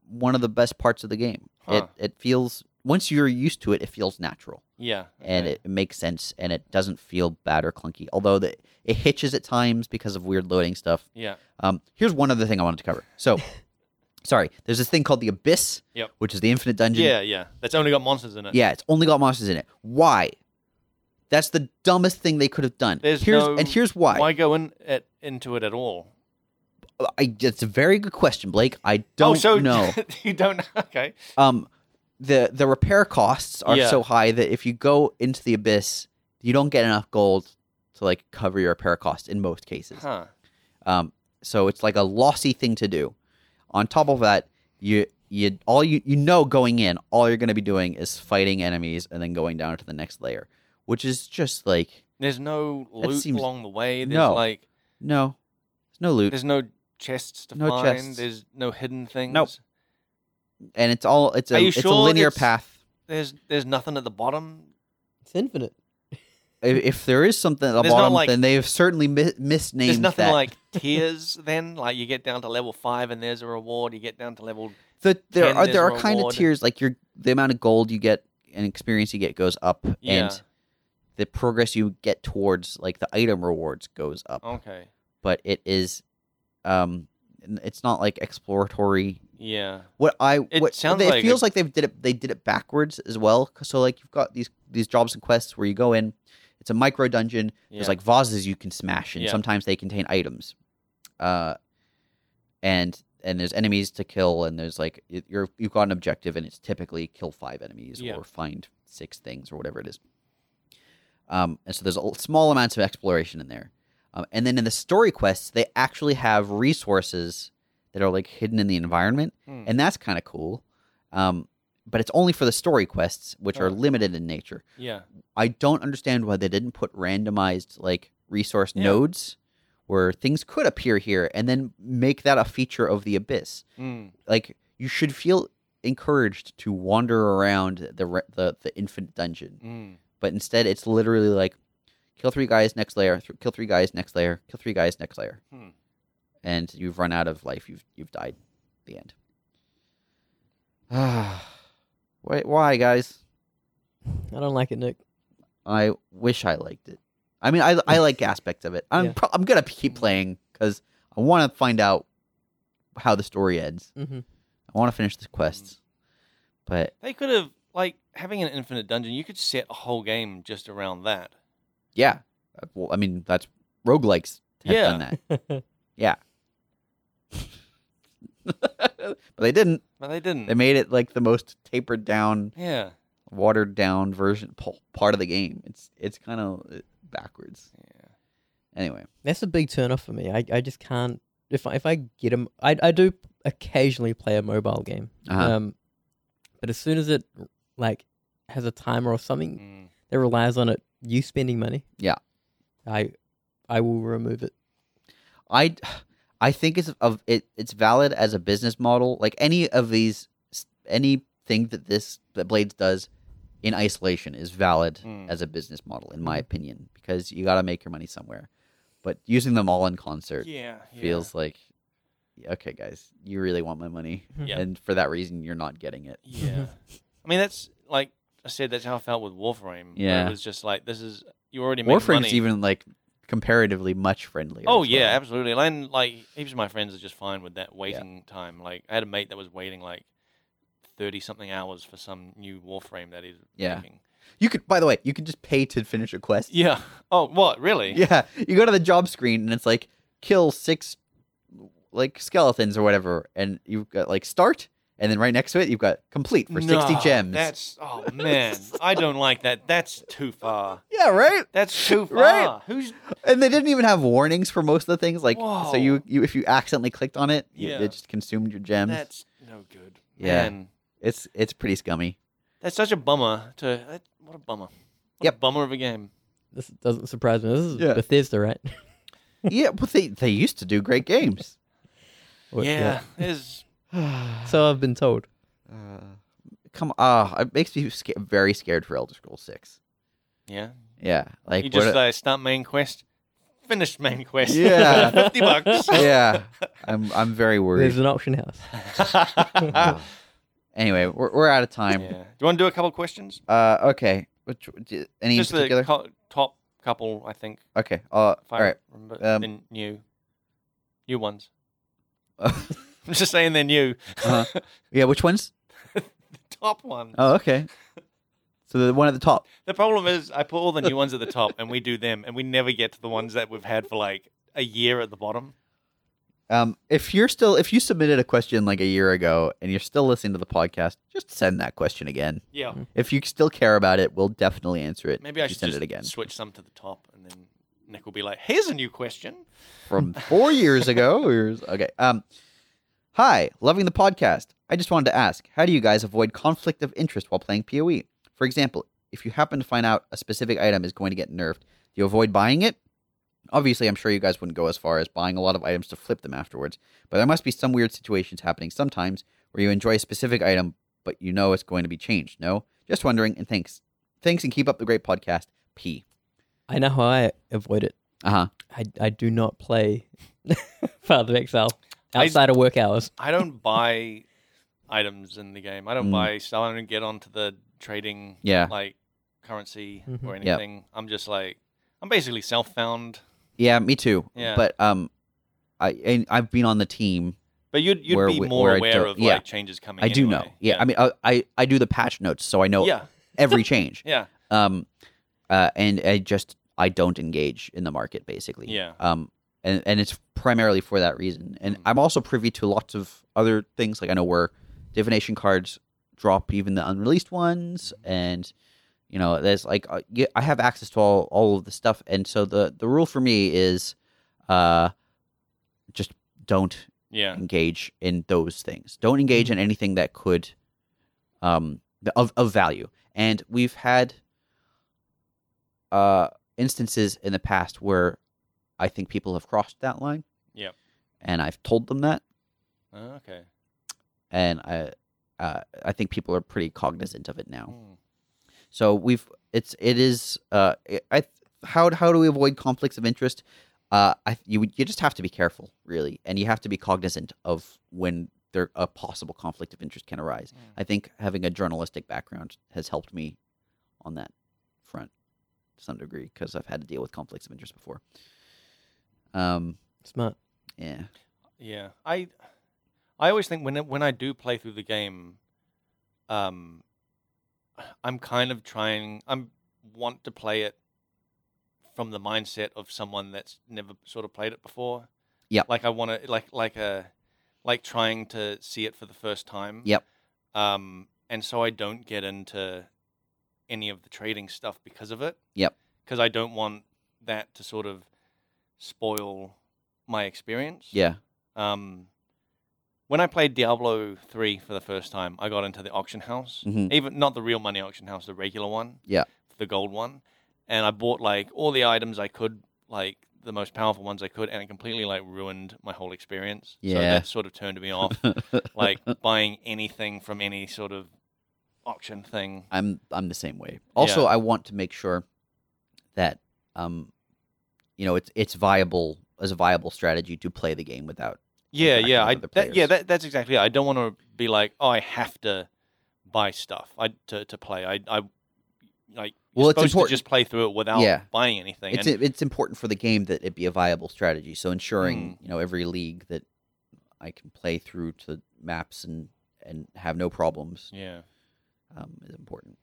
[SPEAKER 2] one of the best parts of the game.
[SPEAKER 3] Huh.
[SPEAKER 2] It it feels once you're used to it, it feels natural
[SPEAKER 3] Yeah.
[SPEAKER 2] and
[SPEAKER 3] okay.
[SPEAKER 2] it makes sense and it doesn't feel bad or clunky. Although the, it hitches at times because of weird loading stuff.
[SPEAKER 3] yeah.
[SPEAKER 2] Um, here's one other thing I wanted to cover. So, sorry, there's this thing called the Abyss,
[SPEAKER 3] Yep.
[SPEAKER 2] which is the infinite dungeon.
[SPEAKER 3] Yeah, yeah. That's only got monsters in it.
[SPEAKER 2] Yeah, it's only got monsters in it. Why? That's the dumbest thing they could have done.
[SPEAKER 3] There's
[SPEAKER 2] here's
[SPEAKER 3] no-
[SPEAKER 2] and here's why.
[SPEAKER 3] Why go in at, into it at all?
[SPEAKER 2] I, it's a very good question, Blake. I don't
[SPEAKER 3] oh, so
[SPEAKER 2] know.
[SPEAKER 3] you don't okay.
[SPEAKER 2] um, the the repair costs are
[SPEAKER 3] Yeah.
[SPEAKER 2] so high that if you go into the abyss, you don't get enough gold to like cover your repair costs in most cases.
[SPEAKER 3] Huh.
[SPEAKER 2] Um, So it's like a lossy thing to do. On top of that, you you all you you know going in, all you're going to be doing is fighting enemies and then going down to the next layer, which is just like
[SPEAKER 3] There's no loot
[SPEAKER 2] seems-
[SPEAKER 3] along the way. There's
[SPEAKER 2] No.
[SPEAKER 3] like
[SPEAKER 2] no, there's no loot,
[SPEAKER 3] there's no chests to
[SPEAKER 2] No
[SPEAKER 3] find.
[SPEAKER 2] chests.
[SPEAKER 3] There's no hidden things.
[SPEAKER 2] and it's all it's a
[SPEAKER 3] Are you
[SPEAKER 2] it's a
[SPEAKER 3] sure
[SPEAKER 2] linear
[SPEAKER 3] that's-
[SPEAKER 2] path.
[SPEAKER 3] There's there's nothing at the bottom.
[SPEAKER 1] It's infinite.
[SPEAKER 2] If, if there is something at the
[SPEAKER 3] There's not,
[SPEAKER 2] bottom,
[SPEAKER 3] like-
[SPEAKER 2] then they have certainly mi- misnamed
[SPEAKER 3] There's nothing
[SPEAKER 2] that.
[SPEAKER 3] like tiers. Then like you get down to level five and there's a reward. You get down to level
[SPEAKER 2] the, there
[SPEAKER 3] Ten
[SPEAKER 2] are
[SPEAKER 3] is
[SPEAKER 2] there are
[SPEAKER 3] reward.
[SPEAKER 2] kind of tiers like your the amount of gold you get and experience you get goes up
[SPEAKER 3] yeah.
[SPEAKER 2] and the progress you get towards like the item rewards goes up
[SPEAKER 3] Okay.
[SPEAKER 2] but it is um n- it's not like exploratory
[SPEAKER 3] Yeah.
[SPEAKER 2] what i
[SPEAKER 3] It
[SPEAKER 2] what
[SPEAKER 3] sounds
[SPEAKER 2] they- it
[SPEAKER 3] like
[SPEAKER 2] feels
[SPEAKER 3] a-
[SPEAKER 2] like they've did it they did it backwards as well 'Cause so like you've got these these jobs and quests where you go in it's a micro dungeon
[SPEAKER 3] yeah.
[SPEAKER 2] there's like vases you can smash, and
[SPEAKER 3] Yeah.
[SPEAKER 2] sometimes they contain items. Uh, and and there's enemies to kill, and there's like y- you're you've got an objective, and it's typically kill five enemies
[SPEAKER 3] Yeah.
[SPEAKER 2] or find six things or whatever it is. Um, and so there's a l- small amounts of exploration in there, um, and then in the story quests, they actually have resources that are like hidden in the environment,
[SPEAKER 3] Hmm.
[SPEAKER 2] and that's kind of cool. Um, but it's only for the story quests, which are
[SPEAKER 3] Oh.
[SPEAKER 2] limited in nature.
[SPEAKER 3] yeah.
[SPEAKER 2] I don't understand why they didn't put randomized like resource
[SPEAKER 3] Yeah.
[SPEAKER 2] nodes where things could appear here and then make that a feature of the abyss.
[SPEAKER 3] Mm.
[SPEAKER 2] Like you should feel encouraged to wander around the re- the the infinite dungeon,
[SPEAKER 3] Mm.
[SPEAKER 2] but instead it's literally like kill three guys next layer, th- kill three guys next layer, kill three guys next layer.
[SPEAKER 3] Hmm.
[SPEAKER 2] And you've run out of life. You've you've died. The end. Ah. why why guys?
[SPEAKER 1] I don't like it, Nick.
[SPEAKER 2] I wish I liked it. I mean, I I like aspects of it. I'm
[SPEAKER 1] Yeah.
[SPEAKER 2] pro- I'm gonna keep playing because I want to find out how the story ends.
[SPEAKER 1] Mm-hmm.
[SPEAKER 2] I want to finish the quests, but
[SPEAKER 3] They could have like having an infinite dungeon. You could set a whole game just around that.
[SPEAKER 2] yeah, Uh, well, I mean that's roguelikes have done that, but they didn't.
[SPEAKER 3] But they didn't.
[SPEAKER 2] They made it like the most tapered down,
[SPEAKER 3] yeah.
[SPEAKER 2] watered down version po- part of the game. It's it's kind of backwards.
[SPEAKER 3] Yeah.
[SPEAKER 2] Anyway,
[SPEAKER 1] That's a big turnoff for me. I, I just can't. If I, if I get them, I I do occasionally play a mobile game.
[SPEAKER 2] Uh-huh.
[SPEAKER 1] Um, but as soon as it like has a timer or something
[SPEAKER 3] Mm.
[SPEAKER 1] that relies on it, you spending money.
[SPEAKER 2] Yeah.
[SPEAKER 1] I I will remove it.
[SPEAKER 2] I I think it's of it it's valid as a business model. Like any of these anything that this that Blades does in isolation is valid
[SPEAKER 3] Mm.
[SPEAKER 2] as a business model in my opinion because you got to make your money somewhere. But using them all in concert
[SPEAKER 3] Yeah. yeah.
[SPEAKER 2] feels like yeah, okay guys, you really want my money
[SPEAKER 3] Yeah.
[SPEAKER 2] and for that reason you're not getting it.
[SPEAKER 3] Yeah. I mean, that's like I said, that's how I felt with Warframe. where
[SPEAKER 2] Yeah.
[SPEAKER 3] It was just like, this is, you already make
[SPEAKER 2] Warframe's
[SPEAKER 3] money.
[SPEAKER 2] even like comparatively much friendlier.
[SPEAKER 3] oh,
[SPEAKER 2] as
[SPEAKER 3] yeah,
[SPEAKER 2] well.
[SPEAKER 3] absolutely. And like, heaps of my friends are just fine with that waiting time. Like, I had a mate that was waiting like 30 something hours for some new Warframe that he's
[SPEAKER 2] Yeah.
[SPEAKER 3] making.
[SPEAKER 2] You could by the way, you could just pay to finish a quest.
[SPEAKER 3] Yeah. Oh, what? Really?
[SPEAKER 2] Yeah, you go to the job screen and it's like kill six like skeletons or whatever, and you've got like start, and then right next to it you've got complete for sixty
[SPEAKER 3] Nah,
[SPEAKER 2] gems.
[SPEAKER 3] That's, oh, man. I don't like that. That's too far.
[SPEAKER 2] Yeah, right.
[SPEAKER 3] That's too far.
[SPEAKER 2] Right.
[SPEAKER 3] Who's,
[SPEAKER 2] And they didn't even have warnings for most of the things. Like, so
[SPEAKER 3] Whoa.
[SPEAKER 2] you, you if you accidentally clicked on it, you,
[SPEAKER 3] Yeah.
[SPEAKER 2] it just consumed your gems.
[SPEAKER 3] that's no good.
[SPEAKER 2] Yeah.
[SPEAKER 3] Man.
[SPEAKER 2] It's it's pretty scummy.
[SPEAKER 3] That's such a bummer. To that, What a bummer. What a
[SPEAKER 2] Yep.
[SPEAKER 3] bummer of a game.
[SPEAKER 1] This doesn't surprise me. This is
[SPEAKER 2] Yeah.
[SPEAKER 1] Bethesda, right?
[SPEAKER 2] yeah, but they they used to do great games.
[SPEAKER 1] Or-
[SPEAKER 3] yeah, there's
[SPEAKER 2] so
[SPEAKER 1] So I've been told.
[SPEAKER 2] come, uh, it makes me sca- very scared for Elder Scrolls Six.
[SPEAKER 3] yeah.
[SPEAKER 2] Yeah, like
[SPEAKER 3] you
[SPEAKER 2] what
[SPEAKER 3] just
[SPEAKER 2] a-
[SPEAKER 3] uh, start main quest, finish main quest.
[SPEAKER 2] Yeah.
[SPEAKER 3] fifty bucks.
[SPEAKER 2] yeah, I'm I'm very worried.
[SPEAKER 1] There's an auction house.
[SPEAKER 2] Uh, anyway, we're, we're out of
[SPEAKER 3] Yeah.
[SPEAKER 2] time.
[SPEAKER 3] Do you want to do a couple questions?
[SPEAKER 2] Uh, okay. Which, d- any
[SPEAKER 3] just
[SPEAKER 2] in particular?
[SPEAKER 3] the co- top couple, I think.
[SPEAKER 2] okay. Uh,
[SPEAKER 3] If
[SPEAKER 2] all
[SPEAKER 3] I
[SPEAKER 2] right.
[SPEAKER 3] remember,
[SPEAKER 2] Um,
[SPEAKER 3] the new, new ones. I'm just saying they're new.
[SPEAKER 2] Uh-huh. yeah. Which ones?
[SPEAKER 3] top one.
[SPEAKER 2] Oh, okay. So the one at the top.
[SPEAKER 3] The problem is, I put all the new ones at the top, and we do them, and we never get to the ones that we've had for like a year at the bottom.
[SPEAKER 2] Um, if you're still, if you submitted a question like a year ago and you're still listening to the podcast, just send that question again.
[SPEAKER 3] Yeah.
[SPEAKER 2] If you still care about it, we'll definitely answer it.
[SPEAKER 3] Maybe I
[SPEAKER 2] if you
[SPEAKER 3] should
[SPEAKER 2] Mm. send
[SPEAKER 3] just
[SPEAKER 2] it again.
[SPEAKER 3] switch some to the top and then Nick will be like, "Here's a new question."
[SPEAKER 2] from four years ago. or- Okay. Um, hi, loving the podcast. I just wanted to ask, how do you guys avoid conflict of interest while playing PoE? For example, if you happen to find out a specific item is going to get nerfed, do you avoid buying it? Obviously, I'm sure you guys wouldn't go as far as buying a lot of items to flip them afterwards, but there must be some weird situations happening sometimes where you enjoy a specific item, but you know it's going to be changed. No, just wondering. And thanks, thanks, and keep up the great podcast. P.
[SPEAKER 1] I know how I avoid it.
[SPEAKER 2] Uh huh.
[SPEAKER 1] I, I do not play Path of Exile outside of work hours.
[SPEAKER 3] I don't buy items in the game. I don't
[SPEAKER 2] Mm.
[SPEAKER 3] buy stuff. I don't get onto the trading
[SPEAKER 2] Yeah.
[SPEAKER 3] like currency
[SPEAKER 1] Mhm.
[SPEAKER 3] or
[SPEAKER 2] Yeah.
[SPEAKER 3] anything. I'm just like I'm basically self-found.
[SPEAKER 2] Yeah, me too.
[SPEAKER 3] Yeah.
[SPEAKER 2] But um, I and I've been on the team.
[SPEAKER 3] But you'd you'd
[SPEAKER 2] Where
[SPEAKER 3] be
[SPEAKER 2] we-
[SPEAKER 3] more
[SPEAKER 2] where I
[SPEAKER 3] aware
[SPEAKER 2] don't-
[SPEAKER 3] of
[SPEAKER 2] yeah.
[SPEAKER 3] like changes coming.
[SPEAKER 2] I do
[SPEAKER 3] anyway.
[SPEAKER 2] know. Yeah, I mean, I, I I do the patch notes, so I know
[SPEAKER 3] yeah,
[SPEAKER 2] every change.
[SPEAKER 3] yeah,
[SPEAKER 2] Um, uh, and I just I don't engage in the market basically.
[SPEAKER 3] Yeah.
[SPEAKER 2] Um, and and it's primarily for that reason. And
[SPEAKER 3] Mm.
[SPEAKER 2] I'm also privy to lots of other things. Like I know where divination cards drop, even the unreleased ones, and you know, there's like uh, yeah, I have access to all all of the stuff. And so the the rule for me is, uh, just don't
[SPEAKER 3] yeah,
[SPEAKER 2] engage in those things. Don't engage in anything that could um th- of of value. And we've had uh instances in the past where I think people have crossed that line.
[SPEAKER 3] Yep.
[SPEAKER 2] And I've told them that
[SPEAKER 3] Oh, okay.
[SPEAKER 2] and I uh, I think people are pretty cognizant of it now.
[SPEAKER 3] Mm.
[SPEAKER 2] So we've it's it is uh I I- how how do we avoid conflicts of interest? Uh, I you would- you just have to be careful, really, and you have to be cognizant of when there a possible conflict of interest can arise.
[SPEAKER 3] Mm.
[SPEAKER 2] I think having a journalistic background has helped me on that front to some degree because I've had to deal with conflicts of interest before. Um,
[SPEAKER 1] Smart.
[SPEAKER 2] yeah,
[SPEAKER 3] Yeah, I, I always think when I- when I do play through the game, um, I'm kind of trying. I'm want to play it from the mindset of someone that's never sort of played it before.
[SPEAKER 2] Yep.
[SPEAKER 3] Like I want to like like a like trying to see it for the first time.
[SPEAKER 2] Yep.
[SPEAKER 3] Um, and so I don't get into any of the trading stuff because of it.
[SPEAKER 2] Yep.
[SPEAKER 3] Because I don't want that to sort of spoil my experience.
[SPEAKER 2] yeah,
[SPEAKER 3] Um, when I played Diablo three for the first time, I got into the auction house,
[SPEAKER 2] Mhm.
[SPEAKER 3] even not the real money auction house, the regular one,
[SPEAKER 2] Yeah.
[SPEAKER 3] the gold one, and I bought like all the items I could, like the most powerful ones I could, and it completely like ruined my whole experience. so
[SPEAKER 2] Yeah.
[SPEAKER 3] that sort of turned me off, like buying anything from any sort of auction thing.
[SPEAKER 2] I'm I'm the same way. Also, I want to make sure that um, you know, it's it's viable as a viable strategy to play the game without.
[SPEAKER 3] Yeah,
[SPEAKER 2] interacting
[SPEAKER 3] yeah,
[SPEAKER 2] with
[SPEAKER 3] I,
[SPEAKER 2] other
[SPEAKER 3] that, yeah.
[SPEAKER 2] players.
[SPEAKER 3] That, that's exactly. It. I don't want to be like, oh, I have to buy stuff I, to to play. I, I like.
[SPEAKER 2] Well,
[SPEAKER 3] you're
[SPEAKER 2] it's
[SPEAKER 3] supposed
[SPEAKER 2] important-
[SPEAKER 3] to just play through it without
[SPEAKER 2] Yeah.
[SPEAKER 3] buying anything.
[SPEAKER 2] It's
[SPEAKER 3] and-
[SPEAKER 2] it's important for the game that it be a viable strategy. So
[SPEAKER 3] Mm.
[SPEAKER 2] ensuring you know every league that I can play through to maps and and have no problems
[SPEAKER 3] yeah,
[SPEAKER 2] um, is important.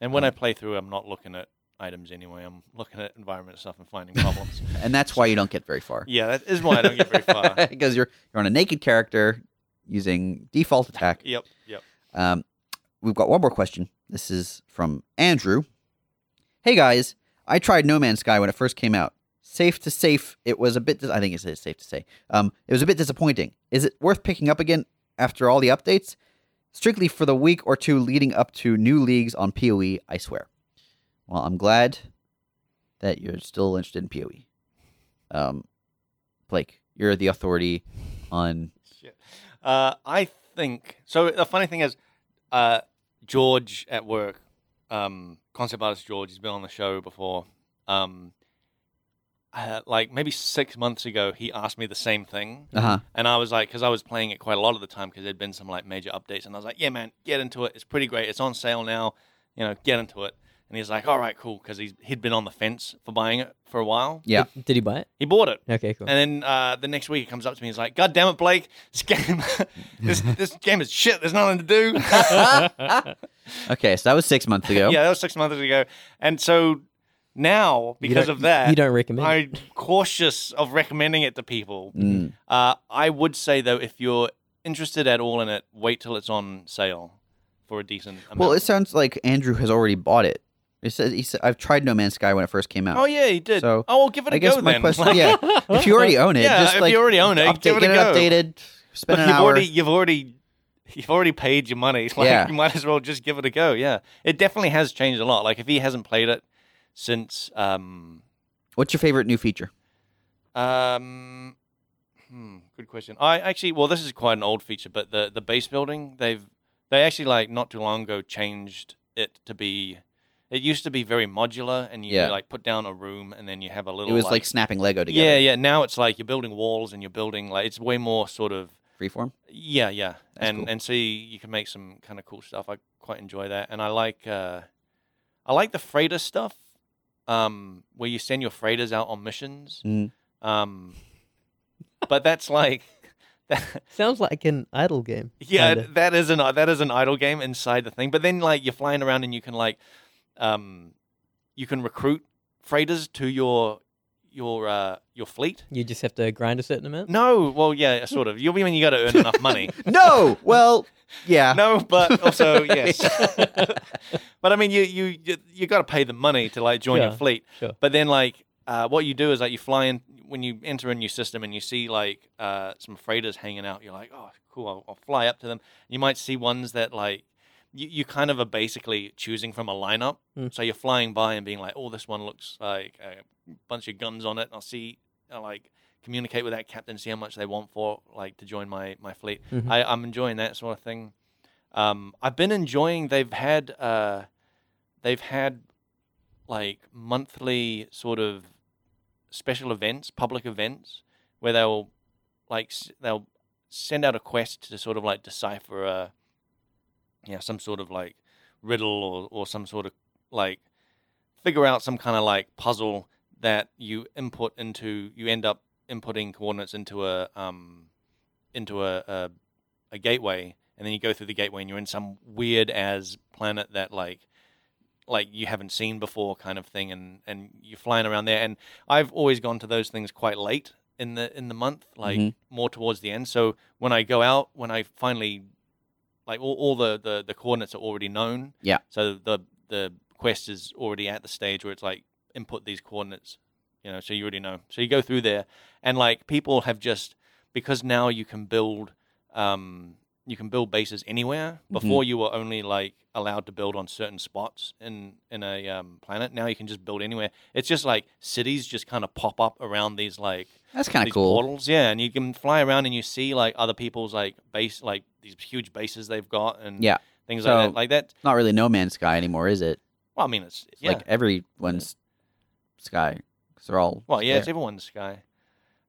[SPEAKER 3] and when I
[SPEAKER 2] Um,
[SPEAKER 3] play through, I'm not looking at items anyway. I'm looking at environment stuff and finding problems.
[SPEAKER 2] And that's why you don't get very far.
[SPEAKER 3] yeah, that is why I don't get very far.
[SPEAKER 2] because you're you're on a naked character using default attack.
[SPEAKER 3] Yep, yep.
[SPEAKER 2] Um, we've got one more question. This is from Andrew. Hey guys, I tried No Man's Sky when it first came out. Safe to safe, it was a bit. Dis- I think it's safe to say. Um, it was a bit disappointing. Is it worth picking up again after all the updates? Strictly for the week or two leading up to new leagues on Poe. I swear. Well, I'm glad that you're still interested in Poe. Um, Blake, you're the authority on.
[SPEAKER 3] Shit. Uh, I think so. The funny thing is, uh, George at work, um, concept artist George, he's been on the show before. Um, uh, like maybe six months ago, he asked me the same thing,
[SPEAKER 2] Uh huh.
[SPEAKER 3] and I was like, because I was playing it quite a lot of the time because there'd been some like major updates, and I was like, yeah, man, get into it. It's pretty great. It's on sale now. You know, get into it. And he's like, all right, cool, because he's he'd been on the fence for buying it for a while.
[SPEAKER 2] Yeah.
[SPEAKER 1] Did, did he buy it?
[SPEAKER 3] He bought it.
[SPEAKER 1] Okay, cool.
[SPEAKER 3] And then uh, the next week he comes up to me. He's like, "God damn it, Blake! This game, this this game is shit. There's nothing to do."
[SPEAKER 2] Okay, so that was six months ago.
[SPEAKER 3] yeah, that was six months ago. And so now,
[SPEAKER 1] You
[SPEAKER 3] because
[SPEAKER 1] don't-
[SPEAKER 3] of that,
[SPEAKER 1] you don't recommend. it.
[SPEAKER 3] I'm cautious of recommending it to people.
[SPEAKER 2] Mm.
[SPEAKER 3] Uh, I would say though, if you're interested at all in it, wait till it's on sale for a decent amount.
[SPEAKER 2] Well, it sounds like Andrew has already bought it He said, he said, I've tried No Man's Sky when it first came out.
[SPEAKER 3] Oh yeah, he did.
[SPEAKER 2] So,
[SPEAKER 3] oh, well, give it a
[SPEAKER 2] I guess
[SPEAKER 3] go
[SPEAKER 2] my
[SPEAKER 3] then.
[SPEAKER 2] question,
[SPEAKER 3] Like,
[SPEAKER 2] yeah, if you already own it,
[SPEAKER 3] Yeah,
[SPEAKER 2] just
[SPEAKER 3] if
[SPEAKER 2] like
[SPEAKER 3] you already own it,
[SPEAKER 2] update,
[SPEAKER 3] give it a
[SPEAKER 2] get
[SPEAKER 3] go.
[SPEAKER 2] it updated, spend
[SPEAKER 3] But
[SPEAKER 2] an
[SPEAKER 3] you've
[SPEAKER 2] hour.
[SPEAKER 3] already you've already you've already paid your money. Like,
[SPEAKER 2] Yeah.
[SPEAKER 3] you might as well just give it a go. Yeah, it definitely has changed a lot. Like if he hasn't played it since um
[SPEAKER 2] What's your favorite new feature?
[SPEAKER 3] um. Hmm, good question. I actually, well, this is quite an old feature, but the the base building they've they actually like not too long ago changed it to be. It used to be very modular, and you
[SPEAKER 2] Yeah.
[SPEAKER 3] like put down a room, and then you have a little.
[SPEAKER 2] It was like, snapping Lego together.
[SPEAKER 3] yeah, yeah. Now it's like you're building walls, and you're building like it's way more sort of
[SPEAKER 2] Freeform.
[SPEAKER 3] yeah, yeah,
[SPEAKER 2] That's
[SPEAKER 3] and
[SPEAKER 2] cool.
[SPEAKER 3] and so you, you can make some kind of cool stuff. I quite enjoy that, and I like uh, I like the freighter stuff, um, where you send your freighters out on missions.
[SPEAKER 2] Mhm.
[SPEAKER 3] Um, but that's like, that,
[SPEAKER 1] Sounds like an idle game.
[SPEAKER 3] yeah,
[SPEAKER 1] kinda.
[SPEAKER 3] that is an that is an idle game inside the thing. But then like you're flying around and you can like, um, you can recruit freighters to your your uh, your fleet.
[SPEAKER 1] You just have to grind a certain amount.
[SPEAKER 3] No, well, yeah, sort of. You I mean you got to earn enough money.
[SPEAKER 2] No, well, yeah.
[SPEAKER 3] No, but also yes. but I mean, you you you, you got to pay the money to like join your
[SPEAKER 1] Yeah,
[SPEAKER 3] fleet.
[SPEAKER 1] sure.
[SPEAKER 3] But then like uh, what you do is like you fly in when you enter a new system and you see like uh, some freighters hanging out. You're like, oh, cool. I'll, I'll fly up to them. You might see ones that like. You, you kind of are basically choosing from a lineup,
[SPEAKER 1] Hmm.
[SPEAKER 3] so you're flying by and being like, "Oh, this one looks like a bunch of guns on it." I'll see, I'll like communicate with that captain, see how much they want for like to join my my fleet.
[SPEAKER 1] Mhm.
[SPEAKER 3] I, I'm enjoying that sort of thing. Um, I've been enjoying. They've had uh, they've had like monthly sort of special events, public events, where they'll like s- they'll send out a quest to sort of like decipher a yeah some sort of like riddle or or some sort of like figure out some kind of like puzzle that you input into you end up inputting coordinates into a um into a a, a gateway and then you go through the gateway and you're in some weird as planet that like like you haven't seen before kind of thing and and you're flying around there and I've always gone to those things quite late in the in the month like
[SPEAKER 2] Mhm.
[SPEAKER 3] more towards the end so when I go out when I finally like all, all the, the the coordinates are already known
[SPEAKER 2] Yeah.
[SPEAKER 3] so the the quest is already at the stage where it's like input these coordinates you know so you already know so you go through there and like people have just because now you can build um you can build bases anywhere
[SPEAKER 2] Mm-hmm.
[SPEAKER 3] before you were only like allowed to build on certain spots in in a um, planet now you can just build anywhere it's just like cities just kind of pop up around these like
[SPEAKER 2] That's kind
[SPEAKER 3] these
[SPEAKER 2] of cool.
[SPEAKER 3] portals yeah and you can fly around and you see like other people's like base like these huge bases they've got and
[SPEAKER 2] Yeah.
[SPEAKER 3] things
[SPEAKER 2] So-
[SPEAKER 3] like that like that
[SPEAKER 2] Not really No Man's Sky anymore, is it?
[SPEAKER 3] well i mean it's,
[SPEAKER 2] It's
[SPEAKER 3] yeah.
[SPEAKER 2] Like everyone's Sky. 'cause they're all.
[SPEAKER 3] Well, yeah,
[SPEAKER 2] there.
[SPEAKER 3] it's everyone's sky.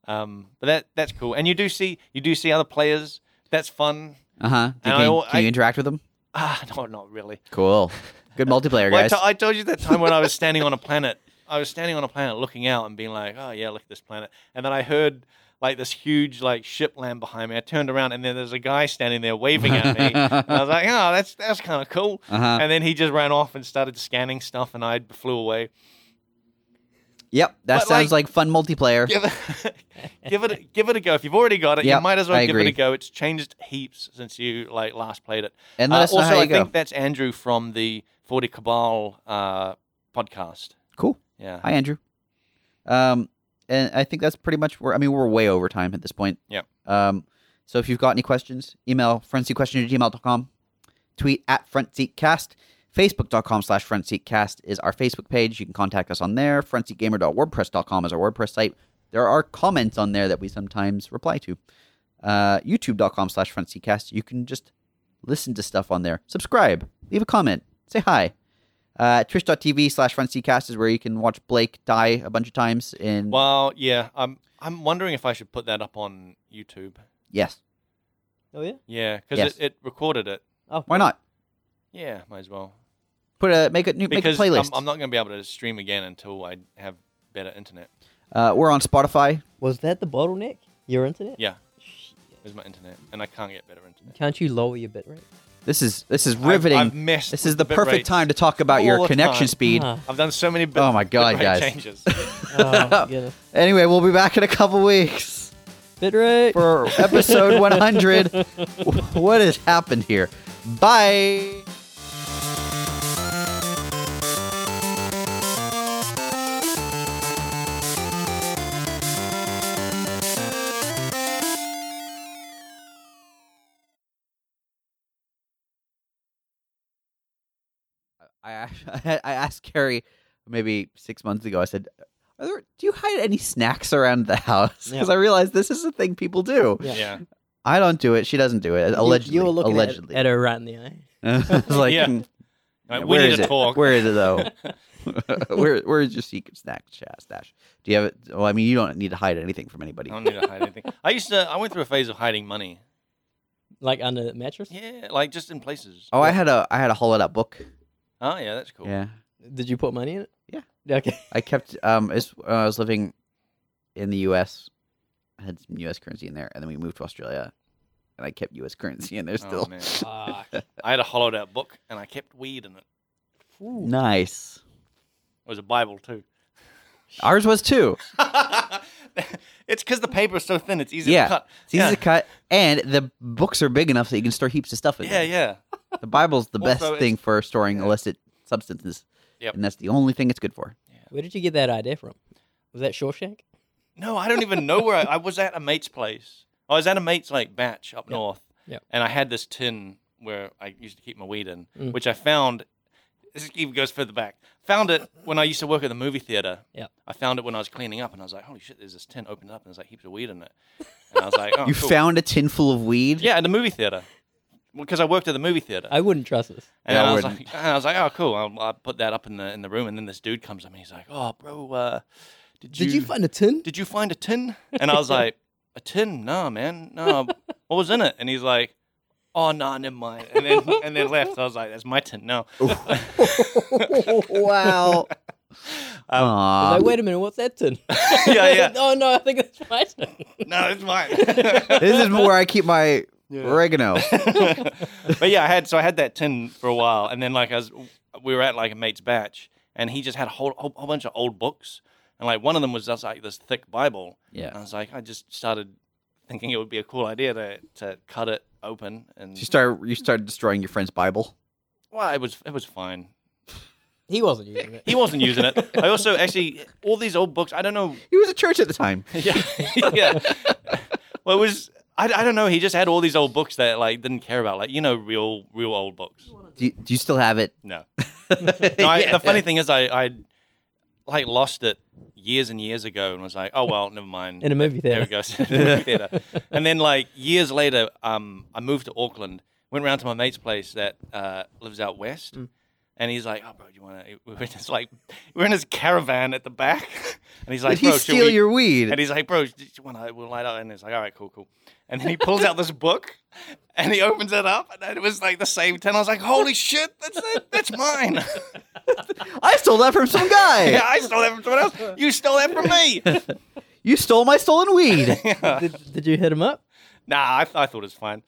[SPEAKER 3] Um, but that that's cool, and you do see you do see other players. That's fun.
[SPEAKER 2] Uh-huh. Do you-
[SPEAKER 3] And I
[SPEAKER 2] Can, you,
[SPEAKER 3] al-
[SPEAKER 2] can you
[SPEAKER 3] I-
[SPEAKER 2] interact with them?
[SPEAKER 3] Ah, no, not really.
[SPEAKER 2] Cool. Good multiplayer,
[SPEAKER 3] Well, I
[SPEAKER 2] guys.
[SPEAKER 3] to- I told you that time when I was standing on a planet. I was standing on a planet, looking out and being like, "Oh yeah, look at this planet." And then I heard like this huge like ship land behind me. I turned around and then there's a guy standing there waving at me. Uh, and I was like, "Oh, that's that's kind of cool."
[SPEAKER 2] Uh-huh.
[SPEAKER 3] And then he just ran off and started scanning stuff, and I flew away.
[SPEAKER 2] Yep, that
[SPEAKER 3] But,
[SPEAKER 2] sounds like, fun multiplayer.
[SPEAKER 3] give it, give it, a- give it a go. If you've already got it,
[SPEAKER 2] Yep,
[SPEAKER 3] you might as well
[SPEAKER 2] I
[SPEAKER 3] give it
[SPEAKER 2] agree.
[SPEAKER 3] a go. It's changed heaps since you like last played it.
[SPEAKER 2] And let
[SPEAKER 3] Uh,
[SPEAKER 2] us know
[SPEAKER 3] also,
[SPEAKER 2] how you
[SPEAKER 3] I
[SPEAKER 2] go.
[SPEAKER 3] think that's Andrew from the Forty Cabal uh, podcast.
[SPEAKER 2] Cool.
[SPEAKER 3] Yeah,
[SPEAKER 2] Hi, Andrew. Um, and I think that's pretty much where. I mean, we're way over time at this point.
[SPEAKER 3] Yep.
[SPEAKER 2] Um, so if you've got any questions, email frontseatquestion at gmail.com, tweet at frontseatcast, facebook.com slash frontseatcast is our Facebook page. You can contact us on there. Frontseatgamer.wordpress.com is our WordPress site. There are comments on there that we sometimes reply to. Uh, YouTube.com slash frontseatcast. You can just listen to stuff on there. Subscribe, leave a comment, say hi. Uh, Twitch.tv slash frontseatcast is where you can watch Blake die a bunch of times. In
[SPEAKER 3] well, yeah. I'm I'm wondering if I should put that up on YouTube.
[SPEAKER 2] yes,
[SPEAKER 1] Oh yeah.
[SPEAKER 3] Yeah, because
[SPEAKER 2] Yes.
[SPEAKER 3] it, it recorded it.
[SPEAKER 1] Oh,
[SPEAKER 2] why not?
[SPEAKER 3] Yeah, might as well.
[SPEAKER 2] Put a make a new
[SPEAKER 3] Because
[SPEAKER 2] make a
[SPEAKER 3] I'm,
[SPEAKER 2] playlist.
[SPEAKER 3] I'm not going to be able to stream again until I have better internet.
[SPEAKER 2] Uh, we're on Spotify.
[SPEAKER 1] was that the bottleneck? Your internet?
[SPEAKER 3] Yeah, there's my internet, and I can't get better internet.
[SPEAKER 1] Can't you lower your bitrate?
[SPEAKER 2] This is this is riveting.
[SPEAKER 3] I've messed
[SPEAKER 2] this
[SPEAKER 3] with
[SPEAKER 2] is the,
[SPEAKER 3] the bit
[SPEAKER 2] perfect
[SPEAKER 3] rates
[SPEAKER 2] time to talk about
[SPEAKER 3] all
[SPEAKER 2] your
[SPEAKER 3] the
[SPEAKER 2] connection
[SPEAKER 3] time.
[SPEAKER 2] speed.
[SPEAKER 1] Ah.
[SPEAKER 3] I've done so many. Bit,
[SPEAKER 2] Oh my
[SPEAKER 3] bit
[SPEAKER 2] God,
[SPEAKER 3] rate
[SPEAKER 2] guys.
[SPEAKER 3] Changes.
[SPEAKER 1] Oh, my goodness.
[SPEAKER 2] Anyway, we'll be back in a couple weeks
[SPEAKER 1] Bitrate.
[SPEAKER 2] for episode 100. what has happened here? Bye. asked, I asked Carrie maybe six months ago. I said, Are there, "Do you hide any snacks around the house?"
[SPEAKER 1] Yeah.
[SPEAKER 2] Because I realized this is a thing people do.
[SPEAKER 1] Yeah.
[SPEAKER 3] Yeah.
[SPEAKER 2] I don't do it. She doesn't do it. Allegedly,
[SPEAKER 1] you, you were looking at-
[SPEAKER 2] allegedly.
[SPEAKER 1] At, her right in the eye.
[SPEAKER 2] I was like,
[SPEAKER 3] Yeah.
[SPEAKER 2] "Hmm,
[SPEAKER 3] Like,
[SPEAKER 2] yeah,
[SPEAKER 3] we
[SPEAKER 2] where
[SPEAKER 3] need
[SPEAKER 2] is
[SPEAKER 3] to
[SPEAKER 2] it?
[SPEAKER 3] talk.
[SPEAKER 2] Where is it though? where Where is your secret snack stash- stash? Do you have it? Well, I mean, you don't need to hide anything from anybody.
[SPEAKER 3] I don't need to hide anything. I used to. I went through a phase of hiding money.
[SPEAKER 1] Like under the mattress?
[SPEAKER 3] Yeah, like just in places.
[SPEAKER 2] Oh, I had a I had a hollowed out book.
[SPEAKER 3] Oh, yeah, that's cool.
[SPEAKER 2] Yeah,
[SPEAKER 1] Did you put money in it?
[SPEAKER 2] Yeah.
[SPEAKER 1] Okay.
[SPEAKER 2] I kept um as when I was living in the U.S. I had some U.S. currency in there, and then we moved to Australia, and I kept U.S. currency in there
[SPEAKER 3] Oh,
[SPEAKER 2] still.
[SPEAKER 3] man.
[SPEAKER 1] Fuck.
[SPEAKER 3] I had a hollowed out book and I kept weed in it.
[SPEAKER 1] Ooh.
[SPEAKER 2] nice.
[SPEAKER 3] It was a Bible too.
[SPEAKER 2] Ours was too.
[SPEAKER 3] it's because the paper is so thin; it's easy
[SPEAKER 2] Yeah.
[SPEAKER 3] to cut.
[SPEAKER 2] It's easy
[SPEAKER 3] yeah.
[SPEAKER 2] to cut, and the books are big enough that you can store heaps of stuff in.
[SPEAKER 3] yeah,
[SPEAKER 2] them.
[SPEAKER 3] yeah.
[SPEAKER 2] The Bible's the best
[SPEAKER 3] Also, it's-
[SPEAKER 2] thing for storing
[SPEAKER 3] yeah.
[SPEAKER 2] illicit substances,
[SPEAKER 3] Yep.
[SPEAKER 2] and that's the only thing it's good for.
[SPEAKER 1] Where did you get that idea from? Was that Shawshank?
[SPEAKER 3] No, I don't even know where I, I was at a mate's place. I was at a mate's like batch up north,
[SPEAKER 1] Yep.
[SPEAKER 3] and I had this tin where I used to keep my weed in,
[SPEAKER 1] Mm.
[SPEAKER 3] which I found. This even goes further back. Found it when I used to work at the movie theater.
[SPEAKER 1] Yep.
[SPEAKER 3] I found it when I was cleaning up, and I was like, "Holy shit! There's this tin opened up, and there's like heaps of weed in it." And I was like, oh,
[SPEAKER 2] you
[SPEAKER 3] cool.
[SPEAKER 2] found a tin full of weed.
[SPEAKER 3] Yeah, in the movie theater, because I worked at the movie theater.
[SPEAKER 1] I wouldn't trust this.
[SPEAKER 3] And
[SPEAKER 2] Yeah, I
[SPEAKER 3] I, was
[SPEAKER 2] wouldn't.
[SPEAKER 3] like, and I was like, oh, cool. I'll, I'll put that up in the in the room. And then this dude comes to me. He's like, oh, bro, uh, did,
[SPEAKER 1] Did you, find a tin?
[SPEAKER 3] did you find a tin? And I was like, a tin? Nah, man, nah. What was in it? And he's like, oh, nah, never mind. And then and then left. I was like, that's my tin. No,
[SPEAKER 2] wow.
[SPEAKER 3] Um,
[SPEAKER 1] I was
[SPEAKER 2] Aw.
[SPEAKER 1] like, wait a minute, what's that tin?
[SPEAKER 3] Yeah, yeah.
[SPEAKER 1] oh no, I think that's my tin.
[SPEAKER 3] no, it's mine.
[SPEAKER 2] this is where I keep my oregano.
[SPEAKER 3] but yeah, I had so I had that tin for a while, and then like I was, we were at like a mate's batch, and he just had a whole whole, whole bunch of old books, and like one of them was just like this thick Bible.
[SPEAKER 2] Yeah.
[SPEAKER 3] and I was like, I just started thinking it would be a cool idea to to cut it open, and
[SPEAKER 2] You start you started destroying your friend's Bible.
[SPEAKER 3] well, it was it was fine.
[SPEAKER 1] He wasn't using it.
[SPEAKER 3] He wasn't using it. I also actually all these old books. I don't know.
[SPEAKER 2] He was at church at the time.
[SPEAKER 3] Yeah, yeah. Well, it was. I, I don't know. He just had all these old books that like didn't care about, like you know, real real old books.
[SPEAKER 2] Do you, do you still have it?
[SPEAKER 3] No. No, I, the funny thing is, I, I like lost it years and years ago, and was like, oh well, never mind.
[SPEAKER 1] In a movie
[SPEAKER 3] there
[SPEAKER 1] theater.
[SPEAKER 3] we go. Theater. And then like years later, um, I moved to Auckland. Went round to my mate's place that uh, lives out west,
[SPEAKER 2] Mm.
[SPEAKER 3] and he's like, oh bro, do you want to? We're just like, we're in his caravan at the back, and he's like,
[SPEAKER 2] Did he
[SPEAKER 3] bro, should
[SPEAKER 2] steal
[SPEAKER 3] we-"
[SPEAKER 2] your weed?
[SPEAKER 3] And he's like, bro, do you want to? We'll light up. And it's like, all right, cool, cool. And then he pulls out this book and he opens it up, and it was like the same ten. I was like, holy shit, that's it, that's mine.
[SPEAKER 2] I stole that from some guy.
[SPEAKER 3] yeah, I stole that from someone else. You stole that from me.
[SPEAKER 2] You stole my stolen weed.
[SPEAKER 1] Did, did you hit him up?
[SPEAKER 3] nah, I, th- I thought it was fine.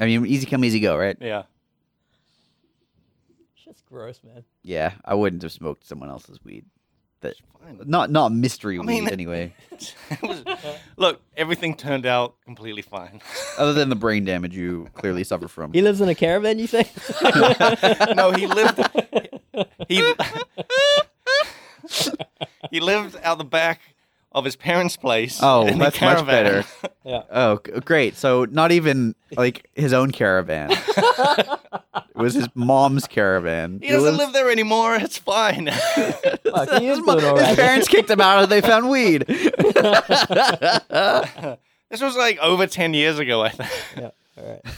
[SPEAKER 2] I mean, easy come, easy go, right?
[SPEAKER 3] Yeah.
[SPEAKER 1] Shit's gross, man.
[SPEAKER 2] Yeah, I wouldn't have smoked someone else's weed. That
[SPEAKER 3] Fine.
[SPEAKER 2] not not mystery weed
[SPEAKER 3] mean-
[SPEAKER 2] anyway.
[SPEAKER 3] It was- look, everything turned out completely fine.
[SPEAKER 2] Other than the brain damage you clearly suffer from.
[SPEAKER 1] He lives in a caravan, you say?
[SPEAKER 3] no, he lived. He he lived out the back of his parents' place.
[SPEAKER 2] Oh,
[SPEAKER 3] in the
[SPEAKER 2] that's much
[SPEAKER 3] caravan.
[SPEAKER 2] better.
[SPEAKER 1] yeah.
[SPEAKER 2] Oh, g- great. So not even like his own caravan. it was his mom's caravan.
[SPEAKER 3] He doesn't
[SPEAKER 2] lives-
[SPEAKER 3] live there anymore. It's fine.
[SPEAKER 1] Fuck, he is
[SPEAKER 2] His, mo-
[SPEAKER 1] doing all
[SPEAKER 2] his
[SPEAKER 1] right.
[SPEAKER 2] parents kicked him out and they found weed.
[SPEAKER 3] this was like over ten years ago, I think.
[SPEAKER 1] yeah. All right.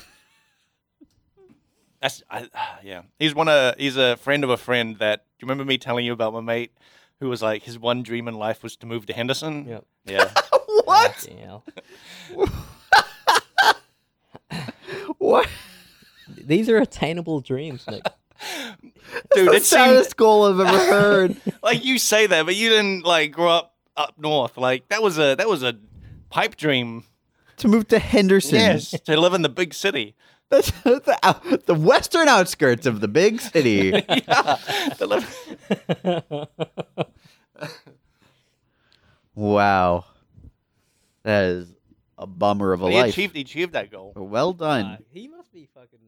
[SPEAKER 3] That's I, uh, yeah. He's one of he's a friend of a friend that. Do you remember me telling you about my mate who was like his one dream in life was to move to Henderson?
[SPEAKER 1] Yep.
[SPEAKER 3] Yeah.
[SPEAKER 2] what?
[SPEAKER 1] Fucking hell.
[SPEAKER 2] What?
[SPEAKER 1] These are attainable dreams, Nick.
[SPEAKER 3] Dude,
[SPEAKER 2] the
[SPEAKER 3] it seemed
[SPEAKER 2] saddest goal I've ever heard.
[SPEAKER 3] like you say that, but you didn't like grow up up north. Like that was a that was a pipe dream.
[SPEAKER 2] to move to Henderson.
[SPEAKER 3] Yes, to live in the big city.
[SPEAKER 2] That's the, out- the western outskirts of the big city.
[SPEAKER 3] To live-
[SPEAKER 2] wow. That is a bummer of a
[SPEAKER 3] he
[SPEAKER 2] life.
[SPEAKER 3] achieved he achieved that goal.
[SPEAKER 2] well done.
[SPEAKER 1] he must be fucking